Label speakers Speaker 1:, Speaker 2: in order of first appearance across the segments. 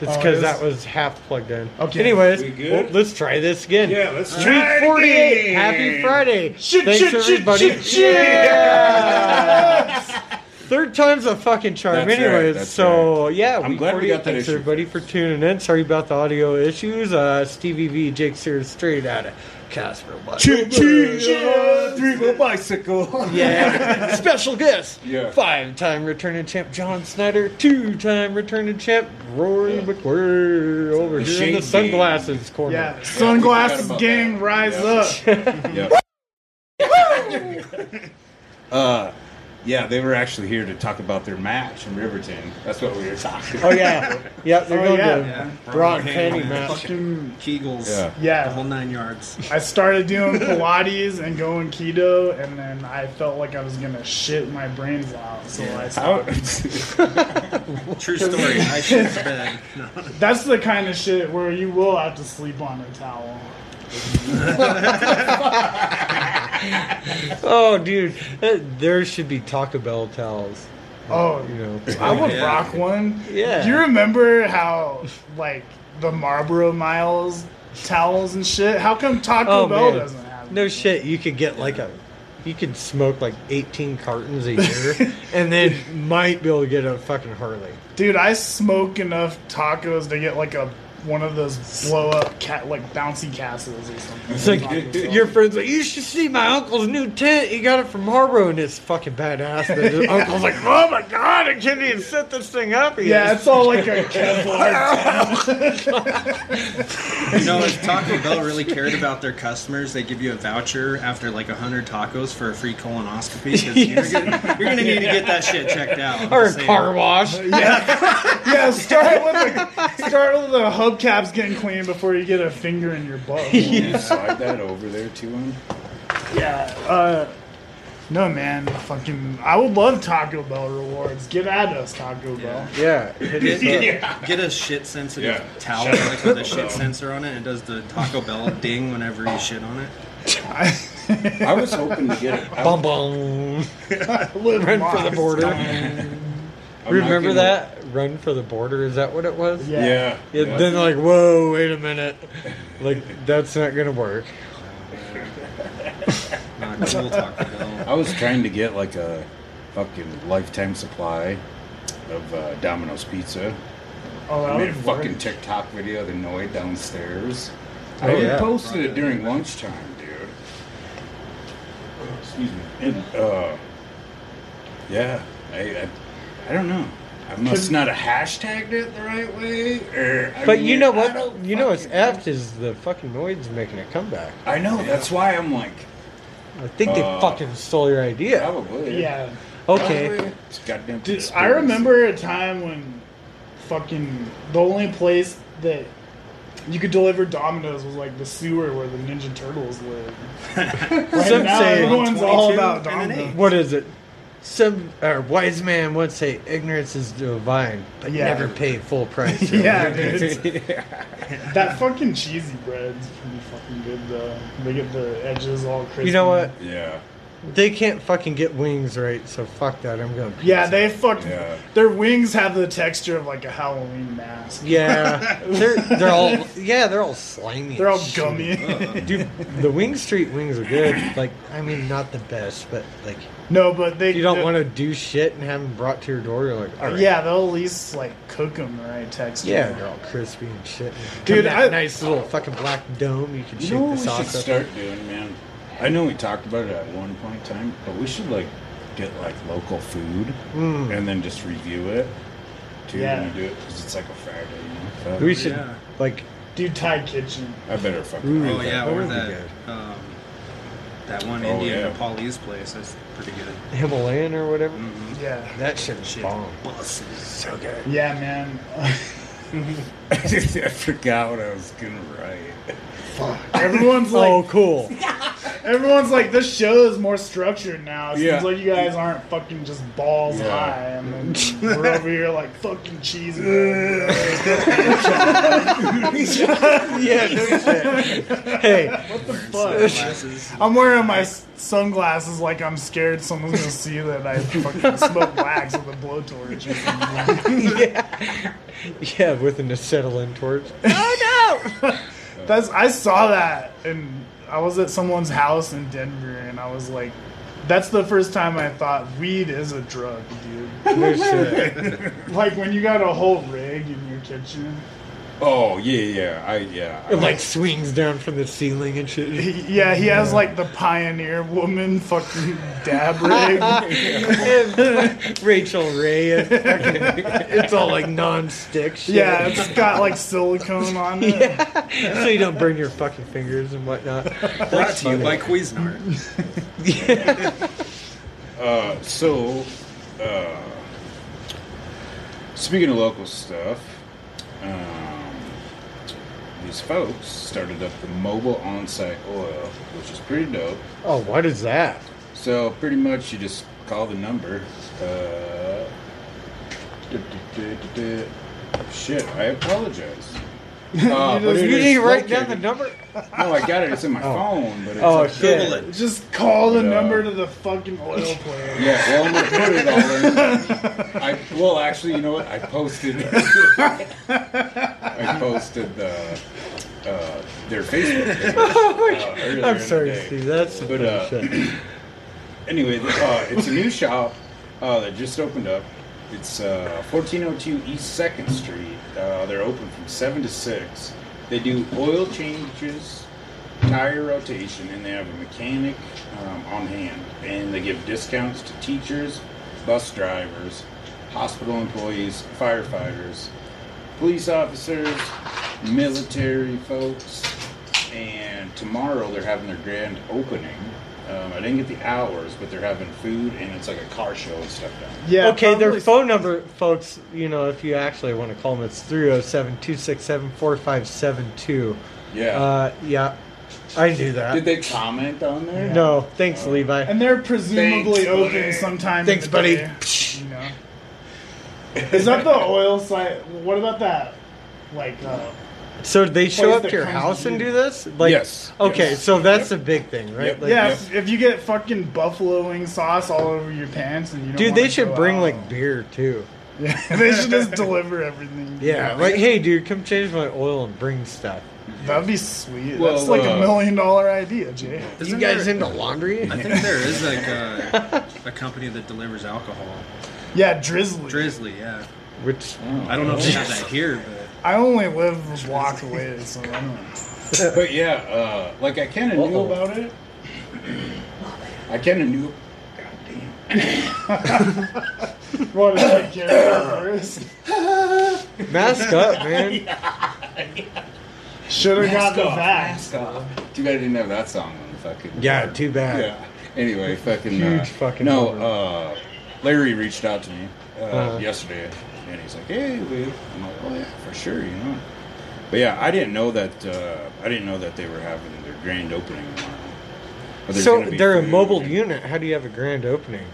Speaker 1: It's
Speaker 2: Oh, it
Speaker 1: because
Speaker 2: is?
Speaker 1: that was half plugged in.
Speaker 2: Okay.
Speaker 1: Anyways,
Speaker 3: We good?
Speaker 1: oh, let's try this again.
Speaker 3: Yeah, let's
Speaker 1: Week
Speaker 3: try it
Speaker 1: 48.
Speaker 3: again.
Speaker 1: Happy Friday.
Speaker 2: Shit,
Speaker 1: Thanks
Speaker 2: shit, shit,
Speaker 1: everybody.
Speaker 2: shit, shit.
Speaker 1: Third time's a fucking charm.
Speaker 3: That's right,
Speaker 1: Anyways,
Speaker 3: that's
Speaker 1: so yeah,
Speaker 3: I'm
Speaker 1: week
Speaker 3: glad we got
Speaker 1: 48.
Speaker 3: that
Speaker 1: Thanks
Speaker 3: issue
Speaker 1: everybody for tuning in. Sorry about the audio issues. Uh, Stevie V, Jake Sears, straight out of Casper.
Speaker 2: Choo choo, three wheel bicycle.
Speaker 1: Yeah. Special guest.
Speaker 3: Yeah.
Speaker 1: Five time returning champ John Snyder. Two time returning champ Rory McQuarrie over
Speaker 3: The
Speaker 1: here in the
Speaker 3: shade
Speaker 1: sunglasses corner.
Speaker 2: Yeah, sunglasses
Speaker 3: about
Speaker 2: gang,
Speaker 3: that.
Speaker 2: rise
Speaker 3: Yeah.
Speaker 2: up.
Speaker 3: Yep. uh, yeah, they were actually here to talk about their match in Riverton. That's what we were talking.
Speaker 1: Oh
Speaker 3: about.
Speaker 1: yeah. Yeah, they're
Speaker 2: Oh,
Speaker 1: going
Speaker 2: yeah.
Speaker 1: to Brock Penny match.
Speaker 4: Fucking Kegels.
Speaker 3: Yeah.
Speaker 4: The whole
Speaker 2: Yeah,
Speaker 4: nine yards.
Speaker 2: I started doing Pilates and going keto, and then I felt like I was gonna shit my brains out. So I
Speaker 3: How-
Speaker 2: stopped.
Speaker 4: True story. I shit the bed. No.
Speaker 2: That's the kind of shit where you will have to sleep on a towel.
Speaker 1: Oh dude. uh, There should be Taco Bell towels.
Speaker 2: Oh,
Speaker 1: You know.
Speaker 2: I would
Speaker 4: Yeah.
Speaker 2: rock one.
Speaker 1: Yeah.
Speaker 2: Do you remember how like the Marlboro Miles towels and shit? How come Taco
Speaker 1: Oh,
Speaker 2: Bell
Speaker 1: man.
Speaker 2: doesn't have?
Speaker 1: No
Speaker 2: them?
Speaker 1: shit, you could get like a you could smoke like 18 cartons a year and then might be able to get a fucking Harley.
Speaker 2: Dude, I smoke enough tacos to get like a one of those blow up cat like bouncy castles or something.
Speaker 1: It's like your friend's like, you should see my uncle's new tent. He got it from Marlboro, and it's fucking badass. And his uncle's like, oh my god, I can't even set this thing up. He
Speaker 2: yeah,
Speaker 1: goes,
Speaker 2: it's all like a Kevlar.
Speaker 4: You know, if Taco Bell really cared about their customers, they give you a voucher after like 100 tacos for a free colonoscopy. 'cause you're, gonna, you're gonna need to get that shit checked out. I'm
Speaker 1: or a
Speaker 4: just saying.
Speaker 1: car wash.
Speaker 2: yeah, start with the start with the hubcaps getting clean before you get a finger in your butt.
Speaker 3: Can you slide that over there to him?
Speaker 2: yeah. Uh, no man, fucking I would love Taco Bell rewards. Get at us, Taco Bell.
Speaker 1: Yeah, hit us up.
Speaker 4: Get a shit sensitive
Speaker 3: Yeah.
Speaker 4: towel like, with a shit sensor on it and does the Taco Bell ding whenever you shit on it.
Speaker 3: I was hoping to get it. I-
Speaker 1: Bum bum. Run for the border.
Speaker 3: I'm not
Speaker 1: Remember
Speaker 3: gonna-
Speaker 1: that? Run for the border. Is that what it was?
Speaker 2: Yeah.
Speaker 3: Yeah.
Speaker 1: Yeah,
Speaker 3: yeah.
Speaker 1: Then like, whoa, wait a minute. Like that's not gonna work.
Speaker 4: Not cool Taco Bell. Oh,
Speaker 3: I was trying to get like a fucking lifetime supply of uh, Domino's pizza.
Speaker 2: Oh, that
Speaker 3: I made a
Speaker 2: would work.
Speaker 3: fucking TikTok video of the Noid downstairs.
Speaker 1: Oh,
Speaker 3: I even
Speaker 1: yeah.
Speaker 3: posted it during lunchtime, dude. Excuse me. And, uh, yeah, I, I, I don't know. I must not have hashtagged it the right way. Or, I
Speaker 1: But
Speaker 3: mean,
Speaker 1: you know
Speaker 3: I
Speaker 1: what?
Speaker 3: don't
Speaker 1: You know what's
Speaker 3: fucking
Speaker 1: apt is the fucking noids making a comeback.
Speaker 3: I know. That's why I'm like,
Speaker 1: I think they
Speaker 3: Uh,
Speaker 1: fucking stole your idea.
Speaker 3: probably.
Speaker 2: Yeah.
Speaker 1: Okay.
Speaker 3: Probably. It's goddamn.
Speaker 2: Dude, I
Speaker 3: conspiracy.
Speaker 2: remember a time when fucking the only place that you could deliver Dominoes was like the sewer where the Ninja Turtles lived. right
Speaker 1: Some
Speaker 2: now,
Speaker 1: say-
Speaker 2: everyone's all about
Speaker 4: 22 and an
Speaker 2: Dominoes.
Speaker 1: What is it? Some or wise man once say ignorance is divine, but
Speaker 2: Yeah.
Speaker 1: never pay full price.
Speaker 2: Yeah, dude. it's- That fucking cheesy bread's pretty fucking good though. They get the edges all crispy.
Speaker 1: You know what?
Speaker 3: Yeah.
Speaker 1: They can't fucking get wings right, so fuck that. I'm going.
Speaker 2: Yeah, they fucking
Speaker 3: Yeah.
Speaker 2: their wings have the texture of like a Halloween mask.
Speaker 1: Yeah, they're they're all yeah they're all slimy.
Speaker 2: They're all
Speaker 1: as shit.
Speaker 2: gummy.
Speaker 1: Dude, the Wing Street wings are good. Like, I mean, not the best, but like
Speaker 2: no, but they
Speaker 1: you don't want to do shit and have them brought to your door. You're like, all right,
Speaker 2: Yeah, they'll at least like cook them the right texture.
Speaker 1: Yeah, they're all crispy and shit.
Speaker 2: Dude,
Speaker 1: Dude,
Speaker 2: I-
Speaker 1: that nice little fucking black dome. You can
Speaker 3: You
Speaker 1: shake
Speaker 3: know
Speaker 1: the
Speaker 3: what we should
Speaker 1: sauce up.
Speaker 3: start doing, man? I know we talked about it at one point in time, but we should like get like local food
Speaker 1: Hmm. Mm.
Speaker 3: and then just review it too
Speaker 2: Yeah.
Speaker 3: when we do it because it's like a Friday. You know?
Speaker 1: we should
Speaker 4: Yeah.
Speaker 1: like
Speaker 2: Dude, Thai kitchen.
Speaker 3: I better fucking.
Speaker 1: Ooh.
Speaker 3: do
Speaker 4: Oh
Speaker 3: that.
Speaker 4: yeah,
Speaker 1: That
Speaker 4: or
Speaker 1: would be
Speaker 4: that um, that one
Speaker 3: Oh,
Speaker 4: Indian
Speaker 3: yeah.
Speaker 4: Nepalese place. That's pretty good. Mm-hmm.
Speaker 1: Himalayan or whatever.
Speaker 2: Yeah.
Speaker 1: Mm. That shit's
Speaker 4: Shit.
Speaker 1: bomb.
Speaker 4: Buses.
Speaker 3: So good.
Speaker 2: Yeah, man.
Speaker 3: I forgot what I was gonna write.
Speaker 2: Everyone's like,
Speaker 1: oh, cool.
Speaker 2: Everyone's like, this show is more structured now. Seems
Speaker 3: Yeah.
Speaker 2: like you guys aren't fucking just balls
Speaker 3: Yeah.
Speaker 2: high, and then we're over here like fucking cheese. man.
Speaker 1: yeah, no shit. Hey,
Speaker 2: what the fuck?
Speaker 4: Glasses.
Speaker 2: I'm wearing my s- sunglasses like I'm scared someone's gonna see that I fucking smoke wax with a blowtorch. or something.
Speaker 1: yeah, with an acetylene torch. Oh no!
Speaker 2: That's I saw that, and I was at someone's house in Denver, and I was like, that's the first time I thought weed is a drug, dude.
Speaker 1: No shit.
Speaker 2: Like when you got a whole rig in your kitchen.
Speaker 3: Oh yeah, yeah, I yeah. I-
Speaker 1: It like swings down from the ceiling and shit.
Speaker 2: He- yeah, he has like the pioneer woman fucking dab rig.
Speaker 1: And Rachel Ray. and fucking- It's all like non-stick shit.
Speaker 2: yeah, it's got like silicone on it.
Speaker 1: so you don't burn your fucking fingers and whatnot.
Speaker 4: Brought to you by Cuisinart.
Speaker 3: Uh, so, uh, speaking of local stuff, um, these folks started up the mobile on-site oil, which is pretty dope.
Speaker 1: Oh, what is that?
Speaker 3: So pretty much, you just call the number. Uh, duh, duh, duh, duh, duh. Shit, I apologize. Uh, but
Speaker 1: You
Speaker 3: it
Speaker 1: didn't
Speaker 3: is
Speaker 1: even write down the
Speaker 3: located-
Speaker 1: number.
Speaker 3: No, I got it. It's in my phone, but it's
Speaker 1: Oh,
Speaker 3: up-
Speaker 1: shit.
Speaker 4: Google it.
Speaker 2: Just call the
Speaker 3: Yeah.
Speaker 2: number to the fucking oil plant.
Speaker 3: Yeah, well, I'm gonna put it all in. I, well, actually, you know what? I posted. I posted the, uh, their Facebook. Page, uh, earlier in
Speaker 1: Oh, I'm
Speaker 3: the
Speaker 1: sorry,
Speaker 3: day.
Speaker 1: Steve. That's some
Speaker 3: But,
Speaker 1: funny
Speaker 3: uh,
Speaker 1: shit.
Speaker 3: Anyway, uh, it's a new shop uh, that just opened up. It's uh, 1402 East Second Street. Uh, they're open from seven to six. They do oil changes, tire rotation, and they have a mechanic um, on hand. And they give discounts to teachers, bus drivers, hospital employees, firefighters, police officers, military folks, and tomorrow they're having their grand opening. Um, I didn't get the hours, but they're having food and it's like a car show and stuff down. there.
Speaker 2: Yeah,
Speaker 1: okay, their
Speaker 2: probably-
Speaker 1: phone number, folks, you know, if you actually want to call them, it's 307 267 4572.
Speaker 3: Yeah.
Speaker 1: Uh, Yeah, I knew that.
Speaker 3: Did they comment on there?
Speaker 1: Uh, no, thanks, Levi.
Speaker 2: And they're presumably
Speaker 3: Thanks,
Speaker 2: open
Speaker 3: buddy.
Speaker 2: sometime. in
Speaker 1: Thanks,
Speaker 2: the
Speaker 1: buddy.
Speaker 2: day, you know. Is that the oil site? What about that? Like, uh,
Speaker 1: So they show
Speaker 2: Place
Speaker 1: up to
Speaker 2: that
Speaker 1: your
Speaker 2: comes
Speaker 1: house
Speaker 2: to
Speaker 1: and
Speaker 2: you.
Speaker 1: do this? Like,
Speaker 3: Yes,
Speaker 1: Okay,
Speaker 3: yes.
Speaker 1: so that's a big thing, right?
Speaker 3: Yep.
Speaker 1: Like,
Speaker 2: yeah, if, if you get fucking buffalo wing sauce all over your pants and you don't
Speaker 1: Dude,
Speaker 2: wanna
Speaker 1: they should
Speaker 2: go
Speaker 1: bring
Speaker 2: out.
Speaker 1: like beer too.
Speaker 2: Yeah, they should just deliver everything.
Speaker 1: Yeah, like hey, dude, come change my oil and bring stuff.
Speaker 2: That'd be sweet.
Speaker 3: Well,
Speaker 2: That's like
Speaker 3: uh,
Speaker 2: a million dollar idea, Jay.
Speaker 4: Isn't there-
Speaker 1: into laundry?
Speaker 4: I think there is like a, a company that delivers alcohol.
Speaker 2: Yeah, drizzly.
Speaker 4: Drizzly, yeah.
Speaker 1: Which
Speaker 3: Oh.
Speaker 4: I don't know if they have that here, but
Speaker 2: I only live a block away, so I don't know.
Speaker 3: But yeah, uh, like I kind of knew
Speaker 1: Uh-oh.
Speaker 3: about it. I kind of knew. God damn.
Speaker 2: What is that character first?
Speaker 1: mask up, man.
Speaker 2: Should have got the vax.
Speaker 3: Mask off. Too bad I didn't have that song on the fucking.
Speaker 1: Yeah, too bad.
Speaker 3: Yeah. Anyway, fucking uh,
Speaker 1: Huge fucking
Speaker 3: No,
Speaker 1: bummer.
Speaker 3: uh, Larry reached out to me uh,
Speaker 1: Uh-huh.
Speaker 3: yesterday, and he's like, "Hey, Lou." I'm like, "Oh yeah, for sure, you know." But yeah, I didn't know that. Uh, I didn't know that they were having their grand opening tomorrow. But there's
Speaker 1: So
Speaker 3: gonna be
Speaker 1: they're a
Speaker 3: food
Speaker 1: mobile
Speaker 3: and-
Speaker 1: unit. How do you have a grand opening?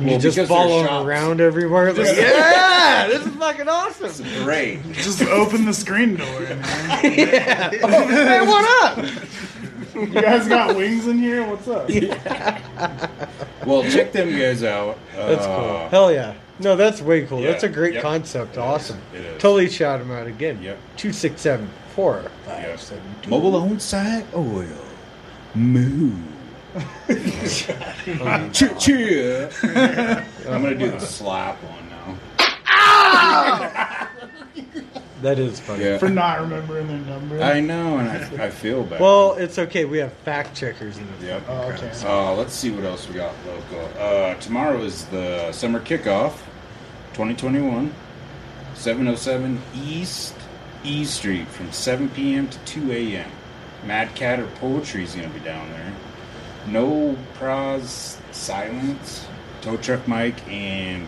Speaker 1: You
Speaker 3: Well, because
Speaker 1: just
Speaker 3: they're
Speaker 1: follow 'em
Speaker 3: shops.
Speaker 1: around everywhere. Like,
Speaker 3: Just-
Speaker 1: yeah, this is fucking awesome.
Speaker 3: Great.
Speaker 2: Just open the screen door, man.
Speaker 3: Oh,
Speaker 1: hey, what up?
Speaker 2: You guys got wings in here? What's up?
Speaker 3: Well, check them guys out.
Speaker 1: That's cool.
Speaker 3: Uh,
Speaker 1: Hell yeah. No, that's way cool. that's a
Speaker 3: yeah,
Speaker 1: great
Speaker 3: yep.
Speaker 1: concept.
Speaker 3: It
Speaker 1: awesome.
Speaker 3: is, it is.
Speaker 1: Totally shout him out again.
Speaker 3: Yep.
Speaker 1: Two six seven four five
Speaker 3: Yeah.
Speaker 1: seven two.
Speaker 3: Mobile owned site oil. Moo. cheer, cheer. I'm gonna do the slap one now.
Speaker 1: That is funny.
Speaker 3: Yeah.
Speaker 2: For not remembering their number.
Speaker 3: I know, and I, I feel bad.
Speaker 1: Well, it's okay. We have fact checkers in the
Speaker 3: yep.
Speaker 2: oh, okay.
Speaker 3: Uh, let's see what else we got local. Uh, tomorrow is the summer kickoff, 2021, 707 East E Street from 7 p.m. to 2 a.m. Mad Cat or Poetry is going to be down there. No Pros Silence, Tow Truck Mike, and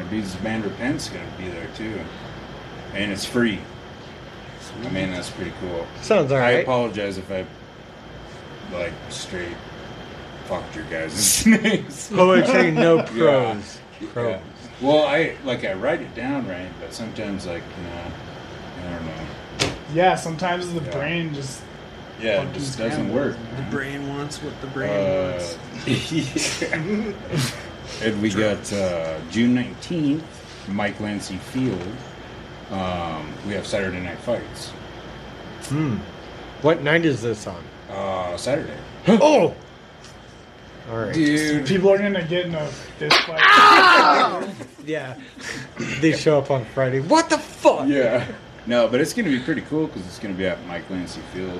Speaker 3: Abuse Vander Pence going to be there too. And it's free. I mean, that's pretty cool.
Speaker 1: Sounds
Speaker 3: I
Speaker 1: alright.
Speaker 3: apologize if I like straight fucked your guys' names.
Speaker 1: Poetry, no
Speaker 3: Yeah.
Speaker 1: prose. Prose.
Speaker 3: Yeah. Well, I like I write it down right, but sometimes like you know, I don't know.
Speaker 2: Yeah, sometimes the
Speaker 3: Yeah.
Speaker 2: brain just
Speaker 3: Yeah, it
Speaker 2: fucking
Speaker 3: just doesn't
Speaker 2: scrambles,
Speaker 3: work.
Speaker 4: The brain wants what the brain
Speaker 3: Uh,
Speaker 4: wants.
Speaker 3: yeah. and we got uh, June nineteenth, Mike Lancy Field. Um, we have Saturday Night Fights.
Speaker 1: Hmm. What night is this on?
Speaker 3: Uh, Saturday.
Speaker 1: oh! Alright.
Speaker 3: Dude.
Speaker 2: People are gonna get in a fist
Speaker 3: Ah!
Speaker 2: fight.
Speaker 1: Yeah. They show up on Friday. What the fuck?
Speaker 3: Yeah. No, but it's gonna be pretty cool because it's gonna be at Mike Lancy Field. You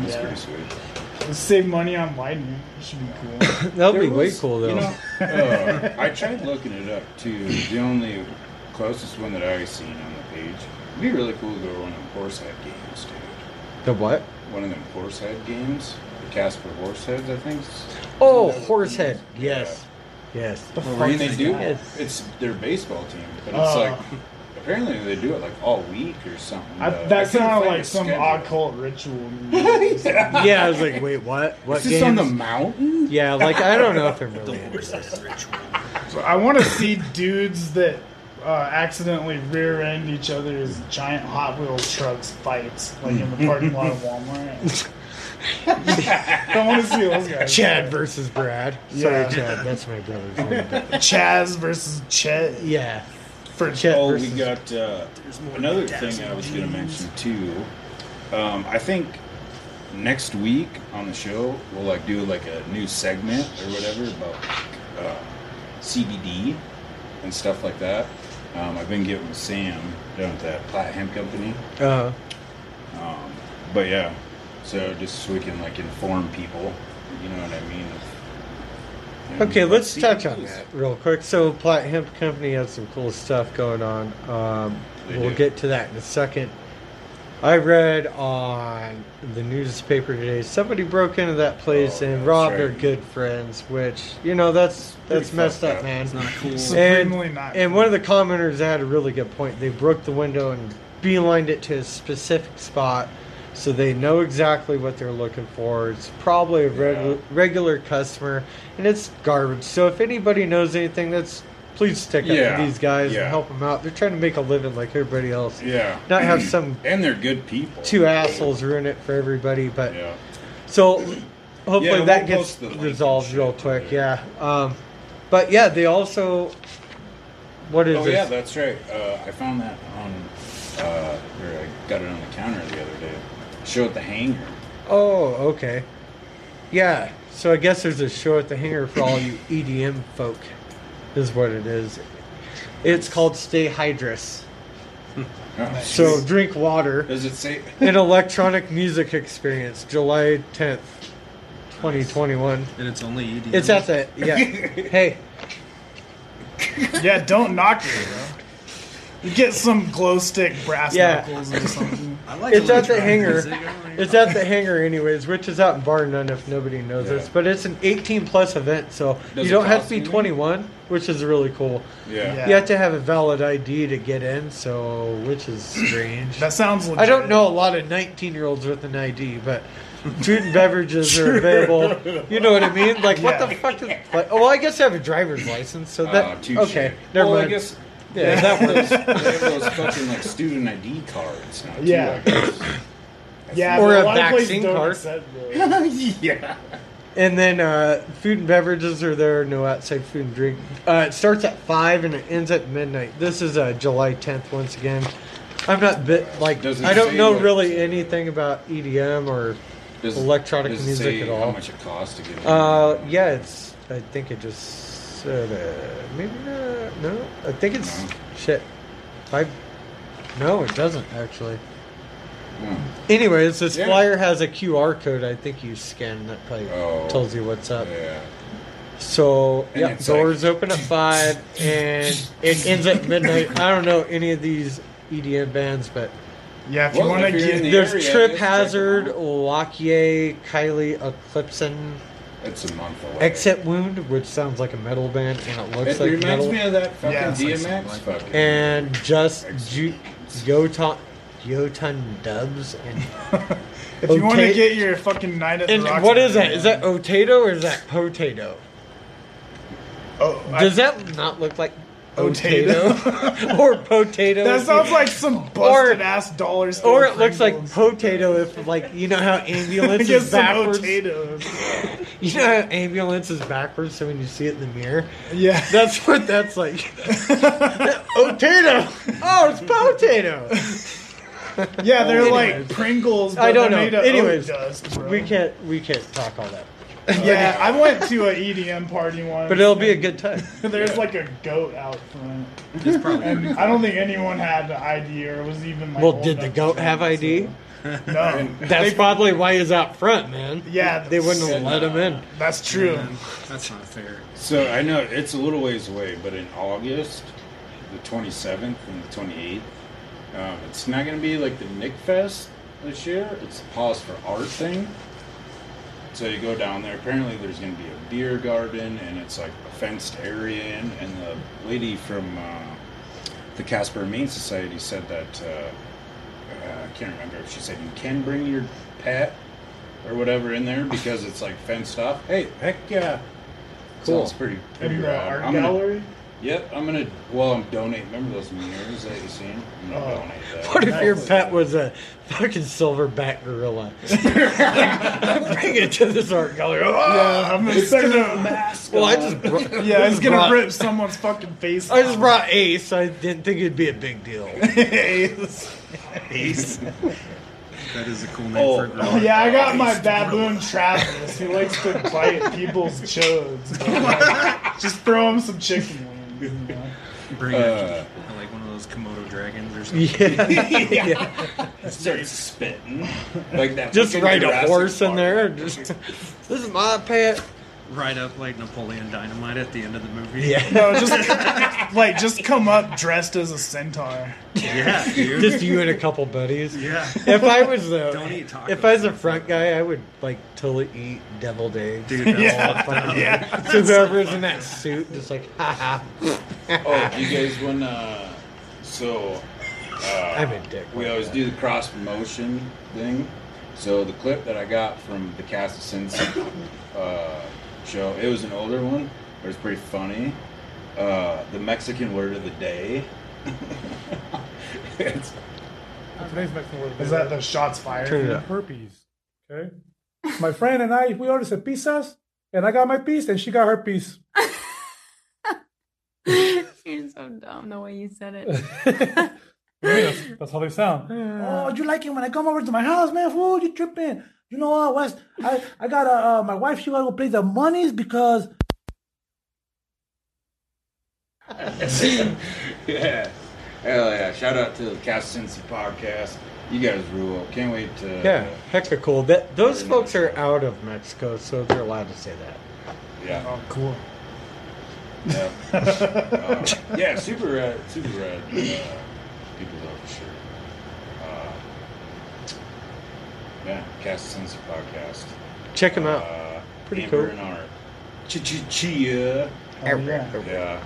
Speaker 3: know, it's
Speaker 2: Yeah.
Speaker 3: pretty sweet.
Speaker 2: Let's save money on lighting. It should be cool.
Speaker 1: That'll be
Speaker 3: There
Speaker 1: way
Speaker 3: was-
Speaker 1: cool, though.
Speaker 3: you know, uh, I tried looking it up too. The only closest one that I seen on the page. It'd be really cool to go to one of them horsehead games, dude.
Speaker 1: the what?
Speaker 3: One of them horsehead games. The Casper horseheads, I think.
Speaker 1: Oh, Horsehead. Yes. Yes.
Speaker 2: The
Speaker 4: Well,
Speaker 2: fuck
Speaker 4: rain
Speaker 2: is
Speaker 3: They do.
Speaker 2: that?
Speaker 1: Yes.
Speaker 3: It's their baseball team, but it's
Speaker 2: Oh.
Speaker 3: like apparently they do it like all week or something.
Speaker 2: I,
Speaker 3: Uh, I
Speaker 2: that
Speaker 3: couldn't
Speaker 2: sounded
Speaker 3: find
Speaker 2: like
Speaker 3: a
Speaker 2: some
Speaker 3: schedule.
Speaker 2: occult ritual. yeah.
Speaker 1: Yeah, I was like, wait, what? What
Speaker 3: Is this on the
Speaker 1: games?
Speaker 3: mountain?
Speaker 1: Yeah, like, I don't know if they're
Speaker 4: The
Speaker 1: really.
Speaker 4: horse's ritual.
Speaker 2: So I want to see dudes that uh, accidentally rear end each other's giant Hot Wheels trucks fights, like in the parking lot of Walmart. I want to see those guys.
Speaker 1: Chad versus Brad.
Speaker 2: Yeah.
Speaker 1: Sorry, Chad. That's my brother's name.
Speaker 2: Chaz versus Chet.
Speaker 1: Yeah.
Speaker 2: For
Speaker 1: Chet
Speaker 3: Oh, we
Speaker 1: versus
Speaker 3: got uh,
Speaker 4: more
Speaker 3: another
Speaker 4: than
Speaker 3: thing
Speaker 4: dazzling
Speaker 3: I was going to
Speaker 4: beams.
Speaker 3: mention too. Um, I think next week on the show we'll like do like a new segment or whatever about uh, CBD and stuff like that. Um, I've been getting with Sam down at that Platt Hemp Company,
Speaker 1: Uh,
Speaker 3: um, but yeah. So just so we can like inform people, you know what I mean? You know,
Speaker 1: okay,
Speaker 3: about
Speaker 1: let's touch on
Speaker 3: CBDs.
Speaker 1: that real quick. So, Platt Hemp Company has some cool stuff going on. Um,
Speaker 3: They
Speaker 1: we'll
Speaker 3: do.
Speaker 1: get to that in a second. I read on the newspaper today somebody broke into that place
Speaker 3: Oh,
Speaker 1: and
Speaker 3: that's
Speaker 1: robbed
Speaker 3: right.
Speaker 1: our good friends, which you know that's
Speaker 3: Pretty
Speaker 1: that's messed
Speaker 3: fucked
Speaker 1: up,
Speaker 3: up.
Speaker 1: man.
Speaker 4: It's not cool.
Speaker 2: So-
Speaker 1: and,
Speaker 2: Supremely not
Speaker 1: and one of the commenters had a really good point. They broke the window and beelined it to a specific spot, so they know exactly what they're looking for. It's probably a regu- regular customer, and it's garbage. So if anybody knows anything, that's please stick up
Speaker 3: Yeah,
Speaker 1: to these guys
Speaker 3: yeah.
Speaker 1: and help them out. They're trying to make a living like everybody else,
Speaker 3: Yeah.
Speaker 1: not have some
Speaker 3: And they're good people.
Speaker 1: two assholes ruin it for everybody. But
Speaker 3: Yeah.
Speaker 1: so hopefully
Speaker 3: Yeah,
Speaker 1: that
Speaker 3: we'll
Speaker 1: gets
Speaker 3: post the link and
Speaker 1: resolved
Speaker 3: shit
Speaker 1: real
Speaker 3: up
Speaker 1: quick.
Speaker 3: there.
Speaker 1: Yeah. Um, but yeah, they also. What is
Speaker 3: Oh
Speaker 1: this?
Speaker 3: yeah, that's right. Uh, I found that on, uh, or I got it on the counter the other day. Show at the hangar.
Speaker 1: oh, okay. Yeah. So I guess there's a show at the hangar for all you EDM folk, is what it is. It's called Stay Hydrous.
Speaker 3: Oh,
Speaker 1: So
Speaker 3: jeez.
Speaker 1: drink water.
Speaker 3: does it say?
Speaker 1: An electronic music experience, July 10th, 2021.
Speaker 4: and it's only E EDM.
Speaker 1: It's at the yeah. Hey,
Speaker 2: Yeah, don't knock it, bro. You get some glow stick brass
Speaker 1: Yeah.
Speaker 2: knuckles or something.
Speaker 4: I like
Speaker 1: It's at the
Speaker 4: electronic
Speaker 1: hangar.
Speaker 4: music. I don't really-
Speaker 1: It's at the hangar, anyways, which is out in Bar None if nobody knows
Speaker 3: Yeah.
Speaker 1: this. But it's an 18 plus event, so
Speaker 3: Does
Speaker 1: you
Speaker 3: it
Speaker 1: don't have to
Speaker 3: cost
Speaker 1: be
Speaker 3: anything?
Speaker 1: 21, which is really cool.
Speaker 3: Yeah.
Speaker 2: Yeah.
Speaker 1: You have to have a valid ID to get in, so which is strange.
Speaker 2: That sounds legit.
Speaker 1: I don't know a lot of 19 year olds with an ID, but food and beverages are available. You know what I mean? Like, what
Speaker 2: Yeah.
Speaker 1: the fuck is. Like, oh, I guess I have a driver's license, so
Speaker 3: Ah,
Speaker 1: that.
Speaker 3: touche.
Speaker 1: okay, never
Speaker 3: well,
Speaker 1: mind.
Speaker 3: I guess
Speaker 1: yeah, that
Speaker 3: those,
Speaker 1: works.
Speaker 3: they have those fucking like student ID cards now. Too,
Speaker 2: Yeah.
Speaker 3: I guess.
Speaker 2: Yeah,
Speaker 1: Or a
Speaker 2: but lot of places
Speaker 1: vaccine
Speaker 2: don't
Speaker 1: card.
Speaker 2: accept those.
Speaker 3: yeah.
Speaker 1: And then uh, food and beverages are there, no outside food and drink. Uh, it starts at 5 and it ends at midnight. This is uh, July 10th once again. I'm not bit like
Speaker 3: Does it
Speaker 1: I don't
Speaker 3: say
Speaker 1: know
Speaker 3: what-
Speaker 1: really anything about EDM or
Speaker 3: Does,
Speaker 1: Electronic
Speaker 3: does it
Speaker 1: music
Speaker 3: say
Speaker 1: at
Speaker 3: How
Speaker 1: all.
Speaker 3: much it costs to get? in?
Speaker 1: uh yeah, it's I think it just said uh, maybe not no. I think it's
Speaker 3: No.
Speaker 1: shit. I no, it doesn't actually.
Speaker 3: Hmm.
Speaker 1: Anyways, this
Speaker 3: Yeah.
Speaker 1: flyer has a QR code. I think you scan that probably
Speaker 3: Oh.
Speaker 1: tells you what's up.
Speaker 3: Yeah.
Speaker 1: So
Speaker 3: And
Speaker 1: yeah,
Speaker 3: it's
Speaker 1: doors open at five, and it ends at midnight. I don't know any of these EDM bands, but
Speaker 2: Yeah, if you
Speaker 3: Well,
Speaker 2: want to
Speaker 3: if you're in
Speaker 2: get
Speaker 3: the
Speaker 1: there's
Speaker 3: area, I
Speaker 1: Trip
Speaker 3: guess check
Speaker 1: Hazard,
Speaker 3: them out.
Speaker 1: Lockye, Kylie Eclipson,
Speaker 3: It's a month away.
Speaker 1: Exit Wound, which sounds like a metal band, and it
Speaker 3: It
Speaker 1: looks like
Speaker 3: reminds
Speaker 1: metal,
Speaker 3: me of that fucking
Speaker 2: Yeah, it's like
Speaker 3: DMX. fucking.
Speaker 1: and just
Speaker 3: Exit
Speaker 1: Ju- Go Time. Yotun Dubs and
Speaker 2: If you want to
Speaker 1: Okay.
Speaker 2: get your fucking night at the
Speaker 1: And
Speaker 2: Roxbury,
Speaker 1: what is that? Is that otato or is that potato?
Speaker 2: Oh, I-
Speaker 1: Does that not look like
Speaker 2: Otato?
Speaker 1: otato or potato?
Speaker 2: that
Speaker 1: if
Speaker 2: sounds
Speaker 1: you-
Speaker 2: like some
Speaker 1: Or-
Speaker 2: busted ass dollars.
Speaker 1: Or it looks like potato if like you know how ambulance
Speaker 2: Get
Speaker 1: is
Speaker 2: some
Speaker 1: backwards.
Speaker 2: potatoes.
Speaker 1: You know how ambulance is backwards, so when you see it in the mirror,
Speaker 2: Yeah.
Speaker 1: that's what that's like. otato. Oh, it's potato.
Speaker 2: Yeah, they're like
Speaker 1: Anyways.
Speaker 2: Pringles. But
Speaker 1: I don't know.
Speaker 2: they're Made of oat
Speaker 1: Anyways,
Speaker 2: dust, bro.
Speaker 1: We can't we can't talk all that,
Speaker 2: Yeah, I went to an EDM party once.
Speaker 1: but it'll be a good time.
Speaker 2: and There's like a goat out front,
Speaker 4: It's probably
Speaker 2: and I don't think anyone had the ID or was even like.
Speaker 1: Well,
Speaker 2: old
Speaker 1: did the
Speaker 2: enough
Speaker 1: goat
Speaker 2: to
Speaker 1: have
Speaker 2: drink,
Speaker 1: ID?
Speaker 2: so- No,
Speaker 1: That's probably why he's out front, man.
Speaker 2: Yeah,
Speaker 1: they wouldn't have
Speaker 3: that's-
Speaker 1: let him in.
Speaker 2: that's true.
Speaker 4: that's not fair.
Speaker 3: So I know it's a little ways away, but in August, the 27th and the 28th, um, it's not going to be like the Nick Fest this year. It's a pause for art thing. So you go down there. Apparently, there's going to be a beer garden, and it's like a fenced area. In, and the lady from uh, the Casper Humane Society said that uh, uh, I can't remember if she said you can bring your pet or whatever in there because it's like fenced off. Hey, heck yeah!
Speaker 1: Cool.
Speaker 3: Sounds pretty pretty
Speaker 2: In the
Speaker 3: rad.
Speaker 2: art
Speaker 3: I'm gonna-
Speaker 2: gallery.
Speaker 3: Yep, I'm gonna. Well, I'm donate. Remember those mirrors that you seen? I'm gonna
Speaker 2: Oh.
Speaker 3: donate that.
Speaker 1: What if your
Speaker 2: Nice.
Speaker 1: pet was a fucking silverback gorilla? Bring it to this art gallery.
Speaker 2: Yeah, I'm gonna send a
Speaker 1: Well, I just brought,
Speaker 2: Yeah, it's gonna
Speaker 1: brought-
Speaker 2: rip someone's fucking face.
Speaker 1: I just
Speaker 2: off.
Speaker 1: brought Ace. I didn't think it'd be a big deal.
Speaker 2: Ace.
Speaker 4: That is a cool name
Speaker 3: Oh.
Speaker 4: for a girl.
Speaker 2: Oh, yeah, I got my baboon Travis. He likes to bite people's chodes. but, like, just throw him some chicken wings. You know?
Speaker 4: Bring
Speaker 3: Uh.
Speaker 4: it, like one of those Komodo dragons or something.
Speaker 1: Yeah,
Speaker 3: Start spitting like that.
Speaker 1: just
Speaker 3: fucking
Speaker 1: ride a
Speaker 3: Jurassic
Speaker 1: horse in
Speaker 3: Park.
Speaker 1: there. and Just this is my pet.
Speaker 4: Right up like Napoleon Dynamite at the end of the movie.
Speaker 2: No, just like just come up dressed as a centaur.
Speaker 4: yeah, dude.
Speaker 1: just you and a couple buddies.
Speaker 4: yeah.
Speaker 1: If I was though,
Speaker 4: Don't eat tacos.
Speaker 1: if I was a front guy, I would like totally eat deviled eggs.
Speaker 4: Dude, that's
Speaker 2: Yeah.
Speaker 4: fucked up.
Speaker 2: Yeah.
Speaker 1: So whoever's in that suit, just like, ha ha.
Speaker 3: Oh, you guys want to? So
Speaker 1: I'm a dick.
Speaker 3: we always do the cross promotion thing. So the clip that I got from the Cast of Sins uh, show, it was an older one, but it's pretty funny. Uh, the Mexican word of the day. It's-
Speaker 5: Today's Mexican word.
Speaker 2: Is that the shots fired?
Speaker 1: Turn it up.
Speaker 5: herpes? Okay. My friend and I, we ordered some pizzas, and I got my piece, and she got her piece.
Speaker 6: You're so dumb the way you said it.
Speaker 5: that's, that's how they sound. Oh, you like it when I come over to my house, man? Fool, you tripping? You know what? West, I I got uh, uh, my wife. She gotta go play the monies because
Speaker 3: yeah. Hell yeah. Shout out to the Cast of Sins podcast. You guys rule. Can't wait to.
Speaker 1: Yeah, hecka cool. That those
Speaker 3: Very
Speaker 1: folks
Speaker 3: nice.
Speaker 1: are out of Mexico, so they're allowed to say that.
Speaker 3: uh, Yeah.
Speaker 2: Oh, cool.
Speaker 3: Yeah. Uh, yeah, super red, super red. Uh, people love for sure. Uh, yeah, Cast Sensor Podcast.
Speaker 1: Check them out.
Speaker 3: Uh,
Speaker 1: Pretty
Speaker 3: Amber
Speaker 1: cool.
Speaker 3: and Art. Chia.
Speaker 2: Oh, yeah.
Speaker 3: Yeah.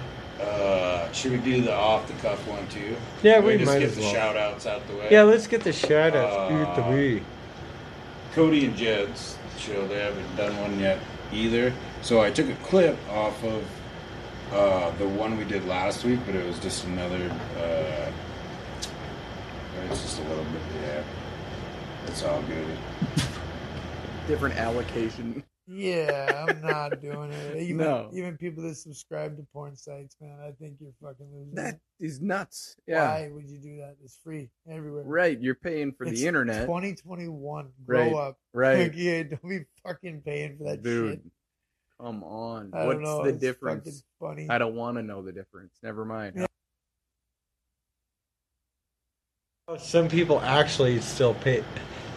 Speaker 3: Uh, should we do the off the cuff one too?
Speaker 1: Yeah,
Speaker 3: Can
Speaker 1: we
Speaker 3: just
Speaker 1: might
Speaker 3: get
Speaker 1: as
Speaker 3: the
Speaker 1: well.
Speaker 3: shout outs out the way.
Speaker 1: yeah, let's get the shout outs.
Speaker 3: Uh,
Speaker 1: Eat the wee.
Speaker 3: Cody and Jed's show. They haven't done one yet either. So I took a clip off of uh, the one we did last week, but it was just another. Uh, it's just a little bit. Yeah, it's all good.
Speaker 7: different allocation.
Speaker 8: Yeah, I'm not doing it. Even
Speaker 7: No.
Speaker 8: even people that subscribe to porn sites, man, I think you're fucking losing.
Speaker 7: That
Speaker 8: it.
Speaker 7: is nuts. Yeah.
Speaker 8: Why would you do that? It's free everywhere.
Speaker 7: Right. You're paying for
Speaker 8: It's
Speaker 7: the internet.
Speaker 8: 2021. Grow
Speaker 7: Right,
Speaker 8: up.
Speaker 7: right.
Speaker 8: Like, yeah, don't be fucking paying for that
Speaker 7: Dude.
Speaker 8: shit.
Speaker 7: Come on.
Speaker 8: I
Speaker 7: What's
Speaker 8: don't know.
Speaker 7: the
Speaker 8: it's
Speaker 7: difference?
Speaker 8: Fucking funny.
Speaker 7: I don't want to know the difference. Never mind.
Speaker 8: Yeah.
Speaker 1: Some people actually still pay.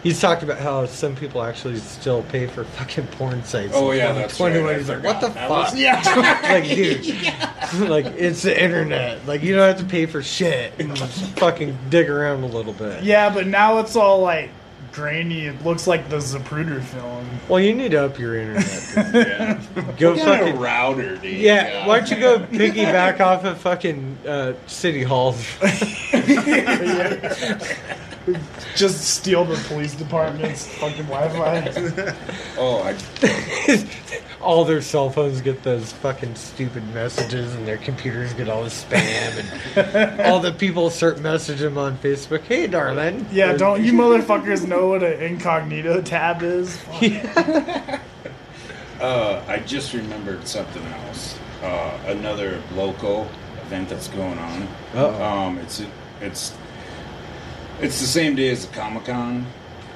Speaker 1: He's talked about how some people actually still pay for fucking porn sites.
Speaker 3: Oh,
Speaker 1: in
Speaker 3: yeah, that's
Speaker 1: 2021.
Speaker 3: right. I
Speaker 1: He's like, what the
Speaker 3: forgot. That was-
Speaker 1: fuck? Yeah, like dude, like it's the internet. Like you don't have to pay for shit. You Just fucking dig around a little bit.
Speaker 2: Yeah, but now it's all like grainy. It looks like the Zapruder film.
Speaker 1: Well, you need to up your internet.
Speaker 3: Yeah.
Speaker 1: dude. Go
Speaker 3: What kind
Speaker 1: fucking
Speaker 3: of router, dude.
Speaker 1: Yeah, why don't you go piggyback off of fucking uh, City Hall?
Speaker 2: Just steal the police department's fucking Wi-Fi.
Speaker 3: Oh, I,
Speaker 1: all their cell phones get those fucking stupid messages, and their computers get all the spam, and all the people start messaging them on Facebook. Hey, darling.
Speaker 2: Yeah,
Speaker 1: Or-
Speaker 2: don't you motherfuckers know what an incognito tab is? Fuck.
Speaker 3: uh, I just remembered something else. Uh, another local event that's going on.
Speaker 1: Uh-oh.
Speaker 3: Um, it's it's it's the same day as the Comic Con.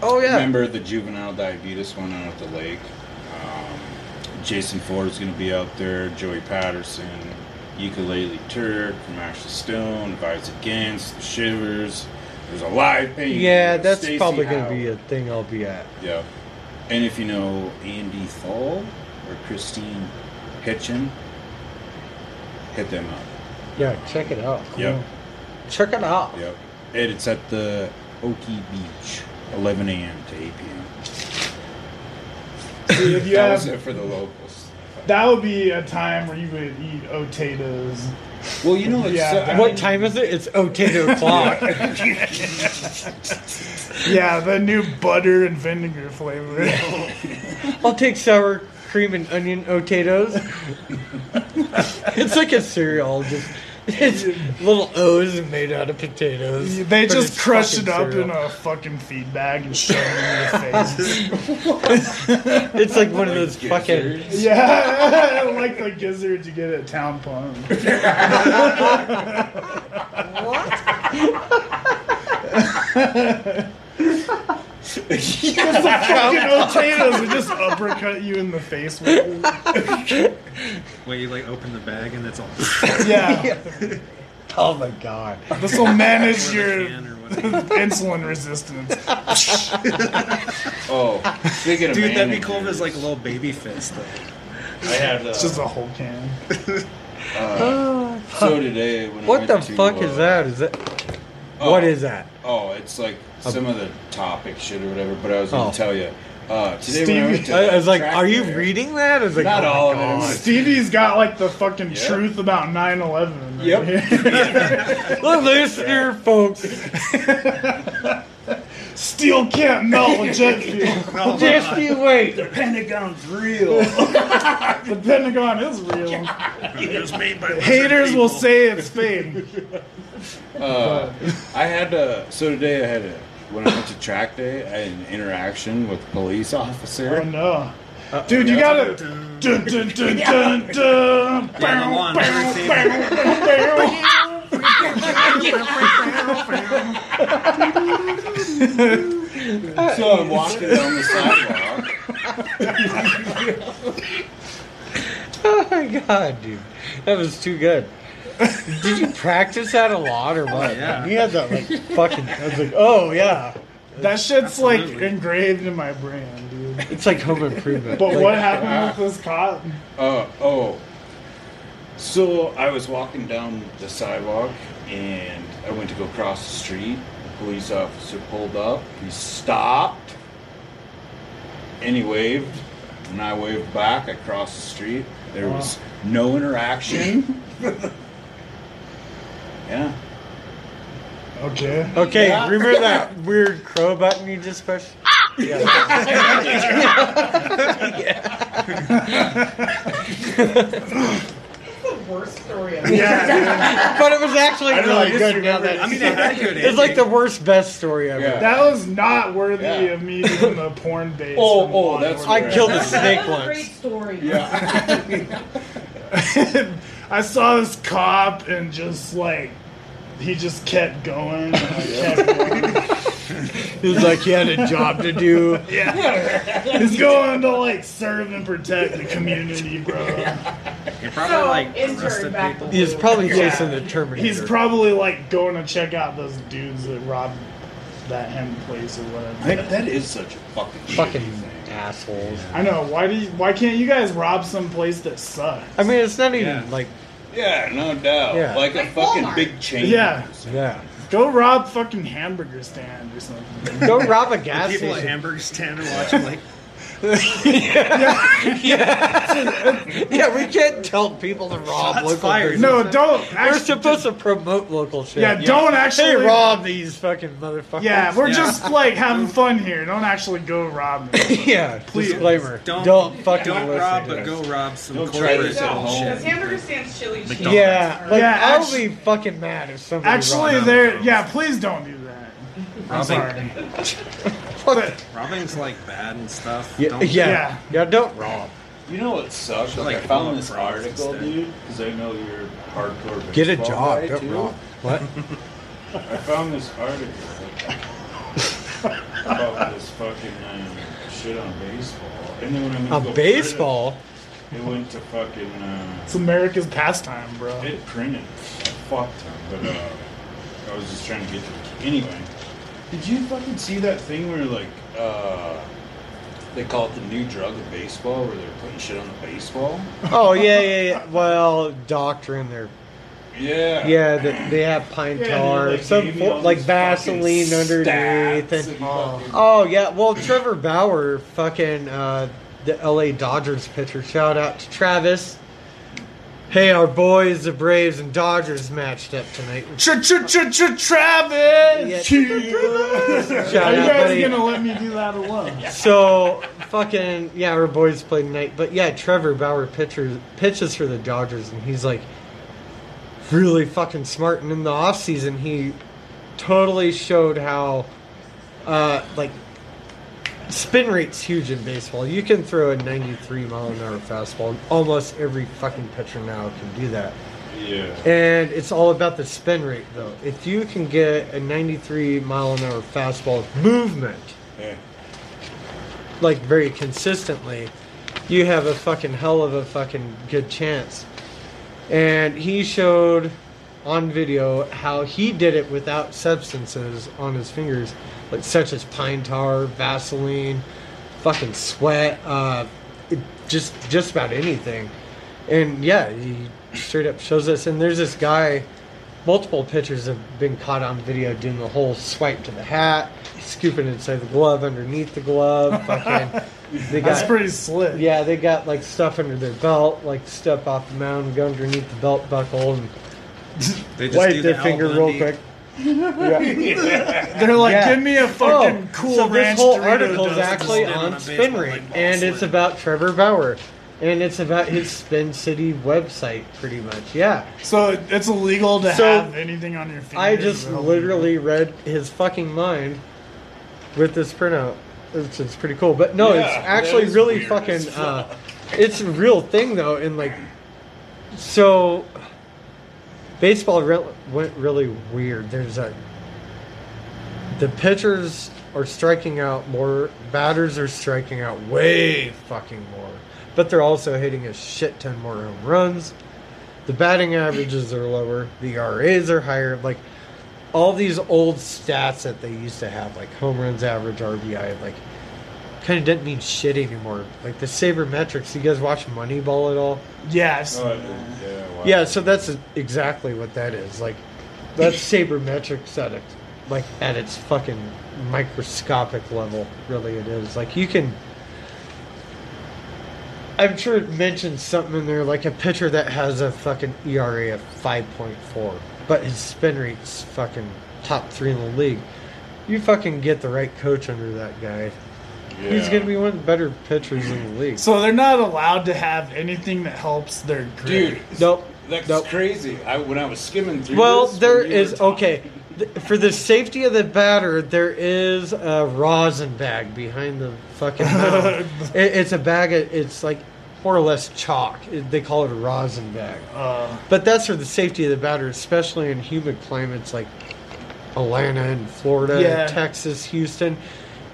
Speaker 1: Oh yeah.
Speaker 3: Remember the juvenile diabetes one out at the lake? Um, Jason Ford's going to be out there. Joey Patterson, Ukulele Turk from Ashley Stone, Advise Against, The Shivers. There's a live painting.
Speaker 1: Yeah,
Speaker 3: of
Speaker 1: that's
Speaker 3: Stacey
Speaker 1: probably going to be
Speaker 3: Howe.
Speaker 1: a thing I'll be at.
Speaker 3: Yeah. And if you know Andy Thal or Christine Hitchin, hit them up.
Speaker 1: Yeah, check it out.
Speaker 3: Yep.
Speaker 1: Check it out.
Speaker 3: Yep. And it's at the Oki Beach, 11 a.m. to 8 p.m.
Speaker 2: See, if you
Speaker 3: That was
Speaker 2: have,
Speaker 3: it for the locals.
Speaker 2: that would be a time where you would eat potatoes.
Speaker 3: Well, you know, it's
Speaker 2: Yeah,
Speaker 3: so-
Speaker 2: that-
Speaker 1: What time is it? It's oh ten o'clock.
Speaker 2: Yeah, the new butter and vinegar flavor.
Speaker 1: I'll take sour cream and onion potatoes. it's like a cereal, just it's little O's made out of potatoes.
Speaker 2: they
Speaker 1: but
Speaker 2: just
Speaker 1: it's
Speaker 2: crush it
Speaker 1: fucking
Speaker 2: up
Speaker 1: cereal.
Speaker 2: in a fucking feed bag and shove it in your face.
Speaker 1: It's like one of those fucking.
Speaker 2: Yeah, like the gizzards you get at Town Pump. Just the fucking potatoes would just uppercut you in the face with it.
Speaker 4: Where you like open the bag and it's all
Speaker 2: Yeah,
Speaker 1: Oh my god!
Speaker 2: this will manage your
Speaker 4: can or whatever.
Speaker 2: insulin resistance.
Speaker 3: Oh, speaking of
Speaker 4: Dude, that'd be
Speaker 3: managers,
Speaker 4: cool if it was like a little baby fist though.
Speaker 3: I had uh,
Speaker 2: It's just a whole can.
Speaker 3: so today when I
Speaker 1: What the
Speaker 3: went to,
Speaker 1: fuck
Speaker 3: uh,
Speaker 1: is that? Is that
Speaker 3: oh,
Speaker 1: what is that?
Speaker 3: Oh, it's like some of the topic shit or whatever. But I was
Speaker 1: Oh.
Speaker 3: gonna tell you uh, today when I went to
Speaker 1: I, I was
Speaker 3: the
Speaker 1: like,
Speaker 3: track
Speaker 1: are you
Speaker 3: there-
Speaker 1: reading that? I was like,
Speaker 3: Not
Speaker 1: oh my
Speaker 3: all of it.
Speaker 1: God.
Speaker 3: It was
Speaker 2: Stevie's got like the fucking
Speaker 3: Yeah.
Speaker 2: truth about 9 11.
Speaker 3: Yep.
Speaker 1: Look, listener, folks,
Speaker 2: Steel can't melt with jet fuel.
Speaker 1: just you wait.
Speaker 3: Pentagon's real.
Speaker 2: The Pentagon is real.
Speaker 4: It was made by
Speaker 2: Haters will say it's fake.
Speaker 3: Uh, I had a so today I had a when I went to track day I had an interaction with a police officer.
Speaker 2: Oh no. Dude, you gotta. Dun, dun, dun, dun, dun.
Speaker 4: Yeah, the lawn,
Speaker 2: Bow,
Speaker 4: every
Speaker 2: bow, bow, bow.
Speaker 3: So I'm walking down the sidewalk.
Speaker 1: Oh my god, dude. That was too good. Did you practice that a lot or what?
Speaker 4: yeah.
Speaker 1: You had that like fucking I was like, oh yeah.
Speaker 2: That shit's like
Speaker 4: Absolutely.
Speaker 2: engraved in my brain, dude.
Speaker 1: It's like home improvement.
Speaker 2: But
Speaker 1: Like,
Speaker 2: what happened with this cop?
Speaker 3: Uh, oh. So I was walking down the sidewalk and I went to go cross the street. The police officer pulled up. He stopped and he waved. And I waved back. I crossed the street. There was no interaction. yeah.
Speaker 2: Okay.
Speaker 1: Okay, remember that weird crow button you just pushed?
Speaker 2: Yeah, dude.
Speaker 1: But it was actually really good. now that-
Speaker 4: I mean, it had good.
Speaker 1: It's like the worst best story ever.
Speaker 3: Yeah.
Speaker 2: That was not worthy
Speaker 3: Yeah.
Speaker 2: of me doing the porn base.
Speaker 3: Oh,
Speaker 2: from
Speaker 3: oh,
Speaker 2: Law and
Speaker 3: that's-
Speaker 1: I
Speaker 2: Order.
Speaker 1: killed a snake
Speaker 9: Great
Speaker 1: once.
Speaker 9: story.
Speaker 2: I saw this cop and just like he just kept going. And I kept going.
Speaker 1: It was like he had a job to do.
Speaker 2: Yeah, he's going to like serve and protect the community, bro.
Speaker 4: You're probably
Speaker 9: So,
Speaker 4: like
Speaker 9: intern
Speaker 4: arrested
Speaker 9: back
Speaker 4: people.
Speaker 9: to-
Speaker 1: He was probably chasing the Terminator.
Speaker 2: He's probably like going to check out those dudes that robbed that hen place or
Speaker 3: That-
Speaker 2: whatever.
Speaker 3: that is such a fucking
Speaker 1: fucking
Speaker 3: shitty thing.
Speaker 1: assholes.
Speaker 2: I know. Why do you, Why can't you guys rob some place that sucks?
Speaker 1: I mean, it's not even
Speaker 4: Yeah.
Speaker 1: like
Speaker 3: Yeah, no doubt.
Speaker 1: Yeah.
Speaker 3: Like a
Speaker 9: Like
Speaker 3: fucking
Speaker 9: Walmart.
Speaker 3: big chain.
Speaker 2: Yeah.
Speaker 1: yeah.
Speaker 2: Go rob fucking hamburger stand or something.
Speaker 1: Go rob a gas
Speaker 4: People at
Speaker 1: station.
Speaker 4: hamburger stand and watch them like,
Speaker 1: yeah. yeah. yeah, we can't tell people to rob
Speaker 4: Shots
Speaker 1: local
Speaker 4: fired.
Speaker 1: businesses.
Speaker 2: No, don't.
Speaker 1: We're
Speaker 2: Actually,
Speaker 1: supposed to promote local shit.
Speaker 2: yeah, don't actually.
Speaker 1: Hey, rob these fucking motherfuckers.
Speaker 2: Yeah, we're
Speaker 4: Yeah.
Speaker 2: just like having fun here. Don't actually go rob me.
Speaker 1: yeah.
Speaker 2: Please.
Speaker 1: Disclaimer. Don't,
Speaker 4: Don't-
Speaker 1: fucking
Speaker 4: Don't
Speaker 1: listen
Speaker 4: rob,
Speaker 1: to
Speaker 4: but
Speaker 1: us.
Speaker 4: go rob some
Speaker 3: Don't try
Speaker 4: corporate
Speaker 3: this at home.
Speaker 4: bullshit.
Speaker 9: Because hamburger stands chili cheese.
Speaker 4: McDonald's.
Speaker 1: Yeah, like
Speaker 2: Yeah,
Speaker 1: I'll
Speaker 2: actu-
Speaker 1: be fucking mad if somebody.
Speaker 2: Actually,
Speaker 1: robbed
Speaker 2: there. Yeah, please don't do that. I'm
Speaker 4: Robbing-
Speaker 2: sorry.
Speaker 1: Fuck.
Speaker 4: Robbing's like bad and stuff.
Speaker 1: Yeah,
Speaker 4: Don't-
Speaker 1: yeah,
Speaker 2: Yeah.
Speaker 1: yeah, Don't rob.
Speaker 3: You know what sucks? Like, I
Speaker 4: Like,
Speaker 3: found this
Speaker 4: rock
Speaker 3: article,
Speaker 4: instead.
Speaker 3: dude, because I know you're hardcore.
Speaker 1: Get a
Speaker 3: baseball
Speaker 1: job.
Speaker 3: guy,
Speaker 1: Don't
Speaker 3: too.
Speaker 1: rob. What?
Speaker 3: I found this article about this fucking um, shit on baseball, and then when I went to
Speaker 1: A
Speaker 3: go print
Speaker 1: baseball?
Speaker 3: it, it went to fucking. Uh,
Speaker 2: It's America's pastime, bro.
Speaker 3: it printed a fuck ton, but uh, I was just trying to get to the anyway. Did you fucking see that thing where like uh, they call it the new drug of baseball, where they're putting shit on the baseball?
Speaker 1: Oh yeah, yeah, yeah. Well, doctrine. They're
Speaker 3: Yeah.
Speaker 1: yeah. They, they have pine
Speaker 3: Yeah,
Speaker 1: tar,
Speaker 3: dude, like,
Speaker 1: some
Speaker 3: gave me
Speaker 1: for,
Speaker 3: all
Speaker 1: like
Speaker 3: these fucking
Speaker 1: Vaseline underneath,
Speaker 3: stats
Speaker 1: and
Speaker 3: and fucking-
Speaker 1: oh yeah. Well, Trevor Bauer, fucking uh, the L.A. Dodgers pitcher. Shout out to Travis. Hey, our boys, the Braves and Dodgers matched up tonight.
Speaker 2: Travis!
Speaker 1: Yeah.
Speaker 2: Are
Speaker 1: Shout
Speaker 2: you
Speaker 1: out,
Speaker 2: guys
Speaker 1: buddy.
Speaker 2: gonna let me do that alone?
Speaker 1: So fucking yeah, our boys played tonight, but yeah, Trevor Bauer pitcher pitches for the Dodgers, and he's like really fucking smart. And in the offseason, he totally showed how uh, like spin rate's huge in baseball. You can throw a 93 mile an hour fastball, and almost every fucking pitcher now can do that.
Speaker 3: Yeah.
Speaker 1: And it's all about the spin rate, though. If you can get a 93 mile an hour fastball movement
Speaker 3: yeah.
Speaker 1: like very consistently, you have a fucking hell of a fucking good chance. And he showed on video how he did it without substances on his fingers, like such as pine tar, Vaseline, fucking sweat, uh, it, just just about anything. And yeah, he straight up shows us. And there's this guy. Multiple pitchers have been caught on video doing the whole swipe to the hat, scooping inside the glove, underneath the glove. Fucking, they got,
Speaker 2: That's pretty slick.
Speaker 1: yeah, they got like stuff under their belt, like step off the mound, go underneath the belt buckle, and
Speaker 4: They just
Speaker 1: wipe
Speaker 4: do
Speaker 1: their
Speaker 4: the Al
Speaker 1: finger real
Speaker 4: Bundy.
Speaker 1: quick.
Speaker 2: They're like,
Speaker 1: Yeah. Oh,
Speaker 2: give me a fucking cool
Speaker 1: so
Speaker 2: ranch
Speaker 1: this whole
Speaker 2: Dorito
Speaker 1: article is
Speaker 2: dust."
Speaker 1: actually
Speaker 4: Spin on
Speaker 1: on
Speaker 4: a
Speaker 1: spin
Speaker 4: baseball,
Speaker 1: rate,
Speaker 4: like, ball
Speaker 1: and it's
Speaker 4: spin.
Speaker 1: about Trevor Bauer, and it's about his Spin City website, pretty much. Yeah,
Speaker 2: So it's illegal to
Speaker 1: So,
Speaker 2: have anything on your fingers.
Speaker 1: I just
Speaker 2: bro.
Speaker 1: literally read his fucking mind with this printout. It's, it's pretty cool, but no,
Speaker 3: Yeah,
Speaker 1: it's
Speaker 3: that
Speaker 1: actually
Speaker 3: is
Speaker 1: really
Speaker 3: weird
Speaker 1: fucking.
Speaker 3: as fuck.
Speaker 1: Uh, it's a real thing though, and like, so baseball re- went really weird. There's a the pitchers are striking out more, batters are striking out way fucking more, but they're also hitting a shit ton more home runs. The batting averages are lower, the RAs are higher. Like all these old stats that they used to have, like home runs average, RBI, like kind of didn't mean shit anymore. Like the sabermetrics. You guys watch Moneyball at all?
Speaker 2: Yes.
Speaker 3: Oh, yeah, wow.
Speaker 1: Yeah, so that's exactly what that is. Like, that's sabermetrics at it, like at its fucking microscopic level. Really, it is. Like you can. I'm sure it mentions something in there, like a pitcher that has a fucking ERA of 5.4, but his spin rate's fucking top three in the league. You fucking get the right coach under that guy. He's
Speaker 3: Yeah.
Speaker 1: gonna be one of the better pitchers in the league.
Speaker 2: So they're not allowed to have anything that helps their grip.
Speaker 3: Dude,
Speaker 1: Nope.
Speaker 3: that's
Speaker 1: Nope.
Speaker 3: crazy. I when I was skimming through.
Speaker 1: Well,
Speaker 3: this,
Speaker 1: there
Speaker 3: when you were
Speaker 1: is
Speaker 3: talking-
Speaker 1: okay. Th- For the safety of the batter, there is a rosin bag behind the fucking mound. it, it's a bag. Of, it's like more or less chalk. It, they call it a rosin bag.
Speaker 2: Uh,
Speaker 1: But that's for the safety of the batter, especially in humid climates like Atlanta and Florida,
Speaker 2: Yeah.
Speaker 1: Texas, Houston.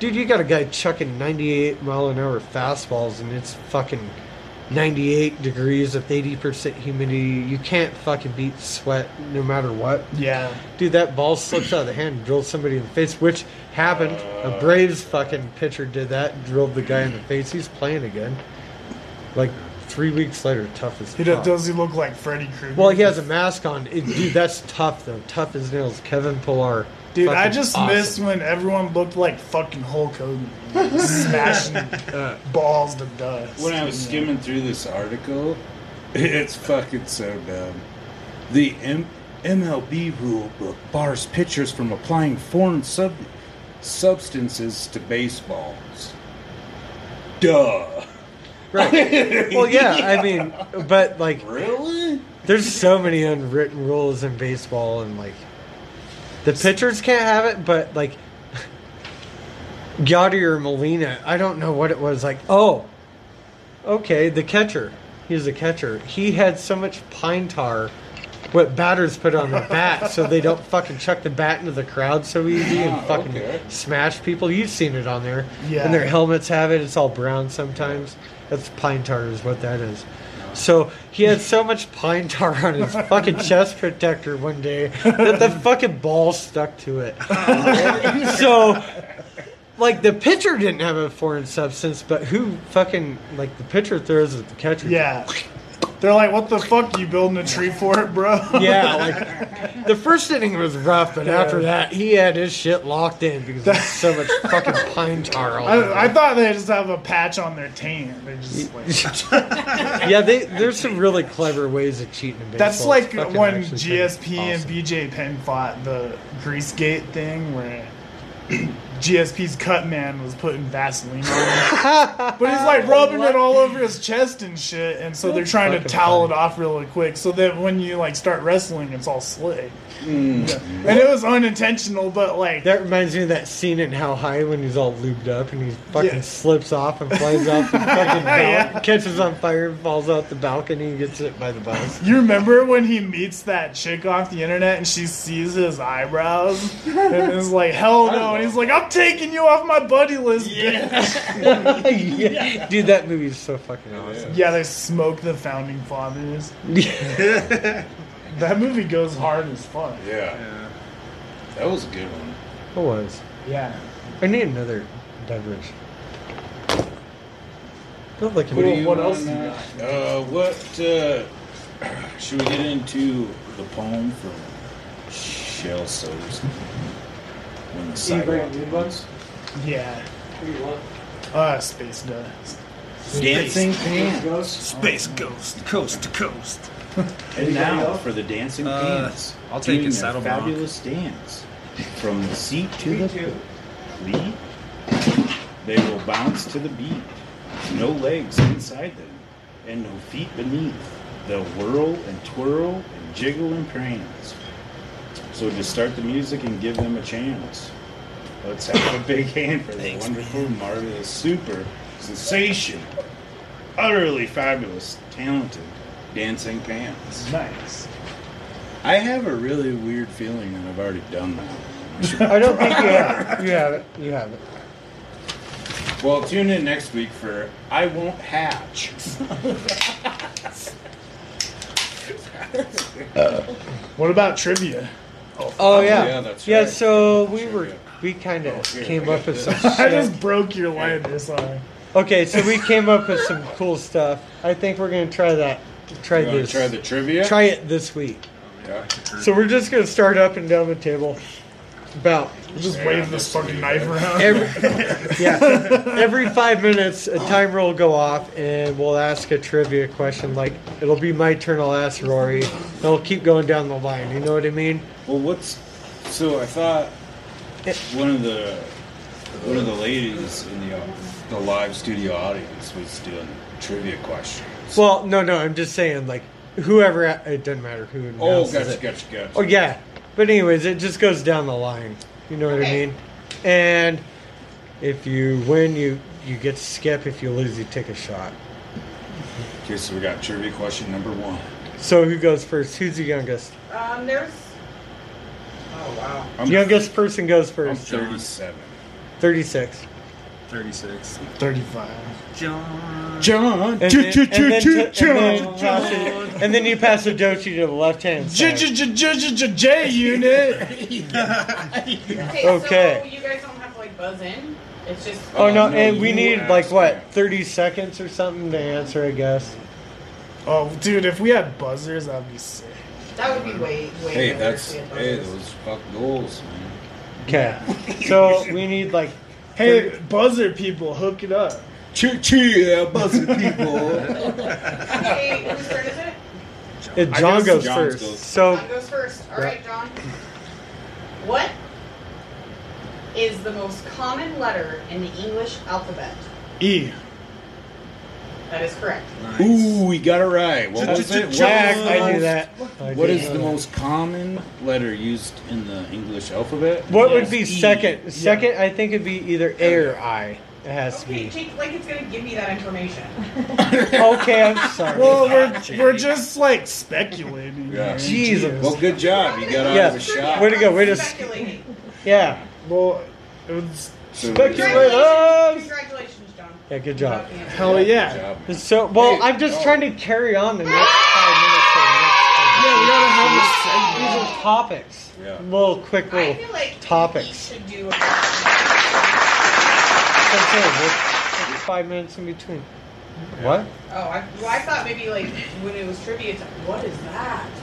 Speaker 1: Dude, you got a guy chucking 98 mile an hour fastballs and it's fucking 98 degrees with 80% humidity. You can't fucking beat sweat no matter what.
Speaker 2: yeah.
Speaker 1: Dude, that ball slips out of the hand and drills somebody in the face, which happened. A Braves fucking pitcher did that, drilled the guy in the face. He's playing again. Like, Three weeks later, tough as
Speaker 2: He
Speaker 1: fuck.
Speaker 2: does, does he look like Freddy Krueger?
Speaker 1: Well, he has a mask on. It- dude, that's tough though. Tough as nails. Kevin Pillar.
Speaker 2: Dude,
Speaker 1: Fucking
Speaker 2: I just
Speaker 1: awesome.
Speaker 2: missed when everyone looked like fucking Hulk Hogan, smashing balls to dust.
Speaker 3: Uh. When I was skimming through this article, it's fucking so dumb. The M- MLB rule book bars pitchers from applying foreign sub- substances to baseballs. Duh.
Speaker 1: Right. Well, yeah. I mean, but like,
Speaker 3: Really?
Speaker 1: there's so many unwritten rules in baseball, and like, the pitchers can't have it, but like, Yadier Molina. I don't know what it was. Like, oh, okay, the catcher. He was a catcher. He had so much pine tar. What batters put on the bat so they don't fucking chuck the bat into the crowd so easy and
Speaker 3: Ah,
Speaker 1: fucking
Speaker 3: okay.
Speaker 1: smash people. You've seen it on there.
Speaker 2: Yeah.
Speaker 1: And their helmets have it. It's all brown sometimes. That's pine tar, is what that is. So he had so much pine tar on his fucking chest protector one day that the fucking ball stuck to it. so, like, the pitcher didn't have a foreign substance, but who fucking, like, the pitcher throws at the catcher.
Speaker 2: yeah, they're like, "What the fuck? You building a tree for it, bro?"
Speaker 1: Yeah, like the first inning was rough, but after that, he had his shit locked in because there's so much fucking pine tar. All over.
Speaker 2: I, I thought they just have a patch on their tan. They just like,
Speaker 1: yeah, they, there's some really clever ways of cheating. In
Speaker 2: that's
Speaker 1: baseball. It's
Speaker 2: like
Speaker 1: fucking
Speaker 2: when
Speaker 1: actually pretty
Speaker 2: GSP and
Speaker 1: awesome.
Speaker 2: BJ Penn fought the Greasegate thing where GSP's cut man was putting Vaseline on him. but he's like rubbing it all over his chest and shit, and so they're trying to
Speaker 1: Fucking
Speaker 2: towel
Speaker 1: funny.
Speaker 2: it off really quick so that when you like start wrestling, it's all slick. Yeah. And it was unintentional, but like
Speaker 1: That reminds me of that scene in How High when he's all lubed up and he fucking
Speaker 2: Yeah.
Speaker 1: slips off and flies off the fucking bal-
Speaker 2: Yeah.
Speaker 1: catches on fire and falls out the balcony and gets hit by the bus.
Speaker 2: You remember when he meets that chick off the internet and she sees his eyebrows and is like, "Hell no!" And he's like, "I'm taking you off my buddy list." Yeah,
Speaker 1: yeah. Dude, that movie is so fucking awesome.
Speaker 2: yeah they smoke the founding fathers. That movie goes hard as fuck.
Speaker 3: Yeah.
Speaker 4: Yeah.
Speaker 3: That was a good one.
Speaker 1: it was.
Speaker 2: Yeah,
Speaker 1: I need another beverage. Don't look at
Speaker 3: What, do
Speaker 1: me.
Speaker 3: you
Speaker 2: what
Speaker 3: want,
Speaker 2: else do you
Speaker 3: uh, Uh, what uh, should we get into the poem from Shell Soaps? When the sidewalk opens?
Speaker 2: yeah. Uh, space dust.
Speaker 4: Dancing
Speaker 3: pants.
Speaker 4: Space Ghost, coast to coast.
Speaker 3: And now for the dancing
Speaker 4: Uh,
Speaker 3: pants.
Speaker 4: I'll take
Speaker 3: Doing
Speaker 4: a saddle bronc.
Speaker 3: Fabulous dance from the seat to the lead. They will bounce to the beat. No legs inside them, and no feet beneath. They'll whirl and twirl and jiggle and prance. So just start the music and give them a chance. Let's have a big hand for the wonderful, marvelous, super, sensational, utterly fabulous, talented dancing pants.
Speaker 2: Nice.
Speaker 3: I have a really weird feeling that I've already done that.
Speaker 1: I don't think you have it. You have it. You have it.
Speaker 3: Well, tune in next week for I Won't Hatch.
Speaker 2: What about trivia?
Speaker 1: Oh yeah,
Speaker 3: yeah, that's
Speaker 1: yeah.
Speaker 3: right.
Speaker 1: So we
Speaker 3: Sure,
Speaker 1: were
Speaker 3: yeah. Oh,
Speaker 1: we kind of
Speaker 3: here, I
Speaker 1: came
Speaker 3: got
Speaker 1: up with some.
Speaker 3: this.
Speaker 2: I
Speaker 1: shit.
Speaker 2: just broke your lighter. Sorry.
Speaker 1: okay, so we came up with some cool stuff. I think we're gonna try that. Try
Speaker 3: You want
Speaker 1: this.
Speaker 3: to try the trivia?
Speaker 1: Try it this week.
Speaker 3: Yeah.
Speaker 1: So we're just gonna start up and down the table. About
Speaker 2: Just
Speaker 3: Yeah,
Speaker 2: wave this
Speaker 3: that's
Speaker 2: fucking
Speaker 3: true.
Speaker 2: knife around.
Speaker 1: every yeah every five minutes a timer will go off and we'll ask a trivia question like it'll be my turn i'll ask rory and it'll keep going down the line you know what i mean
Speaker 3: Well, what's so? I thought one of the one of the ladies in the the live studio audience was doing trivia questions.
Speaker 1: well no no i'm just saying like whoever it doesn't matter who
Speaker 3: Oh,
Speaker 1: announces
Speaker 3: gotcha,
Speaker 1: it.
Speaker 3: gotcha, gotcha.
Speaker 1: oh yeah but anyways it just goes down the line you know what i mean and if you win you you get to skip if you lose you take a shot
Speaker 3: Okay, so we got trivia question number one.
Speaker 1: so who goes first who's the youngest
Speaker 9: Um, there's. Oh wow.
Speaker 3: I'm,
Speaker 1: youngest person goes
Speaker 3: I'm
Speaker 1: first
Speaker 3: 37.
Speaker 1: 36
Speaker 4: 36.
Speaker 2: 35.
Speaker 4: John.
Speaker 3: John.
Speaker 1: And then- and then to- and then pass it- and then you pass the dochi to the left hand.
Speaker 2: J
Speaker 1: side.
Speaker 2: J J J J J unit.
Speaker 9: Okay.
Speaker 1: Okay.
Speaker 9: So you guys don't have to like buzz in. It's just.
Speaker 1: Oh no!
Speaker 3: no,
Speaker 1: And we
Speaker 3: you
Speaker 1: need
Speaker 3: ask
Speaker 1: like
Speaker 3: me.
Speaker 1: what thirty seconds or something to answer, I guess.
Speaker 2: Oh, dude, if we had buzzers, that'd be sick.
Speaker 9: That would be way, way
Speaker 3: Hey,
Speaker 9: better
Speaker 3: that's
Speaker 9: if we
Speaker 3: hey,
Speaker 9: had buzzers.
Speaker 3: those fuck goals, man.
Speaker 1: Okay. So we need like
Speaker 2: Hey, buzzer people, hook it up.
Speaker 3: Choo choo, yeah, buzzer people.
Speaker 9: Hey, whose turn is it?
Speaker 1: uh, John
Speaker 3: guess
Speaker 1: goes
Speaker 3: John's
Speaker 1: first.
Speaker 3: goes.
Speaker 1: So
Speaker 9: John goes first. All right, John. What is the most common letter in the English alphabet?
Speaker 2: E.
Speaker 9: That is correct.
Speaker 4: Nice.
Speaker 3: Ooh, we got it right. What was it? What
Speaker 1: Jack,
Speaker 3: was the
Speaker 1: I knew
Speaker 3: most-
Speaker 1: that. I
Speaker 3: What
Speaker 1: knew
Speaker 3: is
Speaker 1: that.
Speaker 3: the most common letter used in the English alphabet?
Speaker 1: What would
Speaker 2: Yes,
Speaker 1: be
Speaker 2: E.
Speaker 1: second?
Speaker 2: Yeah.
Speaker 1: Second, I think it'd be either A or I. It has to
Speaker 9: Okay,
Speaker 1: be.
Speaker 9: Jake, like it's gonna give me that information.
Speaker 1: Okay, I'm sorry.
Speaker 2: Well, we're, we're just like speculating.
Speaker 3: Yeah.
Speaker 2: here.
Speaker 1: Jesus.
Speaker 3: Well, good job. You got out
Speaker 1: Yes.
Speaker 3: of a shot.
Speaker 1: Way to go, way to-
Speaker 9: Speculating.
Speaker 1: yeah.
Speaker 2: Well, it was
Speaker 3: So-
Speaker 1: Speculate.
Speaker 9: Congratulations. Congratulations, John.
Speaker 1: Yeah, good job.
Speaker 2: hell
Speaker 3: Good
Speaker 2: yeah.
Speaker 3: job,
Speaker 1: Oh,
Speaker 3: man.
Speaker 1: So, well,
Speaker 3: Hey,
Speaker 1: I'm just
Speaker 3: no.
Speaker 1: trying to carry on the next five minutes. Of the next
Speaker 2: Yeah, we gotta have
Speaker 1: thing.
Speaker 2: a segment.
Speaker 1: These are topics.
Speaker 3: Yeah.
Speaker 1: Little quick
Speaker 9: uh, I
Speaker 1: little
Speaker 9: feel like
Speaker 1: topics.
Speaker 9: we should do. A-
Speaker 1: That's what I'm saying, we're- it's five minutes in between. What?
Speaker 9: oh, I, well, I thought maybe like when it was trivia. It's like, what is that? Is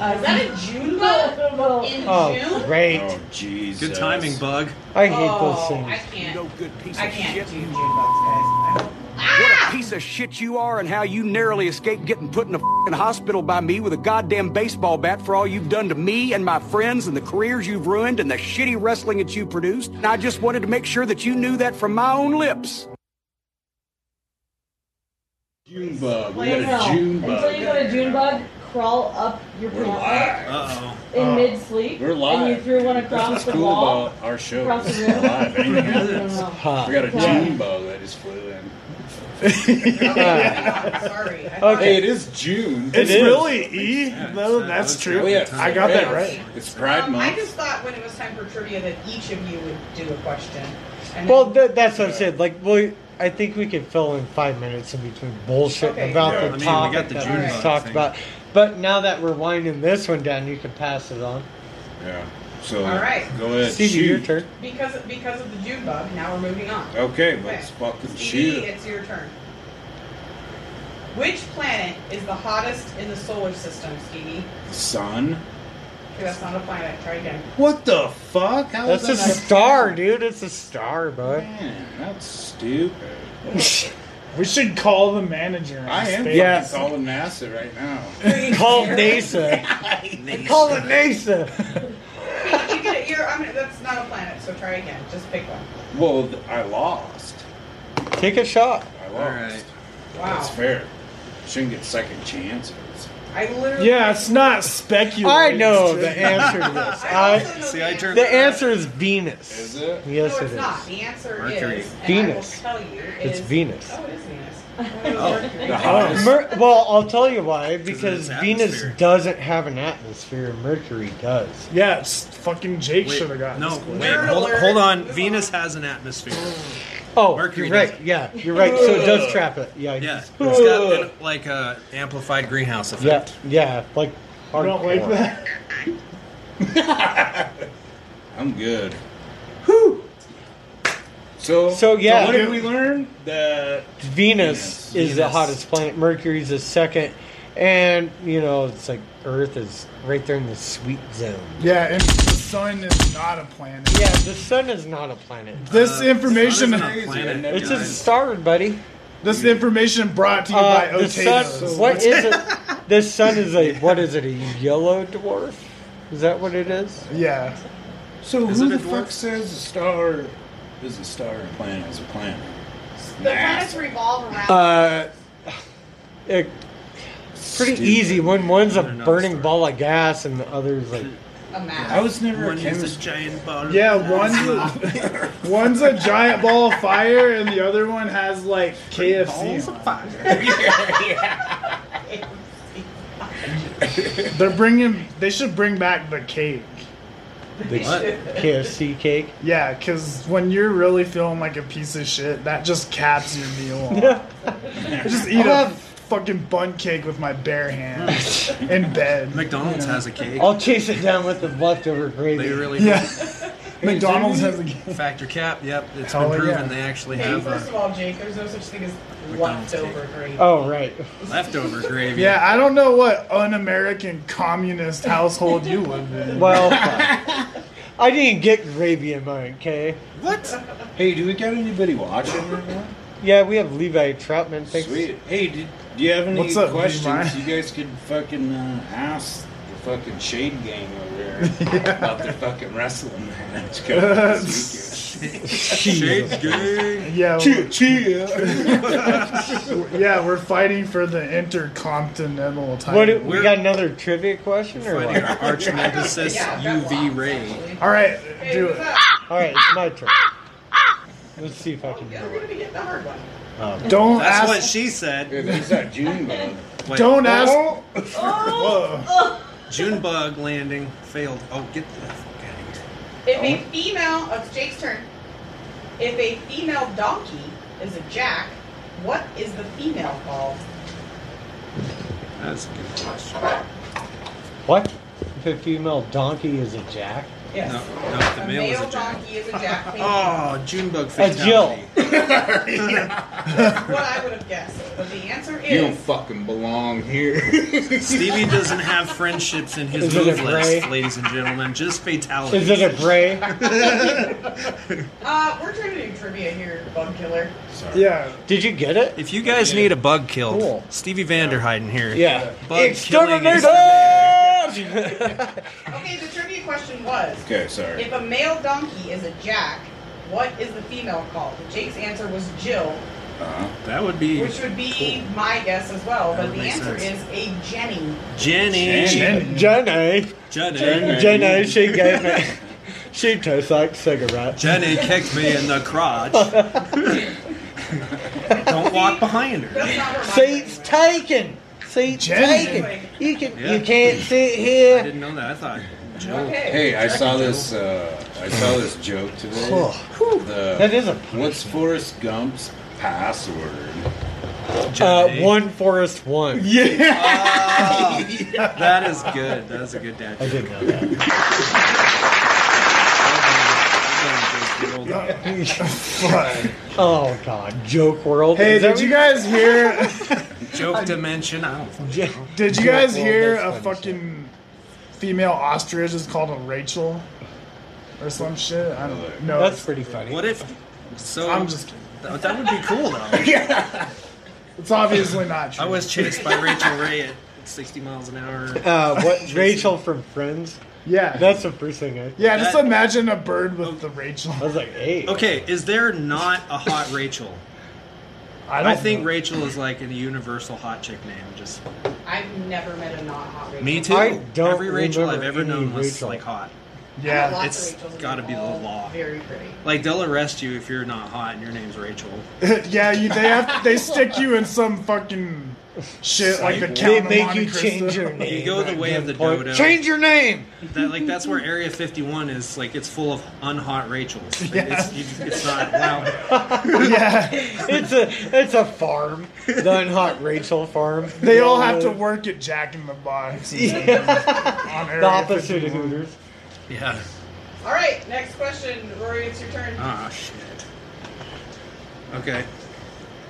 Speaker 9: that a Junebug in
Speaker 1: Oh,
Speaker 9: June?
Speaker 1: great!
Speaker 3: Oh, Jesus.
Speaker 4: Good timing, bug.
Speaker 1: I hate those
Speaker 9: Oh, I
Speaker 1: things.
Speaker 9: can't.
Speaker 10: good piece
Speaker 9: I can't do June bugs, guys. I don't-
Speaker 10: What a piece of shit you are, and how you narrowly escaped getting put in a fing hospital by me with a goddamn baseball bat for all you've done to me and my friends and the careers you've ruined and the shitty wrestling that you produced. And I just wanted to make sure that you knew that from my own lips.
Speaker 3: June bug. We got a June
Speaker 11: Until you
Speaker 3: bug.
Speaker 11: got a June bug, crawl up your
Speaker 3: We're
Speaker 11: plant
Speaker 3: live.
Speaker 4: Uh
Speaker 11: in
Speaker 2: Oh.
Speaker 11: mid sleep.
Speaker 3: We're live.
Speaker 11: And you threw one
Speaker 3: That's
Speaker 11: across
Speaker 3: what's
Speaker 11: the
Speaker 3: cool
Speaker 11: wall.
Speaker 3: about our show.
Speaker 11: across
Speaker 3: is
Speaker 11: the
Speaker 3: we're
Speaker 11: room.
Speaker 3: live. It ain't
Speaker 11: I
Speaker 3: happening.
Speaker 11: don't know.
Speaker 3: we
Speaker 1: Huh.
Speaker 3: got a
Speaker 11: Yeah.
Speaker 3: June bug that just flew in.
Speaker 9: Okay, Sorry. I thought-
Speaker 3: Hey, it is June.
Speaker 2: It's
Speaker 1: It is. Oh,
Speaker 2: really E, though.
Speaker 4: it's- uh,
Speaker 2: That's
Speaker 4: it's
Speaker 2: true.
Speaker 4: really
Speaker 3: tough.
Speaker 2: I got that
Speaker 3: Yeah.
Speaker 2: right.
Speaker 3: It's Pride
Speaker 9: Um, I
Speaker 3: Month.
Speaker 9: just thought when it was time for trivia that each of you would do a question. And
Speaker 1: Well,
Speaker 9: then-
Speaker 1: th- that's what I'm saying. Like, well, I think we can fill in five minutes in between bullshit
Speaker 9: Okay.
Speaker 1: about
Speaker 3: Yeah.
Speaker 1: the
Speaker 4: I mean, we got
Speaker 1: topic
Speaker 4: the
Speaker 1: that
Speaker 9: June
Speaker 1: we
Speaker 9: bug
Speaker 1: just talked
Speaker 4: thing.
Speaker 1: about. But now that we're winding this one down, you can pass it on.
Speaker 3: Yeah. So,
Speaker 9: All right.
Speaker 3: go ahead.
Speaker 1: Stevie,
Speaker 3: Uh, shoot.
Speaker 1: your turn.
Speaker 9: because because of the June bug, now we're moving on.
Speaker 3: Okay, let's fucking
Speaker 9: Stevie,
Speaker 3: shoot. it.
Speaker 9: it's your turn. Which planet is the hottest in the solar system, Stevie?
Speaker 3: Sun.
Speaker 9: Okay, that's not a planet. Try again.
Speaker 3: What the fuck? How
Speaker 1: That's a
Speaker 3: is that not-
Speaker 1: star, dude. It's a star, bud.
Speaker 3: Man, that's stupid.
Speaker 2: We should call the manager. on
Speaker 3: I am
Speaker 2: space.
Speaker 1: Yeah.
Speaker 3: fucking calling NASA right now.
Speaker 1: Call NASA. Call it NASA.
Speaker 9: You get it. You're, I'm, gonna- that's not a planet. So try again. Just pick one.
Speaker 3: Well, th- I lost.
Speaker 1: Take a shot.
Speaker 3: I lost.
Speaker 4: All right.
Speaker 3: That's
Speaker 9: Wow.
Speaker 3: fair. Shouldn't get second chances.
Speaker 9: I literally.
Speaker 2: Yeah, it's not speculating.
Speaker 1: I know the answer to this.
Speaker 9: I also
Speaker 1: I,
Speaker 9: know
Speaker 4: See,
Speaker 9: the
Speaker 4: I
Speaker 9: answer.
Speaker 4: turned-
Speaker 1: the answer is Venus.
Speaker 3: Is it?
Speaker 1: Yes,
Speaker 9: no,
Speaker 1: it
Speaker 9: it's
Speaker 1: is.
Speaker 9: not. The answer
Speaker 4: Mercury.
Speaker 9: is and
Speaker 1: Venus.
Speaker 9: I will tell you.
Speaker 1: It's
Speaker 9: is-
Speaker 1: Venus.
Speaker 9: Oh, it is Venus. Oh,
Speaker 3: The hottest.
Speaker 1: Mer- well, I'll tell you why. Because
Speaker 4: Because of its
Speaker 1: Venus
Speaker 4: atmosphere.
Speaker 1: doesn't have an atmosphere. Mercury does.
Speaker 2: Yeah, it's fucking Jake
Speaker 4: Wait,
Speaker 2: should have gotten
Speaker 4: no,
Speaker 2: this
Speaker 4: wait,
Speaker 2: question.
Speaker 9: Nerd
Speaker 4: hold,
Speaker 9: alert.
Speaker 4: hold on.
Speaker 9: Move
Speaker 4: Venus
Speaker 9: on.
Speaker 4: has an atmosphere.
Speaker 1: Oh,
Speaker 4: Mercury
Speaker 1: you're right.
Speaker 4: doesn't.
Speaker 1: Yeah, you're right. So it does trap it. Yeah.
Speaker 4: Yeah, it's
Speaker 1: it's-
Speaker 4: got an, like a amplified greenhouse
Speaker 1: Yeah.
Speaker 4: effect.
Speaker 1: Yeah. Like.
Speaker 2: I don't like
Speaker 1: hardcore.
Speaker 2: that.
Speaker 3: I'm good. Whew. So,
Speaker 1: So, yeah.
Speaker 3: what did we learn? That
Speaker 1: Venus,
Speaker 3: Venus.
Speaker 1: is the
Speaker 4: Venus.
Speaker 1: hottest planet. Mercury's the second, and you know it's like Earth is right there in the sweet zone.
Speaker 2: Yeah, and the sun is not a planet.
Speaker 1: Yeah, the sun is not a planet.
Speaker 2: This information,
Speaker 4: Uh, Sun isn't a planet,
Speaker 3: It's
Speaker 1: It's a
Speaker 4: guys.
Speaker 1: star, buddy.
Speaker 2: this information brought to you by
Speaker 1: Uh, the sun.
Speaker 2: Otato.
Speaker 1: What is it? The sun is a what is it? A yellow dwarf? Is that what it is?
Speaker 2: Yeah,
Speaker 3: So
Speaker 4: Is
Speaker 3: who
Speaker 4: it a
Speaker 3: the
Speaker 4: dwarf?
Speaker 3: fuck says a star is a star and a planet is a planet?
Speaker 9: The planets revolve around.
Speaker 1: Uh, it, it's pretty
Speaker 3: Stupid.
Speaker 1: easy. When one's a
Speaker 4: They're not a
Speaker 1: burning
Speaker 4: star.
Speaker 1: ball of gas and the other's like
Speaker 9: a map.
Speaker 3: I was never
Speaker 4: One
Speaker 3: a
Speaker 4: is
Speaker 3: chemist.
Speaker 4: a giant ball.
Speaker 2: yeah. One's a, one's a giant ball of fire, and the other one has like KFC. on it. They're bringing. They should bring back the cake.
Speaker 4: What?
Speaker 1: KFC cake.
Speaker 2: Yeah, because when you're really feeling like a piece of shit, that just caps your meal. off. I just eat a fucking bun cake with my bare hands in bed.
Speaker 4: McDonald's has a cake.
Speaker 1: I'll chase it down with the leftover gravy.
Speaker 4: They really
Speaker 2: Yeah. McDonald's has a
Speaker 4: factor cap. Yep, it's
Speaker 2: Oh,
Speaker 4: been proven
Speaker 2: yeah.
Speaker 4: they actually
Speaker 9: Hey,
Speaker 4: have uh,
Speaker 9: first
Speaker 4: a
Speaker 9: of all, Jake, there's no such thing as
Speaker 4: McDonald's
Speaker 9: leftover gravy.
Speaker 1: Oh, right.
Speaker 4: leftover gravy.
Speaker 2: Yeah, I don't know what un-American communist household you live in.
Speaker 1: Well, I didn't get gravy in mine, okay?
Speaker 4: What?
Speaker 3: Hey, do we got anybody watching right now?
Speaker 1: Yeah, we have Levi Troutman. Thanks.
Speaker 3: Sweet. Hey, did, do you have any
Speaker 1: What's up,
Speaker 3: questions?
Speaker 1: Levi?
Speaker 3: You guys could fucking uh, ask the fucking Shade Gang over there about their fucking wrestling match coming up this weekend.
Speaker 2: Shades
Speaker 4: gang.
Speaker 2: Yeah,
Speaker 3: Cheer,
Speaker 2: we're, yeah, we're fighting for the intercontinental title.
Speaker 1: What, do- we got another trivia question or what?
Speaker 4: arch nemesis UV ray.
Speaker 2: All right, do it.
Speaker 9: Ah!
Speaker 1: All right, it's my turn. Let's see if I can do it.
Speaker 9: We're gonna get the hard one.
Speaker 2: Don't
Speaker 4: That's
Speaker 2: ask-
Speaker 4: what she said.
Speaker 3: It's not Junebug.
Speaker 4: Wait.
Speaker 2: Don't ask.
Speaker 3: Oh.
Speaker 9: Oh!
Speaker 4: Junebug landing failed. Oh, get the fuck out of here.
Speaker 9: If a female, oh, it's Jake's turn. If a female donkey is a jack, what is the female called?
Speaker 4: That's a good question.
Speaker 1: What? If a female donkey is a jack?
Speaker 9: Yes.
Speaker 4: No, no, the
Speaker 9: a
Speaker 4: male is a jack.
Speaker 9: donkey is a jack.
Speaker 4: Oh, Junebug
Speaker 1: A Jill.
Speaker 4: fatality.
Speaker 9: That's what I would have guessed. But the answer
Speaker 3: You don't
Speaker 9: is
Speaker 3: fucking belong here.
Speaker 4: Stevie doesn't have friendships in his
Speaker 1: Is it a
Speaker 4: move list,
Speaker 1: gray?
Speaker 4: ladies and gentlemen. Just fatality.
Speaker 1: Is it a bray?
Speaker 9: uh, we're trying to do trivia here, Bug Killer.
Speaker 2: Yeah.
Speaker 1: Did you get it?
Speaker 4: If you guys need a bug killed,
Speaker 1: Cool.
Speaker 4: Stevie Vanderheiden here.
Speaker 1: Yeah.
Speaker 4: Bug killing is-
Speaker 9: Okay, the trivia question was
Speaker 3: Okay, sorry.
Speaker 9: if a male donkey is a jack, what is the female called? Jake's answer was Jill,
Speaker 4: That would be
Speaker 9: which would be my guess as well.
Speaker 4: That
Speaker 9: But
Speaker 4: would
Speaker 9: the
Speaker 4: make
Speaker 9: answer
Speaker 4: sense.
Speaker 9: is a Jenny.
Speaker 4: Jenny.
Speaker 1: Jenny. Jenny.
Speaker 4: Jenny.
Speaker 1: Jenny, she gave me. She tastes like cigarettes.
Speaker 4: Jenny kicked me in the crotch. Don't walk behind her.
Speaker 1: Seats taken. Seats
Speaker 4: Jenny.
Speaker 1: taken. You can.
Speaker 4: Yeah.
Speaker 1: You can't sit
Speaker 4: I
Speaker 1: here.
Speaker 4: didn't know that. I thought Jill.
Speaker 3: Hey, I saw this. Uh, I saw this joke today.
Speaker 1: Oh,
Speaker 3: The-
Speaker 1: that is a-
Speaker 3: What's Forrest Gump's password?
Speaker 1: Uh, one forest, one. Yeah.
Speaker 4: That is good. That is a good dad.
Speaker 1: I didn't know that. Oh God, joke world.
Speaker 2: Hey,
Speaker 1: Is that
Speaker 2: did you guys hear?
Speaker 4: Joke dimension. I don't fucking
Speaker 1: J-
Speaker 4: know.
Speaker 2: Did you
Speaker 1: Joke
Speaker 2: guys
Speaker 1: world,
Speaker 2: hear
Speaker 1: that's
Speaker 2: a fucking female ostrich is called a Rachel or some shit? I don't know.
Speaker 1: That's pretty funny.
Speaker 4: What if? So
Speaker 2: I'm just kidding.
Speaker 4: That, that would be cool though.
Speaker 2: It's obviously not true.
Speaker 4: I was chased by Rachel Ray at 60 miles an hour.
Speaker 1: Uh, what Rachel from Friends?
Speaker 2: Yeah.
Speaker 1: That's the first thing I.
Speaker 2: yeah, just
Speaker 4: that-
Speaker 2: imagine a bird with the Rachel.
Speaker 1: I was like, hey.
Speaker 4: Okay, is there not a hot Rachel?
Speaker 2: I
Speaker 4: I,
Speaker 2: don't
Speaker 4: think
Speaker 2: know.
Speaker 4: Rachel is like a universal hot chick name. Just
Speaker 9: I've never met a not hot Rachel.
Speaker 4: me too.
Speaker 1: I don't
Speaker 4: Every Rachel I've
Speaker 1: remember
Speaker 4: ever
Speaker 1: any
Speaker 4: known was
Speaker 1: Rachel.
Speaker 4: like hot.
Speaker 9: I've met
Speaker 2: Yeah.
Speaker 9: lots of
Speaker 4: it's
Speaker 9: Rachels and
Speaker 4: gotta be the
Speaker 9: they're all
Speaker 4: law.
Speaker 9: Very pretty.
Speaker 4: Like they'll arrest you if you're not hot and your name's Rachel.
Speaker 2: yeah, you, they have they stick you in some fucking shit like the
Speaker 4: They
Speaker 2: Count of
Speaker 1: make
Speaker 2: Monte
Speaker 1: you change
Speaker 2: Cristo.
Speaker 1: your name.
Speaker 4: You go the way of the dodo.
Speaker 1: Change your name.
Speaker 4: That like that's where Area 51 is. Like it's full of unhot Rachels. Like, it's, you, it's not. Wow.
Speaker 2: yeah,
Speaker 1: It's a it's a farm. The unhot Rachel farm.
Speaker 2: they all have to work at Jack in the Box. on Area
Speaker 1: The opposite of
Speaker 2: 51.
Speaker 1: Hooters.
Speaker 4: Yeah.
Speaker 9: All right, next question. Rory, it's your turn.
Speaker 4: Ah shit. Okay.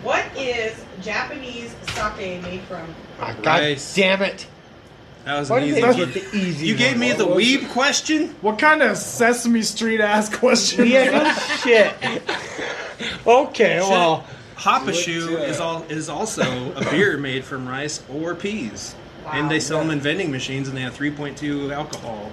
Speaker 9: What is Japanese sake made from?
Speaker 1: Ah, God
Speaker 4: Rice.
Speaker 1: damn it!
Speaker 4: That was
Speaker 1: Why
Speaker 4: an
Speaker 1: did they
Speaker 4: easy
Speaker 1: get
Speaker 4: one.
Speaker 1: the easy?
Speaker 4: You gave
Speaker 1: one?
Speaker 4: me the weeb question.
Speaker 2: What kind of Sesame Street ass question?
Speaker 1: Yeah, no shit. Okay, well, uh,
Speaker 4: Hop a shoe is all is also a beer made from rice or peas, and they sell them in vending machines, and they have 3.2 alcohol.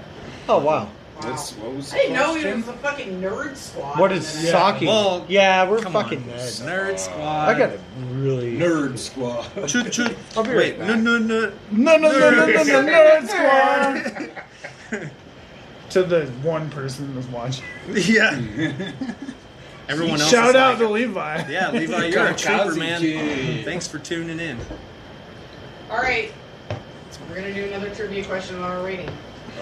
Speaker 1: oh wow.
Speaker 3: That's what was.
Speaker 9: I didn't know it
Speaker 3: question?
Speaker 9: was the fucking nerd squad.
Speaker 1: What is
Speaker 9: And then
Speaker 1: sake?
Speaker 4: Well,
Speaker 1: yeah, we're
Speaker 4: Come
Speaker 1: fucking
Speaker 4: on,
Speaker 1: nerds.
Speaker 4: nerd squad.
Speaker 1: I gotta really.
Speaker 3: Nerd Squad.
Speaker 4: Chut, chut.
Speaker 1: I'll be right
Speaker 4: Wait,
Speaker 1: back.
Speaker 4: no, no, no.
Speaker 2: No, no, no, no, no, no, Nerd Squad. to the one person that's watching.
Speaker 4: Yeah. Everyone else.
Speaker 2: Shout
Speaker 4: is
Speaker 2: out
Speaker 4: like,
Speaker 2: to Levi.
Speaker 4: yeah, Levi, you're a trooper,
Speaker 3: Kamikaze
Speaker 4: man.
Speaker 3: kid.
Speaker 4: Thanks for tuning in.
Speaker 9: All right, we're gonna do another trivia question on our rating.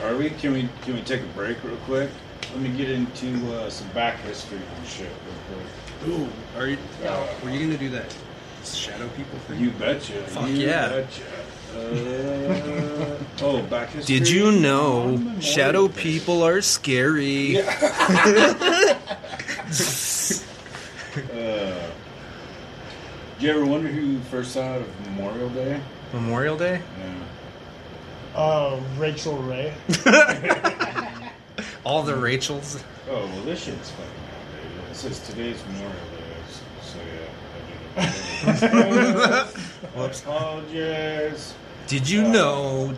Speaker 3: Are we? Can we? Can we take a break real quick? Let me get into uh, some back history and shit real quick.
Speaker 4: Ooh, are you? Were you gonna do that shadow people thing?
Speaker 3: You betcha.
Speaker 4: Fuck
Speaker 3: you
Speaker 4: yeah.
Speaker 3: Betcha. Uh, Oh, back history.
Speaker 12: Did you know shadow people are scary?
Speaker 3: Uh, do you ever wonder who first saw it of Memorial Day?
Speaker 12: Memorial Day?
Speaker 2: Uh, Rachel Ray.
Speaker 12: All the Rachels.
Speaker 3: Oh well, this shit's fucking outdated. It says today's Memorial Day, so yeah.
Speaker 12: Whoops.
Speaker 3: Apologies.
Speaker 12: Did you know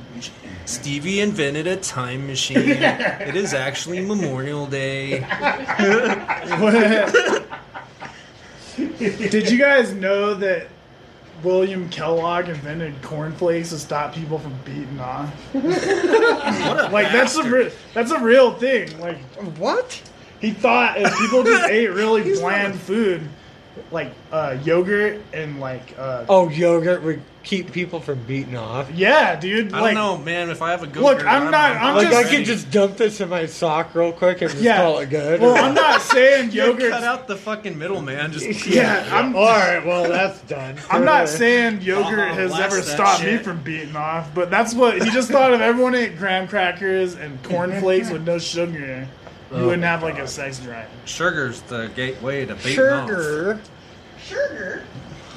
Speaker 12: Stevie invented a time machine? It is actually Memorial Day.
Speaker 2: Did you guys know that William Kellogg invented cornflakes to stop people from beating off? like that's a re- that's a real thing. Like
Speaker 12: what?
Speaker 2: He thought if people just ate really bland food, like uh, yogurt and like uh,
Speaker 1: Oh, yogurt would keep people from beating off.
Speaker 2: yeah, dude.
Speaker 1: I don't
Speaker 2: like,
Speaker 1: know,
Speaker 12: man. If I have a
Speaker 2: go Look, I'm not- I'm
Speaker 1: like
Speaker 2: just-
Speaker 1: I could just dump this in my sock real quick and just
Speaker 2: Yeah.
Speaker 1: call it good.
Speaker 2: Well, I'm not saying yogurt.
Speaker 12: Cut out the fucking middleman. Just
Speaker 2: Yeah, I'm
Speaker 1: all right. Well, that's done.
Speaker 2: I'm not saying yogurt
Speaker 12: Uh-uh,
Speaker 2: has
Speaker 12: blast
Speaker 2: ever
Speaker 12: that
Speaker 2: stopped me
Speaker 12: shit.
Speaker 2: from beating off, but that's what he just thought if everyone ate graham crackers and cornflakes with no sugar, you
Speaker 12: Oh
Speaker 2: wouldn't
Speaker 12: my
Speaker 2: have like a sex drive.
Speaker 12: Sugar's the gateway to beating off.
Speaker 2: Sugar.
Speaker 9: Sugar.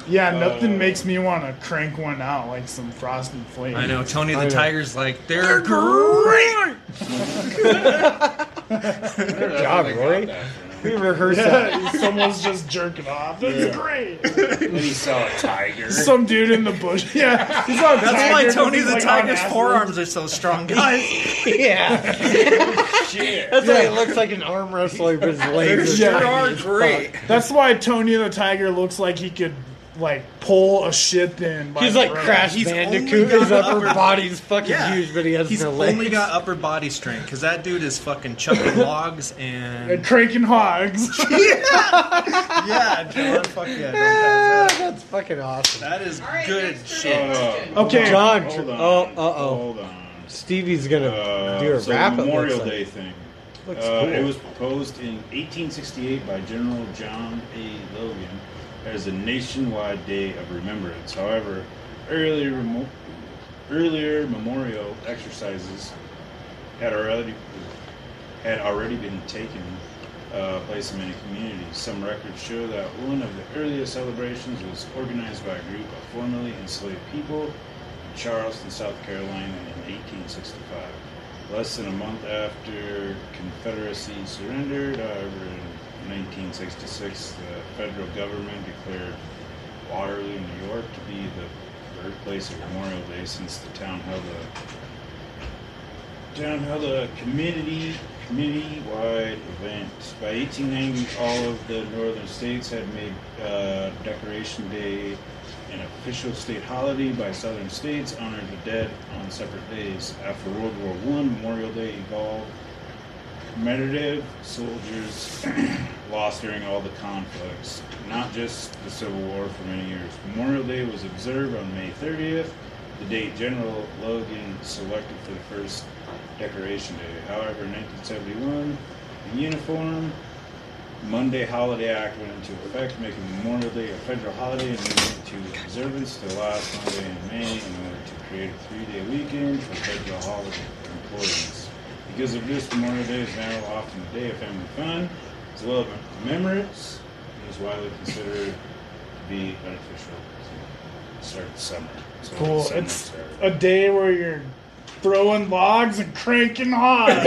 Speaker 2: Yeah,
Speaker 12: Uh,
Speaker 2: nothing makes me want to crank one out like some frosted flakes.
Speaker 12: I know Tony the
Speaker 2: I know.
Speaker 12: Tiger's like they're great.
Speaker 1: Good job, Roy. We rehearsed
Speaker 2: Yeah,
Speaker 1: that.
Speaker 2: someone's just jerking off.
Speaker 1: Yeah.
Speaker 2: That's great.
Speaker 3: Then he saw a tiger.
Speaker 2: Some dude in the bush. Yeah, he's on
Speaker 12: That's
Speaker 2: tiger,
Speaker 12: why
Speaker 2: he's,
Speaker 12: Tony the
Speaker 2: like, on
Speaker 12: Tiger's
Speaker 2: acid.
Speaker 12: forearms are so strong, guys.
Speaker 1: yeah.
Speaker 3: Shit.
Speaker 1: That's why he looks like an arm wrestler, but his legs
Speaker 2: Yeah.
Speaker 1: are
Speaker 2: Yeah.
Speaker 1: tiny as fuck.
Speaker 2: That's why Tony the Tiger looks like he could like pull a shit in. By
Speaker 1: He's
Speaker 2: the
Speaker 1: like
Speaker 2: rope.
Speaker 1: Crash Bandicoot. His upper body's fucking
Speaker 12: Yeah.
Speaker 1: huge, but he has
Speaker 12: He's
Speaker 1: no legs.
Speaker 12: only got upper body strength because that dude is fucking chucking logs
Speaker 2: and
Speaker 12: and
Speaker 2: cranking hogs.
Speaker 12: yeah, John, fuck yeah.
Speaker 1: Ah, that's fucking awesome.
Speaker 12: That is good shit.
Speaker 2: Okay.
Speaker 1: John.
Speaker 2: Hold
Speaker 1: tr-
Speaker 2: on,
Speaker 1: Oh, uh oh. Stevie's gonna do a
Speaker 3: Uh, so
Speaker 1: wrap. it
Speaker 3: Memorial
Speaker 1: looks like.
Speaker 3: Day thing.
Speaker 1: Looks
Speaker 3: Uh,
Speaker 1: cool.
Speaker 3: It was proposed in 1868 by General John A. Logan as a nationwide day of remembrance. However, earlier remo- earlier memorial exercises had already had already been taken uh, place in many communities. Some records show that one of the earliest celebrations was organized by a group of formerly enslaved people in Charleston, South Carolina in 1865. Less than a month after Confederacy surrendered, however, in 1966, the federal government declared Waterloo, New York to be the birthplace of Memorial Day since the town held a John held a community community wide event. By 1890, all of the northern states had made uh, Decoration Day an official state holiday. By southern states, honored the dead on separate days. After World War One, Memorial Day evolved. Commemorative soldiers lost during all the conflicts, not just the Civil War for many years. Memorial Day was observed on May 30th, the date General Logan selected for the first Decoration Day. However, in 1971, the Uniform Monday Holiday Act went into effect, making Memorial Day a federal holiday and moving to observance to the last Monday in May in order to create a three-day weekend for federal holiday employees. Because of this, Memorial Day is now often a day of family fun, as well as commemorates, and is widely considered to be beneficial to start the summer. So
Speaker 2: Cool.
Speaker 3: summer
Speaker 2: It's
Speaker 3: started.
Speaker 2: a day where you're throwing logs and cranking hogs.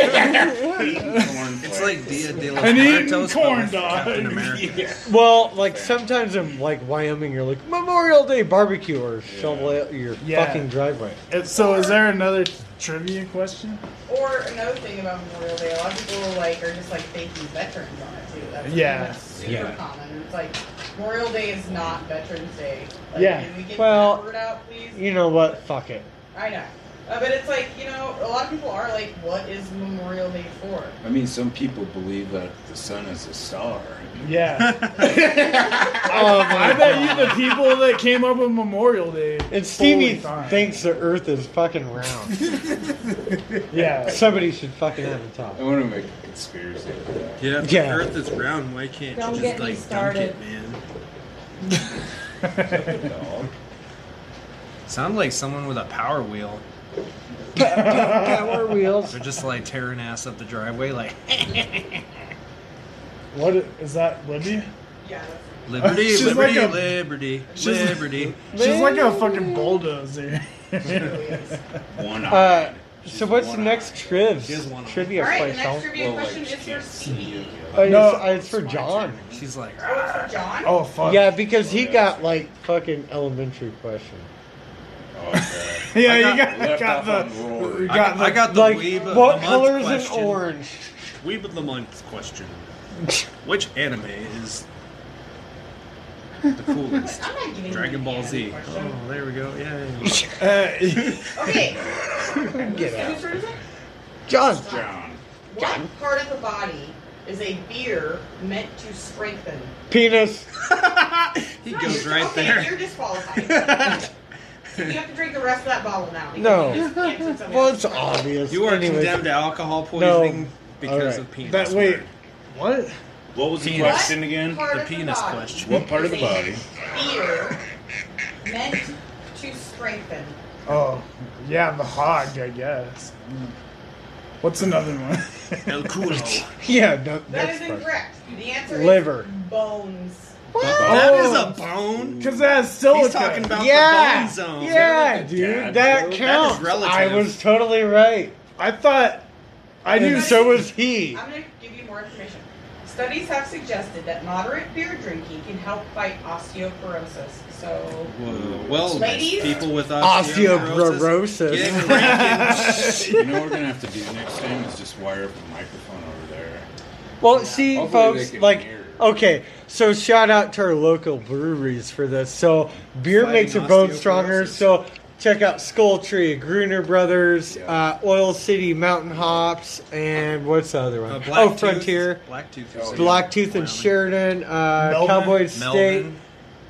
Speaker 12: It's like Dia de los
Speaker 2: And eating
Speaker 12: Muertos, but
Speaker 2: corn
Speaker 12: with
Speaker 2: dog.
Speaker 12: Captain America.
Speaker 1: Well, like sometimes in like Wyoming, you're like Memorial Day barbecue or shovel out your
Speaker 2: Yeah.
Speaker 1: fucking driveway.
Speaker 2: And so, is there another trivia question?
Speaker 9: Or another thing about Memorial Day, a lot of people like are just like thanking veterans on it too. That's pretty
Speaker 2: Yeah.
Speaker 9: much super
Speaker 2: Yeah.
Speaker 9: common. It's like Memorial Day is not Veterans Day. Like,
Speaker 1: Yeah.
Speaker 9: Can we get
Speaker 1: Well-
Speaker 9: that word out, please?
Speaker 1: You know what? Fuck it.
Speaker 9: I know, uh, but it's like you know, a lot of people are like, "What is Memorial Day for?"
Speaker 3: I mean, some people believe that the sun is a star.
Speaker 2: Yeah.
Speaker 1: Oh my
Speaker 2: I bet you the people that came up with Memorial Day.
Speaker 1: And Stevie
Speaker 2: fully thought-
Speaker 1: thinks the Earth is fucking round.
Speaker 2: Yeah.
Speaker 1: Somebody should fucking have a top.
Speaker 3: I want to make a conspiracy. for that.
Speaker 4: Yeah, if
Speaker 1: Yeah.
Speaker 4: the Earth is round, why can't
Speaker 11: Don't
Speaker 4: you
Speaker 11: get
Speaker 4: just
Speaker 11: me
Speaker 4: like
Speaker 11: started.
Speaker 4: dunk it, man?
Speaker 3: Dog.
Speaker 12: Sound like someone with a power wheel.
Speaker 1: Power wheels.
Speaker 4: They're just like tearing ass up the driveway, like
Speaker 2: What i- is that, Libby?
Speaker 9: Yeah.
Speaker 4: liberty,
Speaker 2: She's
Speaker 4: liberty,
Speaker 2: like a-
Speaker 4: liberty,
Speaker 2: she's-
Speaker 4: liberty.
Speaker 2: She's like a fucking bulldozer.
Speaker 3: One
Speaker 1: Uh, so what's the next triv trivia
Speaker 9: All right, the
Speaker 1: question?
Speaker 9: next trivia question is for Stevie.
Speaker 1: Oh, it's,
Speaker 2: No.
Speaker 1: uh, it's for John.
Speaker 4: She's like,
Speaker 9: Oh, it's for John?
Speaker 2: Oh fuck.
Speaker 1: Yeah, because he got like fucking elementary question.
Speaker 3: Oh,
Speaker 2: Yeah,
Speaker 4: I
Speaker 2: you
Speaker 4: got
Speaker 2: got,
Speaker 4: left
Speaker 2: got
Speaker 4: off
Speaker 2: the.
Speaker 4: on
Speaker 2: you
Speaker 4: I got, I got the
Speaker 1: like,
Speaker 4: weeb of
Speaker 1: what
Speaker 4: the month
Speaker 1: color is an
Speaker 4: question.
Speaker 1: orange?
Speaker 4: Weeb of the month question: Which anime is the coolest?
Speaker 9: I'm not giving
Speaker 4: Dragon
Speaker 9: you
Speaker 4: Ball
Speaker 9: any
Speaker 4: Z.
Speaker 9: answer.
Speaker 4: Oh, there we go. Yeah.
Speaker 9: Okay.
Speaker 1: Get
Speaker 9: Whose
Speaker 1: out.
Speaker 9: turn is it?
Speaker 1: John.
Speaker 3: John.
Speaker 9: What part of the body is a beer meant to strengthen?
Speaker 1: Penis.
Speaker 4: He goes right
Speaker 9: okay,
Speaker 4: there.
Speaker 9: You're disqualified. so you have to drink the rest of that bottle now. You
Speaker 1: No.
Speaker 9: can't just answer something
Speaker 1: Well,
Speaker 9: else.
Speaker 1: it's obvious.
Speaker 4: You are
Speaker 1: Anyways.
Speaker 4: condemned to alcohol poisoning because
Speaker 1: Alright.
Speaker 4: of penis.
Speaker 2: That wait,
Speaker 4: word.
Speaker 2: what?
Speaker 3: What was the
Speaker 4: Penis.
Speaker 3: question again?
Speaker 9: What part
Speaker 4: the
Speaker 9: of
Speaker 4: penis
Speaker 9: body
Speaker 4: question.
Speaker 3: What part of the
Speaker 9: is a
Speaker 3: body?
Speaker 9: Beer meant to strengthen.
Speaker 2: Oh, yeah, the hog, I guess. Mm. What's another one?
Speaker 4: El culo.
Speaker 1: Yeah, no,
Speaker 9: That
Speaker 1: next
Speaker 9: is
Speaker 1: question.
Speaker 9: incorrect. The answer
Speaker 1: Liver.
Speaker 9: is bones.
Speaker 1: Oh.
Speaker 4: That is a bone.
Speaker 2: Because that's silicone.
Speaker 4: He's talking about
Speaker 1: Yeah,
Speaker 4: the bone zone.
Speaker 1: yeah, dude,
Speaker 3: dad
Speaker 1: that
Speaker 3: joke? That is
Speaker 1: counts. I
Speaker 4: relative.
Speaker 1: was totally right.
Speaker 2: I thought. I
Speaker 1: I
Speaker 2: knew
Speaker 1: knew so was he.
Speaker 9: I'm going to give you more information. Studies have suggested that moderate beer drinking can help fight osteoporosis. So,
Speaker 4: Whoa. Well,
Speaker 9: Ladies?
Speaker 4: people with osteoporosis. Get
Speaker 1: Osteoporosis.
Speaker 4: cranking.
Speaker 3: You know what we're gonna have to do next time is just wire up the microphone over there.
Speaker 1: Well, see,
Speaker 10: Oh,
Speaker 3: Hopefully they
Speaker 1: folks,
Speaker 3: can
Speaker 1: like, oh.
Speaker 3: hear.
Speaker 1: okay, so shout out to our local breweries for this. So beer
Speaker 4: Fighting
Speaker 1: makes your bones
Speaker 4: osteoporosis.
Speaker 1: stronger. So check out Skull Tree, Gruner Brothers,
Speaker 3: Yeah.
Speaker 1: uh, Oil City Mountain Hops, and what's the other one?
Speaker 4: Uh, Blacktooth-
Speaker 1: oh, Frontier,
Speaker 4: Blacktooth.
Speaker 3: Oh,
Speaker 4: is-
Speaker 1: Blacktooth and
Speaker 4: Wyoming.
Speaker 1: Sheridan, uh,
Speaker 2: Melvin?
Speaker 1: Cowboy State.
Speaker 4: Melvin.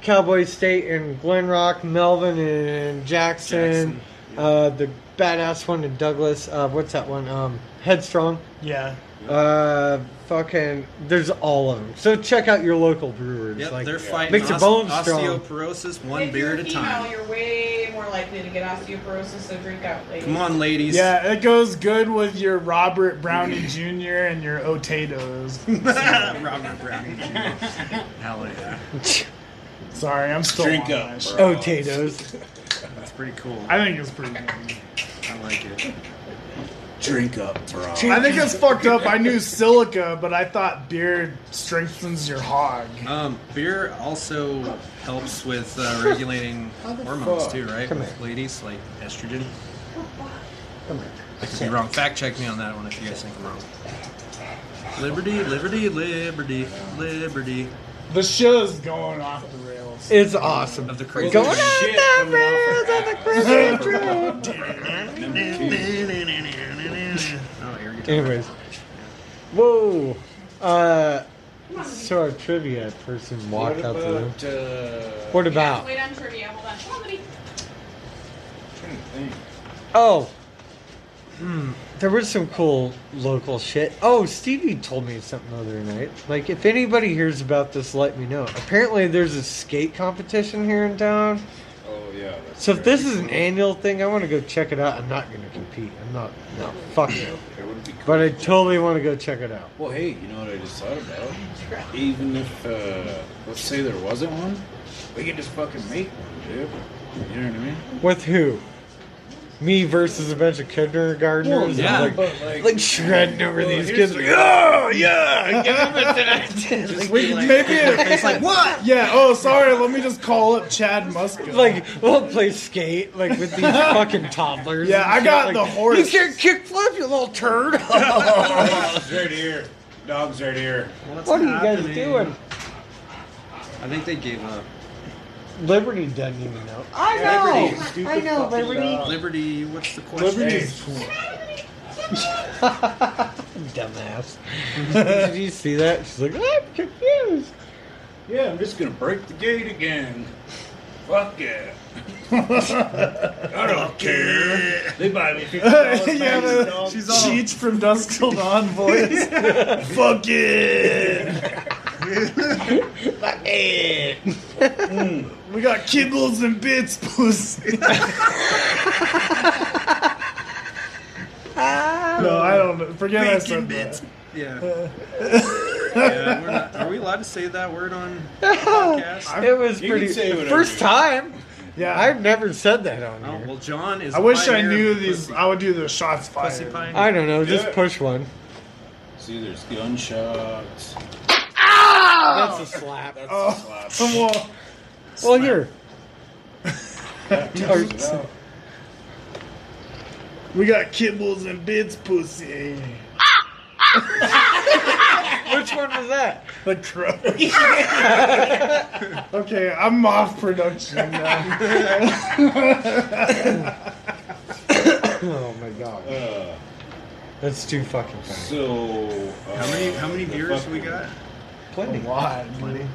Speaker 1: Cowboy State and Glen Rock, Melvin and Jackson,
Speaker 4: Jackson,
Speaker 1: uh, the badass one in Douglas. Uh, what's that one? Um, Headstrong.
Speaker 2: Yeah.
Speaker 1: Uh, fucking, there's all of them. So check out your local brewers.
Speaker 4: Yep,
Speaker 1: like,
Speaker 4: they're fighting
Speaker 1: makes your
Speaker 4: oste-
Speaker 1: bones strong.
Speaker 4: osteoporosis one
Speaker 9: if
Speaker 4: beer
Speaker 9: you're
Speaker 4: at a
Speaker 9: female,
Speaker 4: time.
Speaker 9: You're way more likely to get osteoporosis, so drink out, ladies.
Speaker 4: Come on, ladies.
Speaker 2: Yeah, it goes good with your Robert Brownie Jr. and your Otatos.
Speaker 4: Robert Browning Jr. Hell yeah.
Speaker 2: Sorry, I'm still
Speaker 3: Drink
Speaker 2: on
Speaker 3: up,
Speaker 2: that
Speaker 3: bro.
Speaker 2: shit.
Speaker 1: Oh, Tato's.
Speaker 4: That's pretty cool. I,
Speaker 2: I think it's pretty good.
Speaker 4: like it.
Speaker 3: Drink up, bro.
Speaker 2: I think it's fucked up. I knew silica, but I thought beer strengthens your hog.
Speaker 4: Um, beer also helps with uh, regulating hormones too, right?
Speaker 1: Come
Speaker 4: With
Speaker 1: here.
Speaker 4: ladies, like estrogen. I could be wrong. Fact check me on that one if you guys think I'm wrong. Liberty, liberty, liberty, liberty.
Speaker 2: The show's going off the rails.
Speaker 1: It's awesome.
Speaker 4: Of the crazy
Speaker 1: Going on
Speaker 4: shit
Speaker 1: the rails of the crazy train.
Speaker 3: Number two.
Speaker 4: Oh, here you go.
Speaker 1: Anyways, whoa. Uh, so our trivia person
Speaker 3: What
Speaker 1: walked out the room.
Speaker 3: about, uh,
Speaker 1: What about?
Speaker 9: Wait on trivia. Hold on. Come on, buddy.
Speaker 3: I'm uh, trying to think.
Speaker 1: Oh. Hmm. There was some cool local shit. Oh, Stevie told me something the other night. Like, if anybody hears about this, let me know. Apparently, there's a skate competition here in town.
Speaker 3: Oh yeah. That's
Speaker 1: So if
Speaker 3: right.
Speaker 1: this is an annual thing, I want to go check it out. I'm not going to compete. I'm not. No, fuck no.
Speaker 3: It would be cool.
Speaker 1: But I totally want to go check it out.
Speaker 3: Well, hey, you know what I just thought about? Even if, uh, let's say there wasn't one, we could just fucking make one, dude. You know what I mean?
Speaker 1: With who? Me versus a bunch of kindergartners?
Speaker 4: yeah.
Speaker 1: Like,
Speaker 3: But like,
Speaker 1: like shredding over
Speaker 3: Well,
Speaker 1: these
Speaker 3: here's
Speaker 1: kids.
Speaker 3: the-
Speaker 1: Like, oh, yeah, give him a tonight.
Speaker 4: Just
Speaker 2: Wait,
Speaker 4: be like-
Speaker 2: maybe
Speaker 4: it's like what?
Speaker 2: Yeah, oh, sorry, let me just call up Chad Muska.
Speaker 1: Like we'll play skate like with these fucking toddlers.
Speaker 2: Yeah,
Speaker 1: and
Speaker 2: I
Speaker 1: shit,
Speaker 2: got
Speaker 1: like,
Speaker 2: the horse.
Speaker 1: You can't kick flip, you little turd.
Speaker 3: Dog's right here. Dog's right here.
Speaker 4: What's
Speaker 1: what are you guys
Speaker 4: happening?
Speaker 1: doing?
Speaker 4: I think they gave up.
Speaker 1: Liberty doesn't even know.
Speaker 3: I know. I know,
Speaker 2: Uh,
Speaker 4: Liberty, what's the question?
Speaker 2: Liberty's cool.
Speaker 1: Dumbass. Did you see that? She's like, I'm confused.
Speaker 3: Yeah, I'm just gonna break the gate again. Fuck yeah. I don't care. They buy me fifty dollars.
Speaker 2: yeah, the, she's all Cheech from Dusk Till Dawn voice. Fuck it.
Speaker 1: Fuck it.
Speaker 2: Hmm. We got kibbles and bits, pussy. No, I don't know. Forget I
Speaker 4: Bacon
Speaker 2: said
Speaker 4: bits. Yeah.
Speaker 2: yeah
Speaker 4: we're not, are we allowed to say that word on?
Speaker 1: it was
Speaker 4: You can
Speaker 1: pretty.
Speaker 4: say
Speaker 1: the
Speaker 4: whatever
Speaker 1: First
Speaker 4: you Oh,
Speaker 1: time.
Speaker 2: Yeah.
Speaker 1: I've never said that on here.
Speaker 4: Well, John is.
Speaker 2: I wish I
Speaker 4: pioneer
Speaker 2: knew
Speaker 4: of
Speaker 2: these.
Speaker 4: pussy.
Speaker 2: I would do the shots
Speaker 4: Pussy
Speaker 2: fired.
Speaker 4: pioneer.
Speaker 1: I don't know.
Speaker 3: Do
Speaker 1: Just
Speaker 3: it.
Speaker 1: push one.
Speaker 3: See, there's gunshots.
Speaker 1: That's a slap.
Speaker 3: That's
Speaker 2: Oh,
Speaker 3: a slap.
Speaker 2: well,
Speaker 1: Well, here.
Speaker 3: That turns it out.
Speaker 2: we got kibbles and bits, pussy.
Speaker 1: Which one was that?
Speaker 2: The crow. okay, I'm off production now.
Speaker 1: Oh my god. That's too fucking funny.
Speaker 3: So uh,
Speaker 4: How many how many
Speaker 3: the
Speaker 4: viewers
Speaker 3: fucking-
Speaker 4: we got?
Speaker 1: Plenty.
Speaker 2: a lot, dude.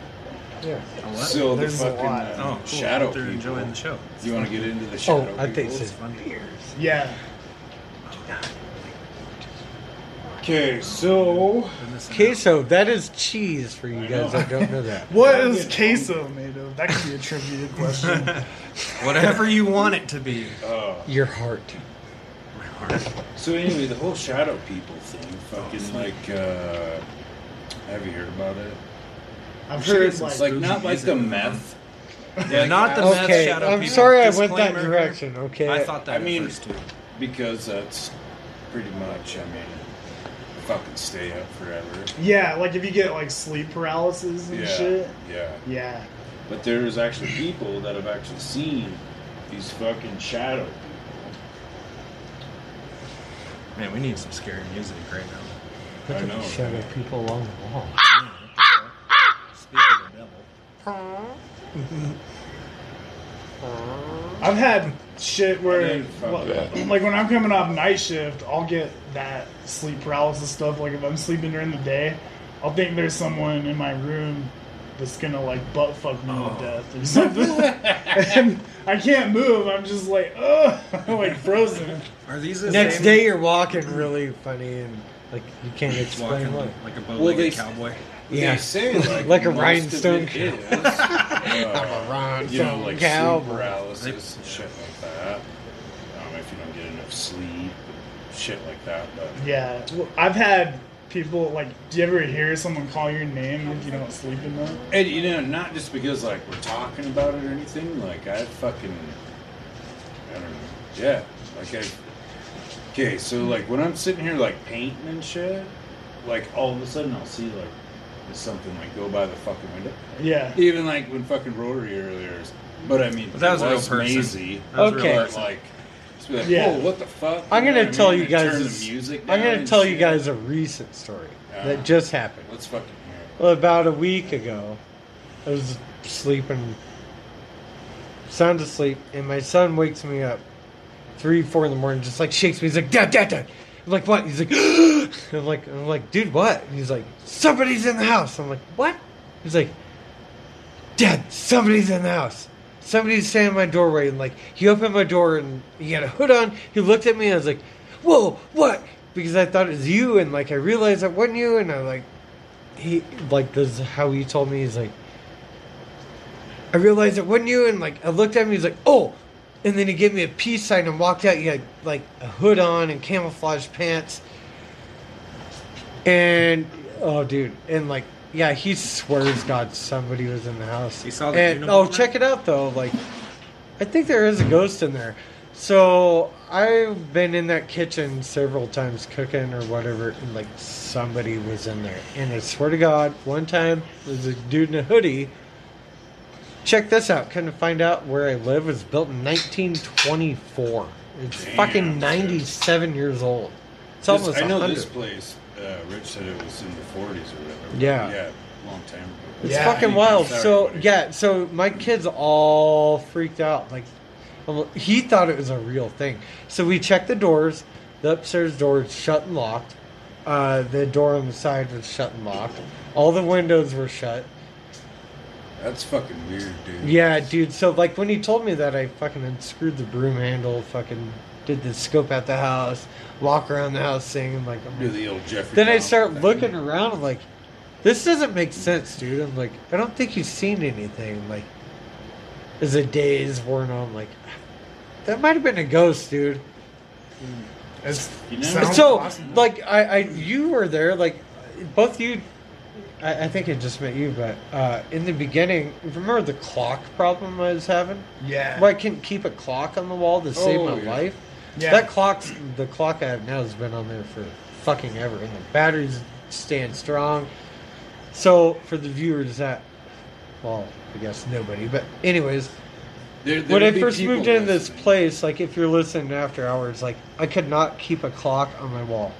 Speaker 1: Yeah.
Speaker 3: So
Speaker 2: There's
Speaker 3: the
Speaker 2: a
Speaker 3: fucking
Speaker 2: lot.
Speaker 3: uh,
Speaker 4: Oh, cool.
Speaker 3: shadow
Speaker 4: They're
Speaker 3: people.
Speaker 4: enjoying the show.
Speaker 3: Do you want to get into the shadow?
Speaker 1: Oh, I think
Speaker 3: people?
Speaker 1: this is funny.
Speaker 2: Yeah.
Speaker 3: Okay, so
Speaker 1: Queso, that is cheese for you guys
Speaker 2: know.
Speaker 1: that don't know that.
Speaker 2: What is queso made of? That could be a trivia question.
Speaker 4: Whatever you want it to be.
Speaker 3: uh,
Speaker 1: Your heart.
Speaker 3: so anyway, the whole shadow people thing, fucking like, uh, have you heard about it?
Speaker 2: I'm sure it's
Speaker 3: it's
Speaker 2: like,
Speaker 3: like not like the meth.
Speaker 4: Yeah, not the meth
Speaker 1: Okay,
Speaker 4: shadow
Speaker 1: I'm
Speaker 4: people.
Speaker 1: sorry I went that
Speaker 4: Disclaimer.
Speaker 1: direction, okay?
Speaker 4: I thought that
Speaker 3: I
Speaker 4: at
Speaker 3: mean-
Speaker 4: first too.
Speaker 3: because that's pretty much. I mean, fucking stay up forever.
Speaker 2: yeah, like if you get like sleep paralysis and
Speaker 3: Yeah,
Speaker 2: shit.
Speaker 3: yeah.
Speaker 2: Yeah.
Speaker 3: But there's actually people that have actually seen these fucking shadow people.
Speaker 4: Man, we need some scary music right now.
Speaker 1: Look
Speaker 3: I
Speaker 1: at
Speaker 3: know,
Speaker 1: the shadow
Speaker 3: right?
Speaker 1: people along the wall.
Speaker 4: Speak of the devil.
Speaker 2: I've had shit
Speaker 3: I
Speaker 2: where,
Speaker 3: didn't fuck
Speaker 2: like,
Speaker 3: that.
Speaker 2: like, when I'm coming off night shift, I'll get that sleep paralysis stuff. Like if I'm sleeping during the day, I'll think there's someone in my room that's gonna like butt fuck me
Speaker 3: Oh.
Speaker 2: to death or something. and I can't move. I'm just like, ugh, like frozen.
Speaker 4: Are these the
Speaker 1: Next
Speaker 4: same
Speaker 1: day you're walking really funny and like you can't explain what.
Speaker 4: walking like a
Speaker 3: Well,
Speaker 4: bow-legged
Speaker 3: they-
Speaker 4: cowboy?
Speaker 1: Yeah.
Speaker 3: They say like,
Speaker 1: Like a
Speaker 3: most
Speaker 1: rhinestone
Speaker 3: of it is, uh,
Speaker 1: I'm a rhinestone
Speaker 3: You know, like
Speaker 1: cowboy.
Speaker 3: sleep paralysis and shit like that. Um, if you don't get enough sleep, shit like that. But
Speaker 2: Yeah, well, I've had people like, do you ever hear someone call your name if you don't sleep enough?
Speaker 3: And you know, not just because like we're talking about it or anything. Like I fucking, I don't know. Yeah, like I. Okay, so like when I'm sitting here like painting and shit, like all of a sudden I'll see like something like go by the fucking window.
Speaker 2: Yeah.
Speaker 3: Even like when fucking Rory earlier, but I mean,
Speaker 4: But that was a
Speaker 3: it
Speaker 4: real person.
Speaker 3: Maisie.
Speaker 4: That was a real
Speaker 1: Okay.
Speaker 3: But
Speaker 4: person.
Speaker 3: like, just be like,
Speaker 2: Yeah.
Speaker 3: whoa, what the fuck?
Speaker 1: I'm
Speaker 3: You know what
Speaker 1: gonna
Speaker 3: I
Speaker 1: tell
Speaker 3: mean?
Speaker 1: you
Speaker 3: And
Speaker 1: guys
Speaker 3: turn
Speaker 1: this-
Speaker 3: the music.
Speaker 1: I'm
Speaker 3: down
Speaker 1: gonna
Speaker 3: and
Speaker 1: tell you
Speaker 3: shit.
Speaker 1: guys a recent story
Speaker 3: Uh,
Speaker 1: that just happened.
Speaker 3: Let's fucking hear. it.
Speaker 1: About a week ago, I was sleeping, sound asleep, and my son wakes me up three, four in the morning, just like shakes me. He's like, Dad, Dad, Dad. I'm like, what? He's like, I'm like, I'm like, dude, what? And he's like, somebody's in the house. I'm like, what? He's like, Dad, somebody's in the house. Somebody's standing in my doorway, and like, he opened my door and he had a hood on. He looked at me, and I was like, whoa, what? Because I thought it was you, and like, I realized it wasn't you, and I like, he like this is how he told me he's like I realized it wasn't you and like I looked at him he's like oh and then he gave me a peace sign and walked out he had like a hood on and camouflage pants and oh dude and like yeah he swears God somebody was in the house
Speaker 4: He saw the
Speaker 1: and
Speaker 4: Unabomber?
Speaker 1: oh check it out though like I think there is a ghost in there so I've been in that kitchen several times cooking or whatever, and like somebody was in there. And I swear to God, one time there was a dude in a hoodie. Check this out. Couldn't find out where I live. It was built in 1924. It's
Speaker 3: Damn,
Speaker 1: fucking
Speaker 3: dude.
Speaker 1: 97 years old. It's
Speaker 3: This-
Speaker 1: almost
Speaker 3: I know
Speaker 1: 100.
Speaker 3: this place. Uh, Rich said it was in the 40s or whatever.
Speaker 1: Yeah.
Speaker 3: Yeah, long time ago.
Speaker 1: It's
Speaker 2: Yeah,
Speaker 1: fucking
Speaker 3: Anyway,
Speaker 1: wild.
Speaker 3: sorry,
Speaker 1: So
Speaker 3: buddy.
Speaker 1: yeah, so my kids all freaked out. Like well, he thought it was a real thing. So we checked the doors. The upstairs door is shut and locked. Uh, the door on the side was shut and locked. All the windows were shut.
Speaker 3: That's fucking weird, dude.
Speaker 1: Yeah, dude. So like when he told me that, I fucking unscrewed the broom handle. Fucking did the scope at the house. Walk around the house singing like. I'm
Speaker 3: Do the old Jeffrey.
Speaker 1: then I
Speaker 3: Dahmer
Speaker 1: start
Speaker 3: thing.
Speaker 1: looking around. I'm like, this doesn't make sense, dude. I'm like, I don't think he's seen anything. Like, as the days worn on, like, that might have been a ghost, dude.
Speaker 2: It's,
Speaker 1: so, like, I, I, you were there, like, both you. I, I think it just met you, but uh, in the beginning, remember the clock problem I was having?
Speaker 2: Yeah.
Speaker 1: Where I couldn't keep a clock on the wall to save
Speaker 2: Oh,
Speaker 1: my
Speaker 2: yeah.
Speaker 1: life.
Speaker 2: Yeah.
Speaker 1: That clock's the clock I have now has been on there for fucking ever, and the batteries stand strong. So for the viewers that, well, I guess nobody, but anyways,
Speaker 3: There-
Speaker 1: when
Speaker 3: there'll
Speaker 1: I
Speaker 3: be
Speaker 1: first
Speaker 3: people
Speaker 1: moved in this place, like if you're listening after hours, like I could not keep a clock on my wall.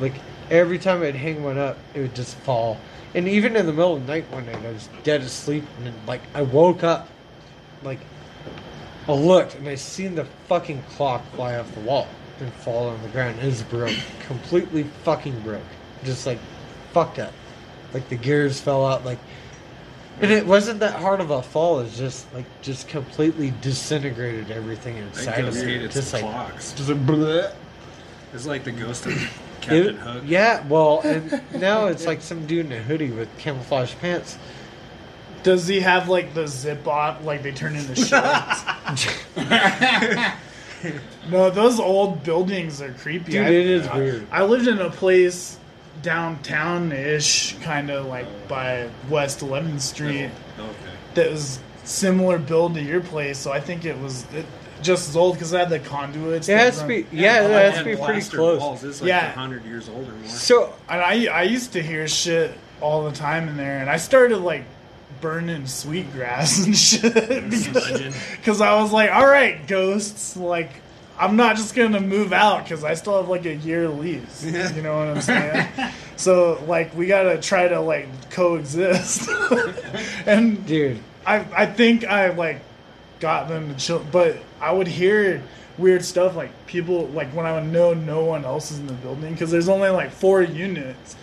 Speaker 1: Like every time I'd hang one up, it would just fall. And even in the middle of the night one night, I was dead asleep, and then, like I woke up, like I looked and I seen the fucking clock fly off the wall and fall on the ground. It was broke, completely fucking broke, just like fucked up. Like the gears fell out, like and it wasn't that hard of a fall. It's just like just completely disintegrated everything inside of
Speaker 4: devastated
Speaker 1: it. Just
Speaker 4: some
Speaker 1: like
Speaker 4: clocks.
Speaker 1: just like bleh.
Speaker 4: It's like the ghost of
Speaker 1: It-
Speaker 4: Captain Hook.
Speaker 1: yeah. Well, and now it's like some dude in a hoodie with camouflage pants.
Speaker 2: Does he have like the zip off? Like they turn into shorts?
Speaker 4: Oh,
Speaker 2: no, those old buildings are creepy.
Speaker 1: Dude,
Speaker 2: I-
Speaker 1: it is
Speaker 2: I-
Speaker 1: weird.
Speaker 2: I lived in a place downtown ish, kind of like by West 11th Street,
Speaker 4: Okay.
Speaker 2: that was similar build to your place. So I think it was it, just as old because it had the conduits.
Speaker 1: It
Speaker 2: that
Speaker 1: has to
Speaker 2: run-
Speaker 1: be- yeah, it
Speaker 4: Oh,
Speaker 1: has to be pretty
Speaker 4: Plastered
Speaker 1: close.
Speaker 4: walls. It's like
Speaker 2: Yeah.
Speaker 4: 100 years old or more.
Speaker 1: So
Speaker 2: and I I used to hear shit all the time in there, and I started like burning sweet grass and shit because I was like, all right, ghosts, like I'm not just gonna move out because I still have like a year lease. You know what I'm saying? so like we gotta try to like coexist, and
Speaker 1: dude,
Speaker 2: I I think I like got them to chill, but I would hear weird stuff like people like when I would know no one else is in the building because there's only like four units.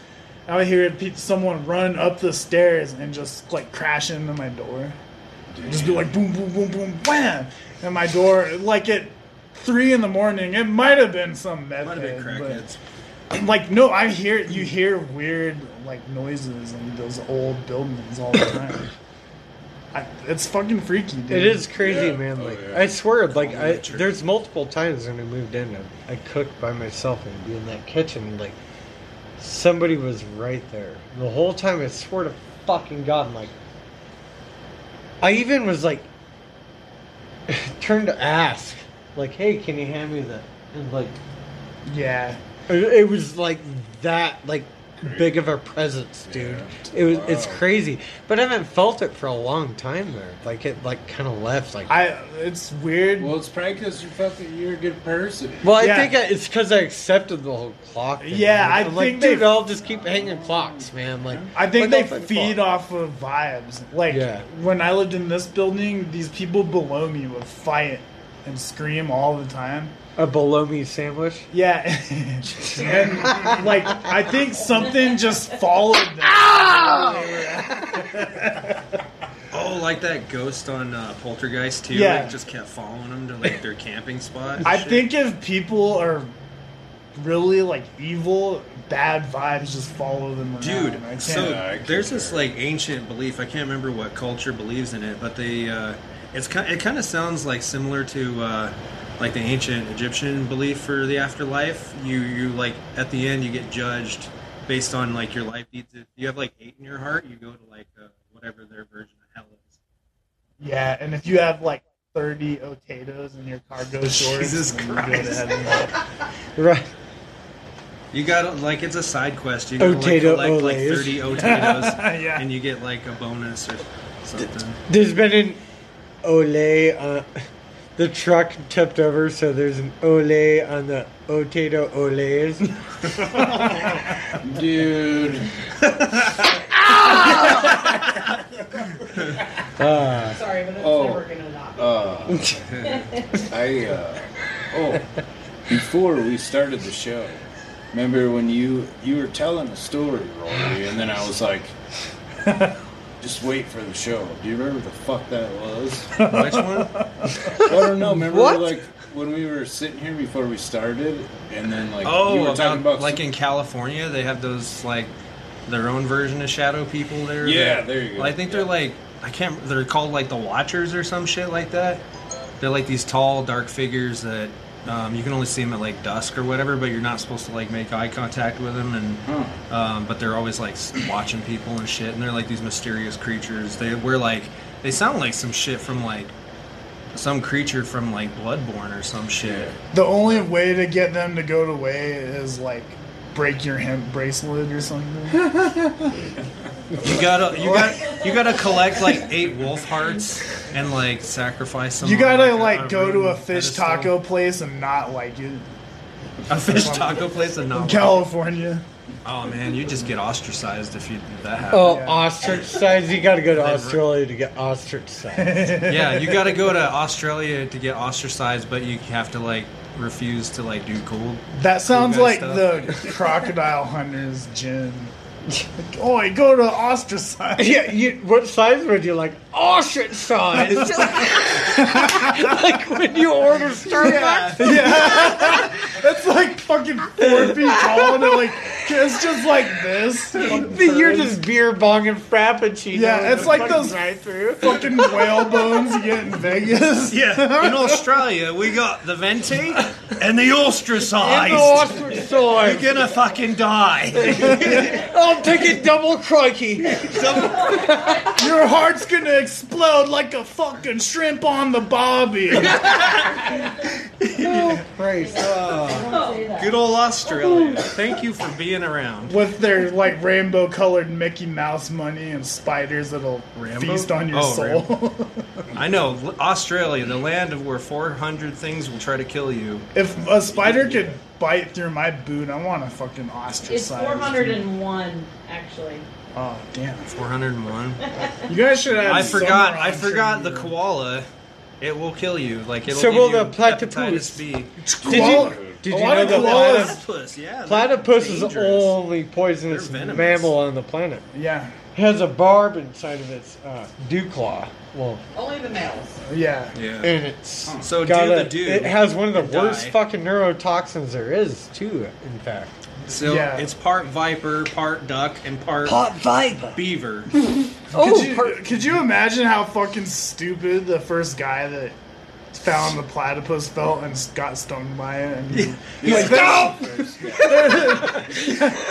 Speaker 2: I would hear pe- someone run up the stairs and just like crash into my door, just be like boom boom boom boom wham, and my door like at three in the morning. It might have been some meth
Speaker 4: Might have been
Speaker 2: head, but-
Speaker 4: crackheads.
Speaker 2: like no, I hear you hear weird like noises in those old buildings all the time. I, it's fucking freaky, dude.
Speaker 1: It is crazy, man. Like I swear, like I, there's multiple times when I moved in, I, I cooked by myself and be in that kitchen, like somebody was right there the whole time. I swear to fucking God, I'm like I even was like turned to ask, like, "Hey, can you hand me that?" And like,
Speaker 2: yeah,
Speaker 1: it, it was like that, like big of a presence, dude. It was, it's
Speaker 2: Wow.
Speaker 1: crazy, but I haven't felt it for a long time there. Like it, like kind of left, like
Speaker 2: I. It's weird.
Speaker 3: Well, it's probably because you're fucking you're a good person.
Speaker 1: Well, I think I, it's because I accepted the whole clock. thing.
Speaker 2: Yeah, I
Speaker 1: I'm like,
Speaker 2: think
Speaker 1: dude,
Speaker 2: they-
Speaker 1: I'll just keep hanging clocks, man. Like,
Speaker 2: I
Speaker 1: like,
Speaker 2: think they
Speaker 1: I'll fucking
Speaker 2: feed off of vibes. Like
Speaker 1: Yeah.
Speaker 2: when I lived in this building, these people below me would fight and scream all the time.
Speaker 1: a below me sandwich.
Speaker 2: Yeah, and like I think something just followed them.
Speaker 4: Oh, like that ghost on uh, Poltergeist too.
Speaker 2: Yeah.
Speaker 4: Yeah. just kept following them to like their camping spot. and
Speaker 2: I
Speaker 4: shit.
Speaker 2: think if people are really like evil, bad vibes just follow them around. I
Speaker 4: Dude,
Speaker 2: can't- uh,
Speaker 4: so there's this like ancient belief. I can't remember what culture believes in it, but they uh, it's ki- it kind of sounds like similar to uh, like the ancient Egyptian belief for the afterlife. You you like at the end you get judged based on like your life deeds. If you have like hate in your heart, you go to like uh, whatever their version of hell is.
Speaker 2: yeah, and if you have like thirty Okados in your cargo shorts,
Speaker 4: Jesus
Speaker 2: then you go to
Speaker 4: Christ.
Speaker 2: heaven.
Speaker 1: Right.
Speaker 4: You got like it's a side quest. You gotta like,
Speaker 1: Otato
Speaker 4: collect like
Speaker 1: Olays.
Speaker 4: thirty Otatos,
Speaker 2: Yeah.
Speaker 4: and you get like a bonus or something.
Speaker 1: There's been an Olay. Uh, the truck tipped over, so there's an Olay on the Otato Olays.
Speaker 3: dude.
Speaker 1: Uh,
Speaker 9: Sorry, but that's
Speaker 3: Oh.
Speaker 9: never gonna not.
Speaker 3: Uh, I uh, oh, before we started the show, remember when you you were telling a story, Rory, and then I was like, just wait for the show. Do you remember the fuck that was?
Speaker 4: Which one?
Speaker 3: I don't know. Remember
Speaker 4: What?
Speaker 3: like when we were sitting here before we started, and then like
Speaker 4: oh,
Speaker 3: you were
Speaker 4: about,
Speaker 3: talking about
Speaker 4: like in California, they have those like their own version of shadow people there.
Speaker 3: Yeah,
Speaker 4: They're-
Speaker 3: there you go.
Speaker 4: I think they're like I can't. They're called like the Watchers or some shit like that. They're like these tall, dark figures that Um, you can only see them at like dusk or whatever, but you're not supposed to like make eye contact with them. And um, but they're always like s- watching people and shit. And they're like these mysterious creatures. They were like they sound like some shit from like some creature from like Bloodborne or some shit.
Speaker 2: The only way to get them to go away is like break your hemp bracelet or something.
Speaker 4: You gotta you got you gotta collect like eight wolf hearts and like sacrifice them.
Speaker 2: you
Speaker 4: on,
Speaker 2: gotta
Speaker 4: a-
Speaker 2: like
Speaker 4: a
Speaker 2: go to a
Speaker 4: wooden
Speaker 2: fish
Speaker 4: pedestal.
Speaker 2: taco place and not like it.
Speaker 4: a fish taco place and not.
Speaker 2: California.
Speaker 4: Oh man, you just get ostracized if you did that happen.
Speaker 1: Oh, ostrich size. You got to go to Australia to get ostrich size.
Speaker 4: yeah, you got to go to Australia to get ostracized, but you have to like refuse to like do cool.
Speaker 2: That sounds
Speaker 4: cool guy
Speaker 2: like
Speaker 4: stuff.
Speaker 2: the crocodile hunter's gin. Like, Oi, go to ostracize.
Speaker 1: Yeah, you, what size would you like? Ostrich size. like when you order Starbucks.
Speaker 2: Yeah. That's like fucking four feet tall and it like it's just like this.
Speaker 1: You're just beer bonging frappuccino.
Speaker 2: Yeah, it's like those
Speaker 1: through.
Speaker 2: fucking whale bones you get in Vegas.
Speaker 4: Yeah, in Australia we got the venti and the ostracized.
Speaker 1: And
Speaker 2: Oh,
Speaker 1: the ostracized.
Speaker 4: You're gonna fucking die.
Speaker 1: I'm taking double crikey.
Speaker 2: Your heart's gonna explode like a fucking shrimp on the bobby.
Speaker 1: Christ.
Speaker 4: Good old Australia. Thank you for being around.
Speaker 2: With their like rainbow colored Mickey Mouse money and spiders that'll feast on your
Speaker 4: Oh,
Speaker 2: soul.
Speaker 4: I know l- Australia, the land of where 400 things will try to kill you.
Speaker 2: if a spider could bite through my boot, I want to fucking ostracize.
Speaker 11: It's 401, actually.
Speaker 2: Oh damn,
Speaker 4: 401.
Speaker 2: You guys should have.
Speaker 4: I
Speaker 2: some
Speaker 4: forgot.
Speaker 2: round
Speaker 4: I forgot the koala. It will kill you. Like it'll
Speaker 1: So
Speaker 4: give
Speaker 1: will
Speaker 4: you
Speaker 1: the platypus.
Speaker 4: hepatitis B.
Speaker 1: Did you,
Speaker 2: Oh,
Speaker 1: did you know that platypus,
Speaker 4: platypus? Yeah,
Speaker 1: platypus is the
Speaker 4: dangerous.
Speaker 1: only poisonous
Speaker 4: They're venomous.
Speaker 1: mammal on the planet?
Speaker 2: Yeah.
Speaker 1: It has a barb inside of its uh, dew claw. Well,
Speaker 9: Only the males.
Speaker 2: Yeah.
Speaker 4: Yeah.
Speaker 1: And it's
Speaker 4: So
Speaker 1: got
Speaker 4: do the
Speaker 1: a-
Speaker 4: dude
Speaker 1: It has one of
Speaker 4: and
Speaker 1: the worst
Speaker 4: die.
Speaker 1: fucking neurotoxins there is, too. In fact,
Speaker 4: So it's part viper, part duck, and part
Speaker 1: Part viper.
Speaker 4: beaver.
Speaker 2: could, you, could you imagine how fucking stupid the first guy that found the platypus felt and got stung by it? And he's like, "That's-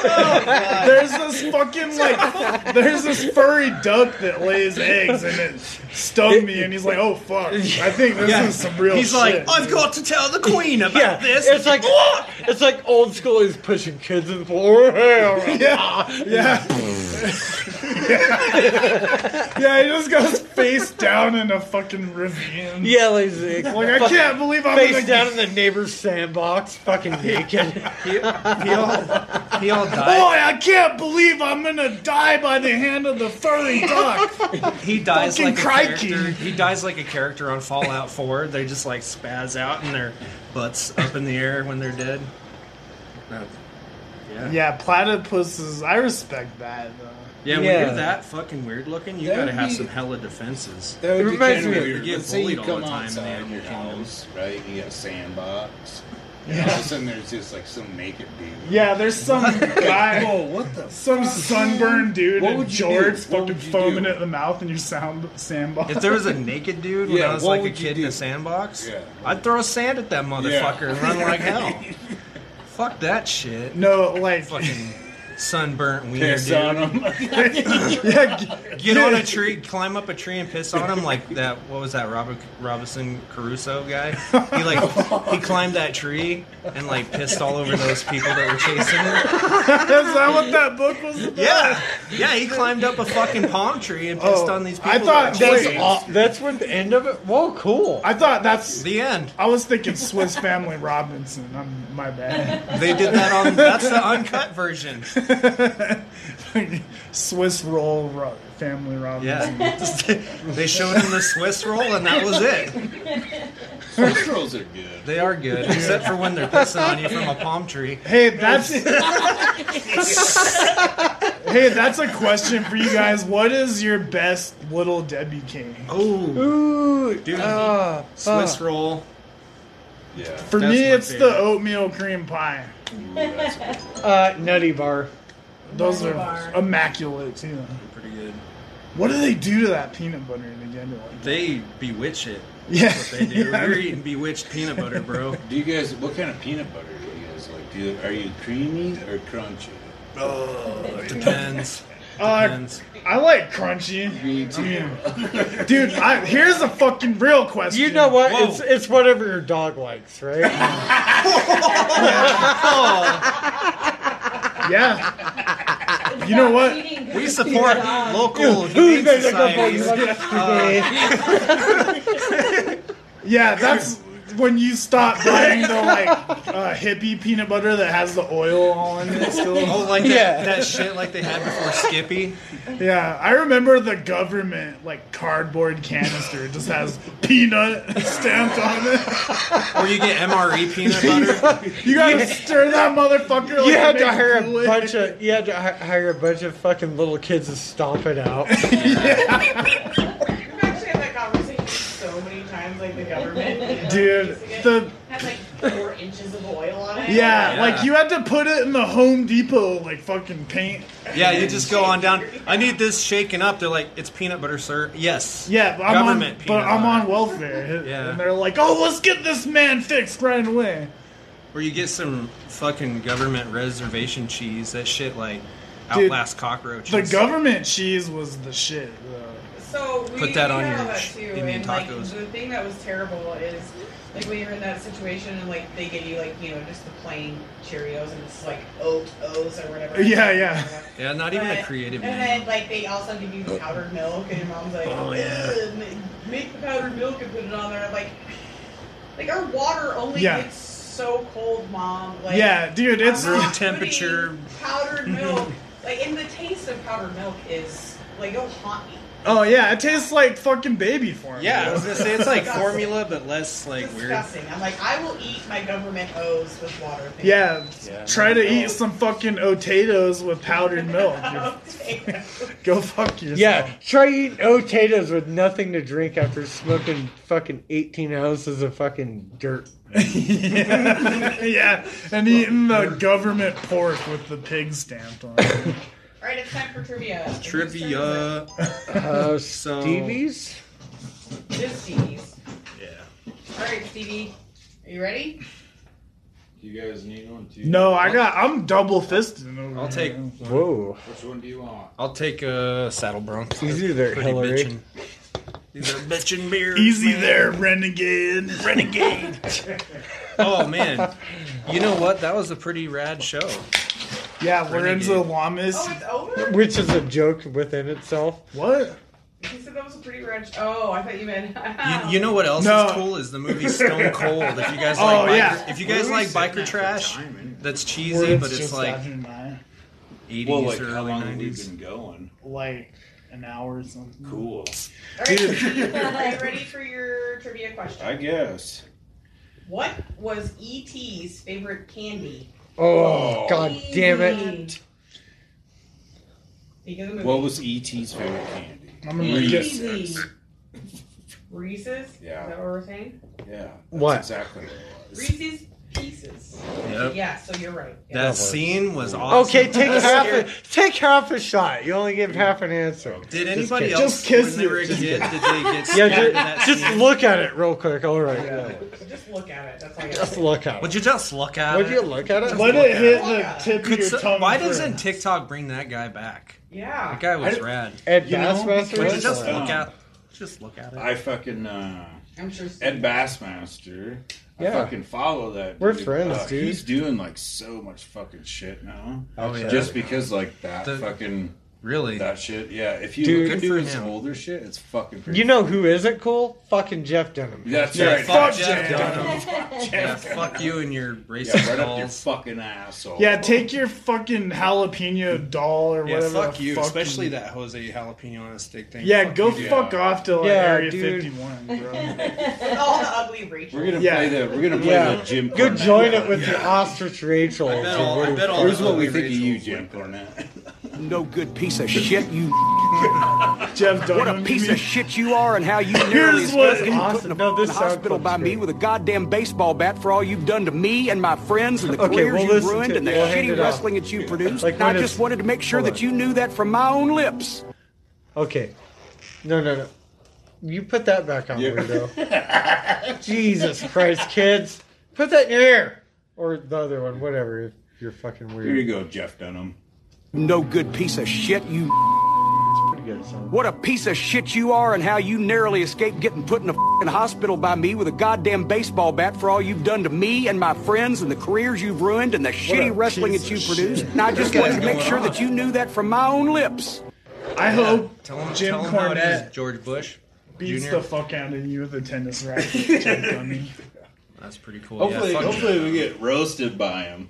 Speaker 2: there's this fucking like, there's this furry duck that lays eggs and it stung me, and he's like, oh fuck, I think this
Speaker 4: Yeah.
Speaker 2: is some real.
Speaker 4: He's like, "Oh,
Speaker 2: shit."
Speaker 4: "I've got to tell the queen about
Speaker 1: yeah,
Speaker 4: this."
Speaker 1: It's like it's like old school is pushing kids in the floor.
Speaker 2: Yeah, yeah. yeah, he just goes face down in a fucking ravine.
Speaker 1: Yeah, like, like,
Speaker 2: Like, I
Speaker 1: fucking
Speaker 2: can't believe I'm
Speaker 1: face
Speaker 2: gonna-
Speaker 1: down in the neighbor's sandbox, fucking naked.
Speaker 4: he all
Speaker 1: oh,
Speaker 2: Boy, I can't believe I'm gonna die by the hand of the furry duck.
Speaker 4: He dies
Speaker 2: Fucking
Speaker 4: like a
Speaker 2: crikey.
Speaker 4: character. He dies like a character on Fallout 4. They just like spaz out and their butts up in the air when they're dead. No. Yeah.
Speaker 2: yeah, platypuses. I respect that. Though.
Speaker 4: Yeah, when
Speaker 2: Yeah.
Speaker 4: you're that fucking weird looking, you
Speaker 2: That
Speaker 4: gotta
Speaker 2: would
Speaker 4: have
Speaker 2: be-
Speaker 4: some hella defenses.
Speaker 3: That would be kind of
Speaker 4: You
Speaker 3: weird.
Speaker 4: get
Speaker 3: Let's say
Speaker 4: bullied
Speaker 3: you
Speaker 4: all
Speaker 3: come
Speaker 4: the time in the
Speaker 3: outside
Speaker 4: animal
Speaker 3: your
Speaker 4: kingdom.
Speaker 3: house, right? You got a sandbox. And
Speaker 2: Yeah.
Speaker 3: all of a sudden, there's just like some naked dude.
Speaker 2: Yeah, there's some guy.
Speaker 3: Whoa, what the?
Speaker 2: Some
Speaker 3: fuck?
Speaker 2: sunburned dude
Speaker 3: What
Speaker 2: in
Speaker 3: would you do?
Speaker 2: jorts,
Speaker 3: What would
Speaker 2: fucking
Speaker 3: you
Speaker 2: foaming
Speaker 3: do?
Speaker 2: at the mouth in your sound sandbox.
Speaker 4: If there was a naked dude when
Speaker 2: Yeah,
Speaker 4: I was
Speaker 2: what
Speaker 4: like a
Speaker 2: would you
Speaker 4: kid in a sandbox, I'd throw sand at that motherfucker and run like hell. Fuck that shit.
Speaker 2: No, like
Speaker 4: fucking sunburnt wiener
Speaker 3: Piss
Speaker 4: dude.
Speaker 3: on him.
Speaker 2: yeah,
Speaker 4: Get on a tree, climb up a tree, and piss on him like that. What was that, Robert Robinson Crusoe guy? He like he climbed that tree and like pissed all over those people that were chasing him.
Speaker 2: Is that what that book was about?
Speaker 4: Yeah, yeah. He climbed up a fucking palm tree and pissed on these people.
Speaker 2: Oh, I thought
Speaker 4: that were
Speaker 2: that's,
Speaker 4: chasing
Speaker 2: aw-
Speaker 4: him.
Speaker 1: that's when the end of it. Whoa, cool.
Speaker 2: I thought that's
Speaker 4: the end.
Speaker 2: I was thinking Swiss Family Robinson. I'm my bad.
Speaker 4: They did that on. That's the uncut version.
Speaker 2: Swiss Roll Ro- Family Robinson.
Speaker 4: Yeah, they showed him the Swiss roll, and that was it.
Speaker 3: Swiss rolls are good.
Speaker 4: They are good, except for when they're pissing on you from a palm tree.
Speaker 2: Hey, that's hey, that's a question for you guys. What is your best Little Debbie cake?
Speaker 4: Oh,
Speaker 1: dude,
Speaker 2: ah,
Speaker 4: Swiss
Speaker 2: ah.
Speaker 4: roll.
Speaker 3: Yeah.
Speaker 2: For me, it's the oatmeal cream pie.
Speaker 1: Uh, nutty bar.
Speaker 2: Those
Speaker 1: Nutty Bar.
Speaker 2: are immaculate too.
Speaker 4: Pretty good.
Speaker 2: What do they do to that peanut butter in the end? Like,
Speaker 4: They bewitch it.
Speaker 2: Yeah.
Speaker 4: That's what they do.
Speaker 2: Yeah.
Speaker 4: We're eating bewitched peanut butter, bro.
Speaker 3: Do you guys? What kind of peanut butter do you guys like? Do you, are you creamy or crunchy?
Speaker 4: Oh, depends.
Speaker 2: Uh, I like crunchy. Mm. Dude, I, here's the fucking real question.
Speaker 1: You know what? It's it's whatever your dog likes, right?
Speaker 2: yeah. You know what?
Speaker 4: We support local
Speaker 2: Who's
Speaker 4: humane
Speaker 2: gonna go
Speaker 4: societies.
Speaker 2: vote
Speaker 1: Uh,
Speaker 2: Yeah, that's when you stop buying the like uh, hippie peanut butter that has the oil all in it still.
Speaker 4: Oh, like that,
Speaker 2: yeah.
Speaker 4: that shit like they had before Skippy.
Speaker 2: Yeah, I remember the government like cardboard canister just has peanut stamped on it.
Speaker 4: Or you get MRE peanut butter.
Speaker 2: You gotta stir that motherfucker. Like
Speaker 1: you had to
Speaker 2: make
Speaker 1: hire a
Speaker 2: Kool-Aid.
Speaker 1: bunch of you had to hi- hire a bunch of fucking little kids to stomp it out.
Speaker 9: I've actually had that conversation so many times, like the government. you know,
Speaker 2: Dude,
Speaker 9: using it.
Speaker 2: the-
Speaker 9: had like four inches of oil on it.
Speaker 2: Yeah,
Speaker 4: Yeah.
Speaker 2: like you had to put it in the Home Depot like fucking paint.
Speaker 4: Yeah, you just go on down. I need this shaken up. They're like, it's peanut butter, sir. Yes.
Speaker 2: Yeah, but I'm
Speaker 4: government
Speaker 2: on,
Speaker 4: peanut
Speaker 2: but I'm
Speaker 4: butter.
Speaker 2: on welfare.
Speaker 4: Yeah.
Speaker 2: And they're like, "Oh, let's get this man fixed right away."
Speaker 4: Or you get some fucking government reservation cheese. That shit like
Speaker 2: Dude,
Speaker 4: outlasts cockroaches.
Speaker 2: The government cheese was the shit. though.
Speaker 9: So we
Speaker 4: Put that
Speaker 9: we
Speaker 4: on
Speaker 9: had
Speaker 4: your
Speaker 9: all that
Speaker 4: sh-
Speaker 9: too,
Speaker 4: Indian
Speaker 9: and like
Speaker 4: tacos.
Speaker 9: the thing that was terrible is like when you're in that situation and like they give you like you know just the plain Cheerios and it's like oat O's or whatever.
Speaker 2: Yeah, yeah.
Speaker 4: Yeah, not even a
Speaker 9: But-
Speaker 4: creative
Speaker 9: And
Speaker 4: name.
Speaker 9: then like they also give you powdered milk and your mom's like,
Speaker 4: Oh,
Speaker 9: oh
Speaker 4: yeah.
Speaker 9: make the powdered milk and put it on there. I'm Like, like our water only
Speaker 2: Yeah.
Speaker 9: gets so cold, mom. Like,
Speaker 2: yeah, dude, it's
Speaker 9: I'm not
Speaker 4: Room temperature.
Speaker 9: putting Powdered milk, like, and the taste of powdered milk is like it'll haunt me.
Speaker 2: Oh yeah, it tastes like fucking baby formula.
Speaker 4: Yeah, I was gonna say it's like formula, but less like weird.
Speaker 9: disgusting. I'm like, I will eat my government O's with water. thank
Speaker 2: Yeah,
Speaker 4: Yeah.
Speaker 2: try to eat some fucking potatoes with powdered milk. You-
Speaker 9: you.
Speaker 2: Go fuck yourself.
Speaker 1: yeah, try eating potatoes with nothing to drink after smoking fucking eighteen ounces of fucking dirt.
Speaker 2: yeah, and eating the government pork with the pig stamped on it.
Speaker 9: All right, it's time for trivia. Whose turn is it?
Speaker 4: Trivia.
Speaker 1: Uh,
Speaker 4: So-
Speaker 1: Stevie's.
Speaker 9: It is Stevie's.
Speaker 4: Yeah.
Speaker 9: All right, Stevie, are you ready?
Speaker 3: You guys need one too.
Speaker 2: No, I got. I'm double fisted. Over
Speaker 4: I'll
Speaker 2: here.
Speaker 4: take.
Speaker 1: Whoa.
Speaker 3: Which one do you want?
Speaker 4: I'll take a uh, saddle bronc.
Speaker 1: Easy there,
Speaker 4: Pretty
Speaker 1: Hillary.
Speaker 4: bitchin'. These are bitchin' beers.
Speaker 2: easy
Speaker 4: man.
Speaker 2: there, renegade.
Speaker 4: renegade. oh man, you know what? That was a pretty rad show.
Speaker 2: Yeah, Lorenzo
Speaker 4: Renegade.
Speaker 2: Lamas.
Speaker 9: Oh, it's over.
Speaker 1: Which is a joke within itself.
Speaker 2: What?
Speaker 9: He said that was a pretty rich. Oh, I thought you meant.
Speaker 4: You, you know what else
Speaker 2: No.
Speaker 4: is cool is the movie Stone Cold. If you guys
Speaker 2: Oh,
Speaker 4: like, biker,
Speaker 2: yeah.
Speaker 4: if you guys
Speaker 3: Where are
Speaker 4: like
Speaker 3: we sitting
Speaker 4: biker
Speaker 3: at for
Speaker 4: trash,
Speaker 3: time, anyway?
Speaker 4: that's
Speaker 2: Where
Speaker 4: cheesy, but it's
Speaker 2: just
Speaker 4: like
Speaker 2: after nine,
Speaker 4: 80s
Speaker 3: Well, like
Speaker 4: or
Speaker 3: how
Speaker 4: early
Speaker 3: long have we
Speaker 4: 90s.
Speaker 3: been going?
Speaker 2: like an hour or something.
Speaker 3: Mm-hmm. Cool.
Speaker 9: All right, Stevie, are you ready for your trivia question?
Speaker 3: I guess.
Speaker 9: What was ET's favorite candy?
Speaker 1: Oh,
Speaker 3: Oh.
Speaker 1: god damn it!
Speaker 9: Easy. Think of the movie.
Speaker 3: What was E.T.'s favorite candy?
Speaker 2: I'm gonna
Speaker 4: E
Speaker 2: E
Speaker 3: Reese's.
Speaker 9: Easy. Reese's?
Speaker 3: Yeah.
Speaker 9: Is that what we're saying?
Speaker 3: Yeah. That's
Speaker 1: What?
Speaker 3: Exactly. what it was.
Speaker 9: Reese's Pieces.
Speaker 4: Yep.
Speaker 9: Yeah, so you're right. Yeah.
Speaker 4: That scene was awesome.
Speaker 1: Okay, take half
Speaker 4: Scary.
Speaker 1: a take half a shot. You only give half an answer.
Speaker 4: Did anybody
Speaker 1: kidding.
Speaker 4: else
Speaker 2: Just kiss
Speaker 4: when they were a
Speaker 2: it. Just
Speaker 4: kid, did they get
Speaker 1: Yeah,
Speaker 4: scared of that
Speaker 1: just, just
Speaker 4: scene?
Speaker 1: look at it real quick. All right, yeah.
Speaker 9: Just look at it. That's all you
Speaker 1: just
Speaker 9: gotta
Speaker 1: look at it.
Speaker 4: Would you just look at
Speaker 1: Would
Speaker 4: it?
Speaker 1: you look at it?
Speaker 2: Let it hit the tip
Speaker 4: Could
Speaker 2: of your
Speaker 4: so-
Speaker 2: tongue.
Speaker 4: why
Speaker 2: first.
Speaker 4: doesn't TikTok bring that guy back?
Speaker 9: do. Yeah.
Speaker 4: That guy was
Speaker 3: I-
Speaker 4: rad.
Speaker 1: Ed
Speaker 2: You know,
Speaker 1: Bassmaster
Speaker 4: Would you
Speaker 1: is
Speaker 4: just
Speaker 1: on it.
Speaker 4: look
Speaker 3: um,
Speaker 4: at just look at it?
Speaker 3: I fucking uh,
Speaker 9: I'm sure. Steve-
Speaker 3: Ed Bassmaster. I
Speaker 1: Yeah.
Speaker 3: fucking follow that.
Speaker 1: We're
Speaker 3: dude.
Speaker 1: friends,
Speaker 3: Fuck,
Speaker 1: dude.
Speaker 3: He's doing like so much fucking shit now.
Speaker 4: Oh, yeah.
Speaker 3: Just because like that
Speaker 4: The-
Speaker 3: fucking
Speaker 4: really?
Speaker 3: that shit. Yeah. If you
Speaker 1: Dude,
Speaker 3: look
Speaker 4: good
Speaker 3: into
Speaker 4: for
Speaker 3: his
Speaker 4: him.
Speaker 3: older shit, it's fucking. Crazy.
Speaker 1: You know who isn't cool? Fucking Jeff Dunham.
Speaker 3: That's
Speaker 4: Yeah,
Speaker 3: right.
Speaker 4: fuck
Speaker 3: Jeff
Speaker 4: Jeff
Speaker 3: Dunham.
Speaker 4: yeah, fuck you and your
Speaker 3: Yeah,
Speaker 4: racist
Speaker 3: right up your
Speaker 4: dolls.
Speaker 3: fucking asshole.
Speaker 2: Yeah, take your fucking jalapeno doll or
Speaker 4: Yeah,
Speaker 2: whatever.
Speaker 4: fuck
Speaker 2: the
Speaker 4: you,
Speaker 2: fucking-
Speaker 4: especially that Jose jalapeno on a stick thing.
Speaker 2: Yeah,
Speaker 4: Fuck
Speaker 2: go
Speaker 4: you, dude.
Speaker 2: fuck
Speaker 3: Yeah.
Speaker 2: off to like
Speaker 1: Yeah,
Speaker 2: Area
Speaker 1: dude.
Speaker 2: 51, bro.
Speaker 9: With all the ugly Rachel.
Speaker 3: We're gonna
Speaker 2: Yeah.
Speaker 3: play the. We're gonna play
Speaker 1: Yeah.
Speaker 3: the Jim.
Speaker 1: Good
Speaker 3: Cornette.
Speaker 1: join it with the ostrich Rachel.
Speaker 4: I bet all- I
Speaker 1: Dude,
Speaker 4: bet all-
Speaker 3: Here's what we
Speaker 4: Ugly
Speaker 3: think of you,
Speaker 4: Rachel's
Speaker 3: Jim Cornette.
Speaker 10: No good piece of shit you.
Speaker 2: Jeff Dunham.
Speaker 10: What a
Speaker 2: you
Speaker 10: piece
Speaker 2: mean?
Speaker 10: of shit you are, and how you nearly
Speaker 2: Here's what-
Speaker 10: escaped getting put in
Speaker 1: Awesome.
Speaker 10: a
Speaker 1: No, this
Speaker 10: f***ing
Speaker 1: sound
Speaker 10: hospital
Speaker 1: clip's
Speaker 10: by me
Speaker 1: great.
Speaker 10: with a goddamn baseball bat for all you've done to me and my friends and the
Speaker 1: Okay,
Speaker 10: careers
Speaker 1: we'll
Speaker 10: you've
Speaker 1: listen to
Speaker 10: ruined
Speaker 1: it.
Speaker 10: and the
Speaker 1: We'll hand
Speaker 10: shitty
Speaker 1: it off.
Speaker 10: wrestling that you produced.
Speaker 1: Like
Speaker 10: And I
Speaker 1: when
Speaker 10: just
Speaker 1: it's-
Speaker 10: wanted to make sure
Speaker 1: Hold
Speaker 10: that
Speaker 1: on.
Speaker 10: you knew that from my own lips.
Speaker 1: Okay. No, no, no. You put that back on, weirdo. Jesus Christ, kids. Put that in your ear. Or the other one, whatever. If you're fucking weird.
Speaker 3: Here you go, Jeff Dunham.
Speaker 10: No good piece of shit, you. What a piece of shit you are, and how you narrowly escaped getting put in a fing hospital by me with a goddamn baseball bat for all you've done to me and my friends and the careers you've ruined and the shitty wrestling that you produced. And I just
Speaker 3: This
Speaker 10: wanted to
Speaker 3: guy's
Speaker 10: make
Speaker 3: going
Speaker 10: sure
Speaker 3: on.
Speaker 10: that you knew that from my own lips.
Speaker 2: I hope
Speaker 4: Tell him,
Speaker 2: Oh, Jim
Speaker 4: tell him how it
Speaker 2: Cornette
Speaker 4: is, George Bush.
Speaker 2: beats
Speaker 4: Junior.
Speaker 2: the fuck out of you with a tennis racket. Jim Dunham.
Speaker 4: That's pretty cool.
Speaker 3: Hopefully,
Speaker 4: yeah, fuck
Speaker 3: hopefully
Speaker 4: Jim
Speaker 3: we
Speaker 4: Dunham.
Speaker 3: get roasted by him.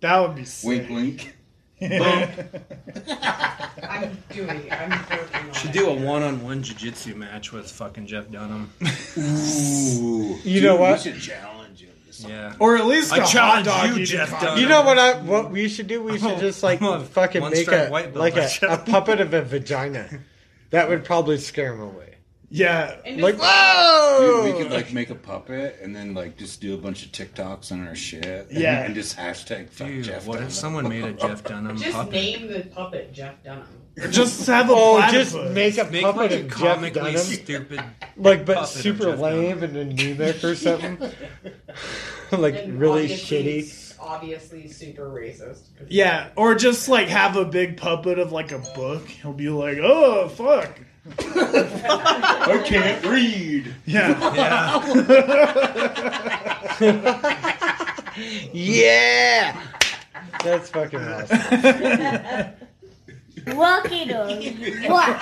Speaker 2: That would be sick.
Speaker 3: Wink, wink.
Speaker 9: I'm doing it. I'm working on
Speaker 4: Should
Speaker 9: it.
Speaker 4: do a one-on-one jiu-jitsu match with fucking Jeff Dunham.
Speaker 3: Ooh.
Speaker 1: You know what?
Speaker 3: We should challenge him.
Speaker 4: Yeah.
Speaker 1: Or at least
Speaker 4: I
Speaker 1: a hot
Speaker 4: challenge
Speaker 1: dog
Speaker 4: you,
Speaker 1: eating
Speaker 4: Jeff
Speaker 1: contest.
Speaker 4: Dunham.
Speaker 1: You know what? I what we should do? We should just like
Speaker 4: I'm a
Speaker 1: fucking make
Speaker 4: one-stripe
Speaker 1: a
Speaker 4: white belt
Speaker 1: like a,
Speaker 4: myself.
Speaker 1: a puppet of a vagina. That would probably scare him away.
Speaker 2: Yeah.
Speaker 1: Like whoa!
Speaker 3: Dude, we could like make a puppet and then like just do a bunch of TikToks on our shit. And,
Speaker 4: Yeah.
Speaker 3: And just hashtag fuck
Speaker 4: Dude,
Speaker 3: Jeff.
Speaker 4: what if
Speaker 3: Dunham.
Speaker 4: someone made a Jeff Dunham
Speaker 9: Just
Speaker 4: puppet?
Speaker 9: name the puppet Jeff Dunham.
Speaker 2: Just have a
Speaker 1: oh,
Speaker 2: platypus.
Speaker 1: just make a
Speaker 4: Make
Speaker 1: puppet
Speaker 4: like a
Speaker 1: of Jeff
Speaker 4: comically
Speaker 1: Dunham,
Speaker 4: stupid
Speaker 1: like but
Speaker 4: puppet of
Speaker 1: super
Speaker 4: Jeff
Speaker 1: lame and anemic or something, like
Speaker 9: And
Speaker 1: really
Speaker 9: obviously-
Speaker 1: shitty.
Speaker 9: Obviously, super racist.
Speaker 2: Yeah, or just like have a big puppet of like a book. He'll be like, "Oh fuck,
Speaker 3: I can't read."
Speaker 2: Yeah,
Speaker 1: Yeah, that's fucking awesome.
Speaker 13: Lucky dog. What?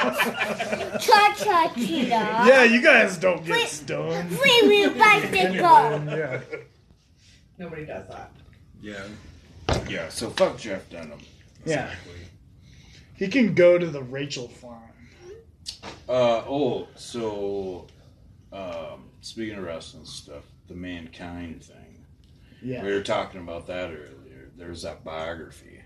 Speaker 13: Cha cha cheetah.
Speaker 2: yeah. You guys don't get stoned.
Speaker 13: We will back the go.
Speaker 2: Yeah.
Speaker 9: Nobody does that.
Speaker 3: Yeah. Yeah. So fuck Jeff Dunham.
Speaker 2: Yeah. He can go to the Rachel farm.
Speaker 3: Uh oh. So, um, speaking of wrestling stuff, the mankind thing.
Speaker 2: Yeah.
Speaker 3: We were talking about that earlier. There was that biography.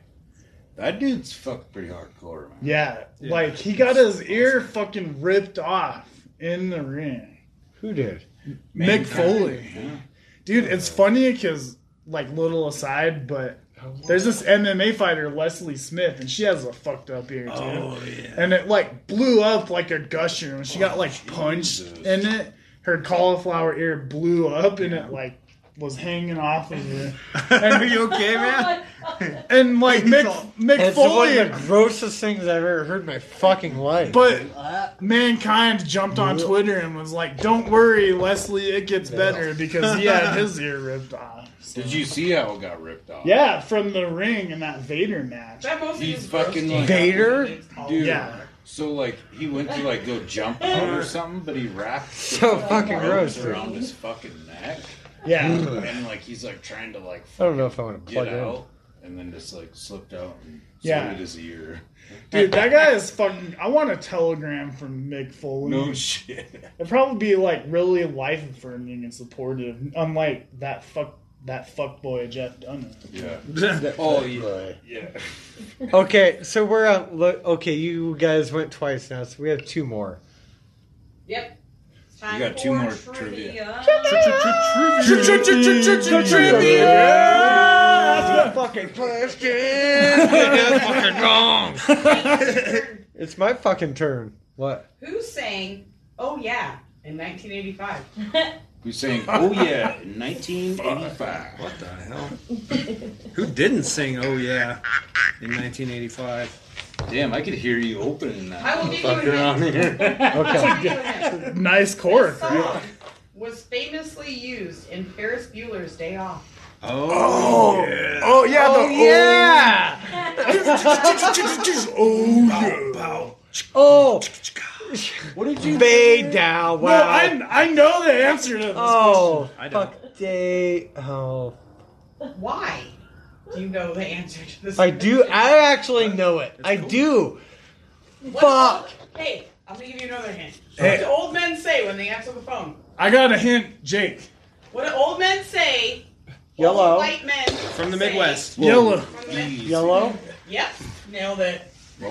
Speaker 3: That dude's fucked pretty hardcore, man.
Speaker 2: Yeah,
Speaker 3: Yeah.
Speaker 2: like he got his ear fucking ripped off in the ring.
Speaker 1: Who did?
Speaker 2: Mick Foley. Dude, it's funny because, like, little aside, but
Speaker 3: Oh,
Speaker 2: there's this MMA fighter, Leslie Smith, and she has a fucked up ear, too.
Speaker 3: Oh, yeah. Oh,
Speaker 2: And it, like, blew up like a gusher, and she got, like, punched in it. Her cauliflower ear blew up, and it, like, was hanging off of her. And,
Speaker 1: Are you okay, man?
Speaker 2: and like, Mick, Mick
Speaker 1: It's one
Speaker 2: Foley.
Speaker 1: of the grossest things I've ever heard in my fucking life.
Speaker 2: But mankind jumped on Twitter and was like, "Don't worry, Leslie, it gets better because he had his ear ripped off."
Speaker 3: Did you see how it got ripped off?
Speaker 2: Yeah, from the ring in that Vader match.
Speaker 9: That mostly
Speaker 3: He's fucking like dude.
Speaker 2: Yeah.
Speaker 3: So like he went to like go jump on or something, but he wrapped
Speaker 1: So
Speaker 3: the
Speaker 1: fucking
Speaker 3: rope
Speaker 1: gross, dude.
Speaker 3: around his fucking neck.
Speaker 2: Yeah.
Speaker 3: and like he's like trying to like
Speaker 2: Oh,
Speaker 1: I don't know if I want to
Speaker 3: get
Speaker 1: plug in.
Speaker 3: out, and then just like slipped out and
Speaker 2: Yeah.
Speaker 3: yeah. did his ear.
Speaker 2: Dude, that guy is fucking. I want a telegram from Mick Foley.
Speaker 3: No shit.
Speaker 2: It'd probably be like really life affirming and supportive, unlike that fuck that fuck boy Jeff Dunham.
Speaker 3: Yeah.
Speaker 1: Oh,
Speaker 3: yeah. yeah.
Speaker 1: Okay, so we're out. Look, okay, you guys went twice now, so we have two more.
Speaker 9: Yep. It's time
Speaker 3: got
Speaker 9: for
Speaker 3: two more
Speaker 9: trivia.
Speaker 1: That's my fucking question.
Speaker 9: fucking wrong.
Speaker 1: It's my fucking turn. What?
Speaker 9: Who sang "Oh Yeah" in 1985?
Speaker 3: Who's saying? Oh yeah, in 1985.
Speaker 4: What the hell? Who didn't sing "Oh Yeah" in 1985?
Speaker 3: Damn, I could hear you opening that.
Speaker 9: I will give you a
Speaker 3: fucker on here.
Speaker 9: Okay.
Speaker 2: nice cork.
Speaker 9: Song was famously used in Ferris Bueller's Day Off.
Speaker 4: Oh,
Speaker 2: Oh yeah,
Speaker 1: the oh, yeah.
Speaker 2: oh
Speaker 1: Oh,
Speaker 3: what did you
Speaker 1: bay down?
Speaker 2: No,
Speaker 1: Wow.
Speaker 2: I, I know the answer to this.
Speaker 1: oh,
Speaker 4: I don't.
Speaker 1: fuck day. Oh,
Speaker 9: Why? Do you know the answer to this?
Speaker 1: I do. I actually know it. I do.
Speaker 9: What-
Speaker 1: Fuck.
Speaker 9: Hey, I'm gonna give you another hint.
Speaker 2: Hey.
Speaker 9: What do old men say when they answer the phone?
Speaker 2: I got a hint, Jake.
Speaker 9: What do old men say?
Speaker 1: Yellow.
Speaker 9: Old white men.
Speaker 4: From the
Speaker 9: say-
Speaker 4: Midwest.
Speaker 2: Yellow.
Speaker 9: From the Mid-
Speaker 1: Yellow.
Speaker 9: Yep. Nailed it.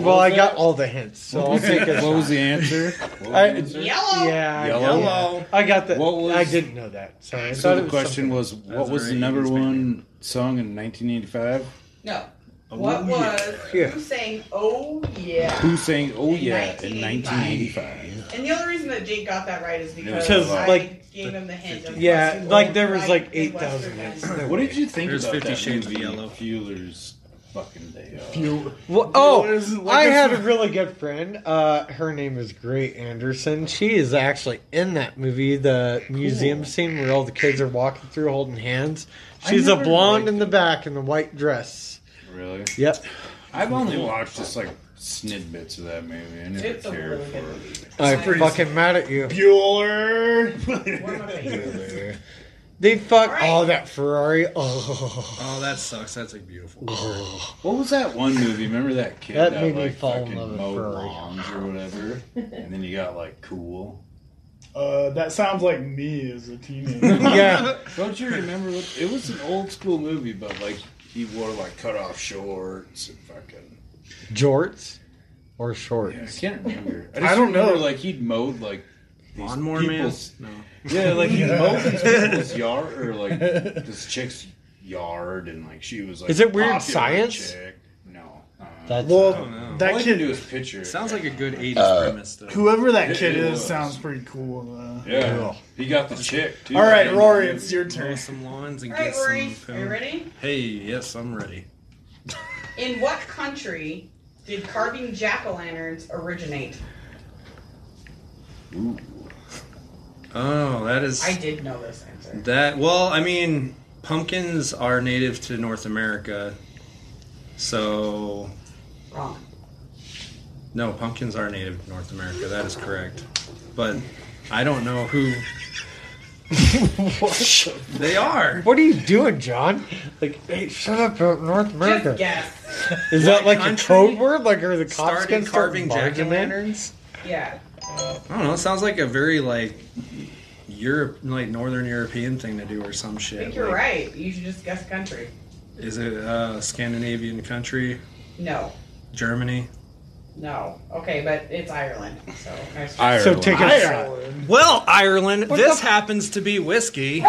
Speaker 1: Well, I got all the hints, so I'll take a shot.
Speaker 3: the answer? What was
Speaker 1: I-
Speaker 3: the answer?
Speaker 9: Yellow.
Speaker 1: Yeah,
Speaker 3: Yellow.
Speaker 1: yeah. I got that.
Speaker 3: What was-
Speaker 1: I didn't know that. Sorry. I
Speaker 3: So
Speaker 1: thought it
Speaker 3: the
Speaker 1: was
Speaker 3: question
Speaker 1: something-
Speaker 3: was, what was the
Speaker 4: very
Speaker 3: number one song in 1985?
Speaker 9: No. What
Speaker 3: Oh,
Speaker 9: was
Speaker 3: yeah.
Speaker 9: who sang "Oh Yeah"?
Speaker 3: Who sang "Oh
Speaker 9: in
Speaker 3: Yeah" in
Speaker 9: 1985?
Speaker 3: 1985?
Speaker 9: And the only reason that Jake got that right is because,
Speaker 1: Because,
Speaker 9: I
Speaker 1: like,
Speaker 9: gave him the hint. Of
Speaker 1: Yeah,
Speaker 9: Western
Speaker 1: like there was
Speaker 9: Light
Speaker 1: like
Speaker 9: and
Speaker 1: eight
Speaker 9: Western
Speaker 1: thousand
Speaker 9: Light.
Speaker 1: hits.
Speaker 3: What did you think
Speaker 4: There's
Speaker 3: about
Speaker 4: 50
Speaker 3: that
Speaker 4: Shades of
Speaker 3: movie,
Speaker 4: Yellow.
Speaker 3: Fuelers fucking day off?
Speaker 1: Well,
Speaker 3: Fuelers,
Speaker 1: oh,
Speaker 3: like
Speaker 1: I
Speaker 3: it's
Speaker 1: had a
Speaker 3: not-
Speaker 1: really good friend. Uh, her name is Gray Anderson. She is actually in that movie, the museum scene where all the kids are walking through holding hands.
Speaker 3: I
Speaker 1: She's a
Speaker 3: never
Speaker 1: blonde in the back in the white dress.
Speaker 3: Really?
Speaker 1: Yep.
Speaker 3: I've only watched just like snidbits of that movie. I never
Speaker 9: It's a
Speaker 3: cared
Speaker 9: really
Speaker 3: for
Speaker 9: good
Speaker 3: it.
Speaker 1: I'm fucking mad at you.
Speaker 3: Bueller.
Speaker 1: They fuck. all that Ferrari. Oh.
Speaker 4: Oh, that sucks. That's like beautiful.
Speaker 3: What was that one movie? Remember that kid
Speaker 1: That
Speaker 3: that,
Speaker 1: made me
Speaker 3: like
Speaker 1: fall in
Speaker 3: fucking
Speaker 1: love with
Speaker 3: mowed
Speaker 1: Ferrari.
Speaker 3: lawns or whatever, and then you got like cool.
Speaker 2: Uh, that sounds like me as a teenager.
Speaker 3: don't you remember? What, it was an old school movie, but like he wore like cut off shorts and fucking.
Speaker 1: Jorts or shorts?
Speaker 3: I can't remember.
Speaker 1: I don't know.
Speaker 3: remember, Like he'd mowed like these
Speaker 4: Lawnmower Man?
Speaker 3: people's-
Speaker 4: No.
Speaker 3: Yeah, like he
Speaker 4: Yeah.
Speaker 3: mowed these people's yard or like this chick's yard, and like she was like.
Speaker 1: Is it weird
Speaker 3: popular
Speaker 1: science?
Speaker 3: Chick. No.
Speaker 1: That's
Speaker 2: Well,
Speaker 3: I don't know.
Speaker 2: that
Speaker 3: All I
Speaker 2: kid-
Speaker 3: can do is picture. it.
Speaker 4: Sounds like a good 80s premise, though.
Speaker 2: Whoever that
Speaker 3: It-
Speaker 2: kid
Speaker 3: it
Speaker 2: is
Speaker 3: was.
Speaker 2: sounds pretty cool. Though.
Speaker 3: Yeah. He got the chick too.
Speaker 2: All right,
Speaker 3: Yeah.
Speaker 2: Rory, it's your turn.
Speaker 4: Some lawns and
Speaker 9: All right,
Speaker 4: get
Speaker 9: Rory,
Speaker 4: some.
Speaker 9: are you
Speaker 4: poon.
Speaker 9: ready?
Speaker 4: Hey, yes, I'm ready.
Speaker 9: In what country did carving jack o' lanterns originate?
Speaker 4: Oh, that is.
Speaker 9: I did know this answer.
Speaker 4: That well, I mean, pumpkins are native to North America, so
Speaker 9: Wrong.
Speaker 4: no, pumpkins are native to North America. That is correct, but I don't know who. They are.
Speaker 1: What are you doing, John? Like, hey, shut up about North America.
Speaker 9: guess.
Speaker 1: Is that like a code word? Like, are the cops
Speaker 4: Started
Speaker 1: going to start
Speaker 4: carving
Speaker 1: barging
Speaker 4: jack o'
Speaker 1: in?
Speaker 4: lanterns.
Speaker 9: Yeah.
Speaker 4: I don't know. It sounds like a very like Europe, like Northern European thing to do or some shit.
Speaker 9: I think you're
Speaker 4: Like,
Speaker 9: right. You should just guess country.
Speaker 4: Is it uh, Scandinavian country?
Speaker 9: No.
Speaker 4: Germany.
Speaker 9: No. Okay, but it's Ireland. So I
Speaker 4: So take a
Speaker 9: Ireland.
Speaker 4: shot. Well, Ireland,
Speaker 9: What
Speaker 4: this
Speaker 9: the-
Speaker 4: happens to be whiskey.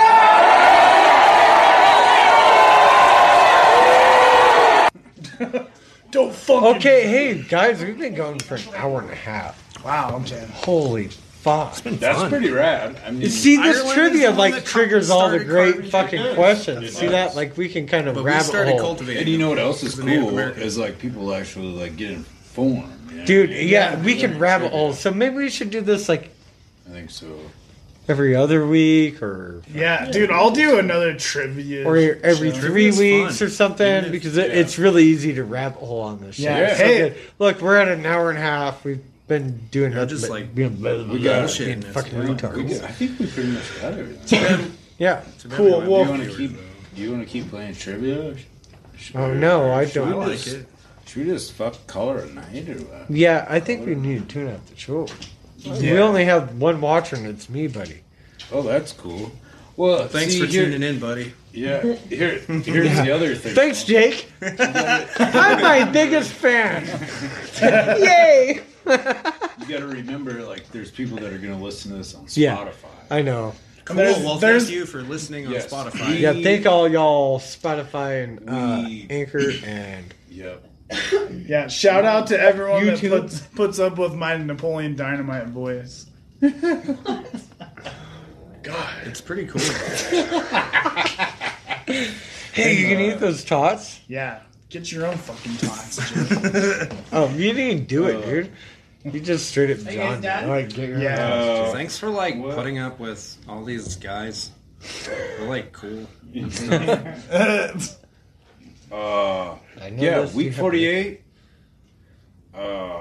Speaker 1: Don't fucking. Okay, hey guys, we've been going for an hour and a half.
Speaker 2: Wow, I'm saying.
Speaker 1: Holy fuck!
Speaker 3: That's pretty rad. I mean,
Speaker 1: You see, this
Speaker 3: Ireland is
Speaker 1: trivia
Speaker 3: the one
Speaker 1: like
Speaker 3: that
Speaker 1: triggers all the great fucking
Speaker 3: jack-o'-lanterns.
Speaker 1: questions.
Speaker 3: It
Speaker 1: See
Speaker 3: does.
Speaker 1: that? Like we can kind of
Speaker 3: But we
Speaker 1: rabbit
Speaker 3: started
Speaker 1: hole.
Speaker 3: cultivating And you know what else is cool is like people actually like get informed. you know?
Speaker 1: Dude, yeah, we can rabbit hole. So maybe we should do this like
Speaker 3: I think so.
Speaker 1: every other week or
Speaker 2: Yeah, dude, I'll do another trivia.
Speaker 1: or every
Speaker 2: show.
Speaker 1: three weeks or something because it,
Speaker 2: yeah.
Speaker 1: it's really easy to rabbit hole on this.
Speaker 2: Yeah.
Speaker 1: shit. It's
Speaker 2: Hey.
Speaker 1: good. look, we're at an hour and a half. We've been doing nothing
Speaker 4: just,
Speaker 1: but
Speaker 4: like,
Speaker 1: being blah, blah,
Speaker 3: We
Speaker 1: blah,
Speaker 3: got
Speaker 1: being fucking
Speaker 3: We
Speaker 1: retards.
Speaker 3: got- I think we pretty much got everything.
Speaker 1: Yeah.
Speaker 3: Do you want to keep? Do you want to keep playing trivia?
Speaker 1: Oh no, I
Speaker 3: Should we
Speaker 1: don't
Speaker 3: just- Should we just fuck color a night or what?
Speaker 1: Yeah, I think we need to tune up the show. We
Speaker 3: Yeah.
Speaker 1: only have one watcher, and it's me, buddy.
Speaker 3: Oh, that's cool. Well,
Speaker 4: Thanks
Speaker 3: see,
Speaker 4: for
Speaker 3: here-
Speaker 4: tuning in, buddy.
Speaker 3: Yeah. Here, here's the other thing.
Speaker 1: Thanks, Jake. I'm my biggest fan. Yay!
Speaker 3: You got to remember, like, there's people that are going to listen to this on Spotify.
Speaker 1: Yeah, I know.
Speaker 4: Cool.
Speaker 1: There's-
Speaker 4: well,
Speaker 1: there's-
Speaker 4: thank you for listening on
Speaker 3: Yes.
Speaker 4: Spotify.
Speaker 1: Yeah, thank all y'all Spotify and uh,
Speaker 2: We-
Speaker 1: Anchor and
Speaker 3: Yep.
Speaker 2: Yeah, shout out to everyone
Speaker 1: YouTube.
Speaker 2: that puts, puts up with my Napoleon Dynamite voice.
Speaker 4: God, it's pretty cool.
Speaker 1: Hey, you can eat those tots.
Speaker 2: Yeah, get your own fucking tots.
Speaker 1: Oh, you didn't do it, dude. You just straight up
Speaker 2: Are you
Speaker 1: John.
Speaker 2: guys done?
Speaker 1: All right, get your
Speaker 4: Uh,
Speaker 1: ass.
Speaker 4: thanks for like putting up with all these guys. They're like cool.
Speaker 3: Uh,
Speaker 1: I know
Speaker 3: yeah,
Speaker 1: those
Speaker 3: week
Speaker 1: you have-
Speaker 3: 48. Uh,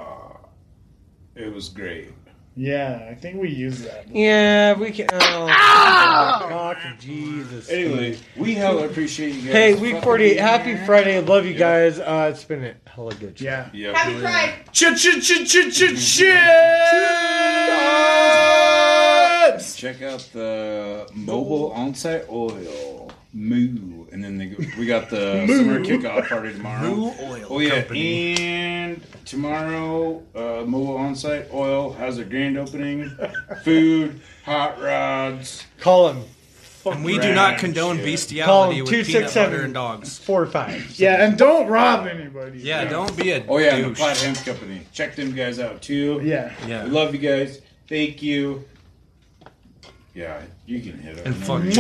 Speaker 3: it was great.
Speaker 2: yeah, I think we use that.
Speaker 1: Yeah, we can. Oh, fucking Jesus.
Speaker 3: Anyway, we hella appreciate you guys.
Speaker 1: Hey, week
Speaker 3: fucking
Speaker 1: 48.
Speaker 3: being
Speaker 1: Happy
Speaker 3: here.
Speaker 1: Friday. Love you guys. Uh, it's been a hella good show.
Speaker 2: Yeah.
Speaker 3: Yep.
Speaker 9: Happy Pride.
Speaker 2: Chit chit chit chit chit chips.
Speaker 3: Check out the mobile onsite oil. Moo, and then they, we got the
Speaker 2: Moo.
Speaker 3: summer kickoff party tomorrow.
Speaker 4: Moo Oil
Speaker 3: Oh yeah,
Speaker 4: Company.
Speaker 3: and tomorrow, uh, mobile onsite oil has a grand opening. Food, hot rods.
Speaker 1: Call him.
Speaker 4: And we do not condone bestiality with peanut butter and dogs.
Speaker 1: Four five.
Speaker 2: Yeah, and don't rob anybody.
Speaker 4: Yeah, don't be a
Speaker 3: Oh yeah, and the
Speaker 4: douche.
Speaker 3: Platt Hemp Company. Check them guys out too.
Speaker 2: Yeah.
Speaker 4: Yeah.
Speaker 3: We love you guys. Thank you. Yeah, you can hit them.
Speaker 4: And fuck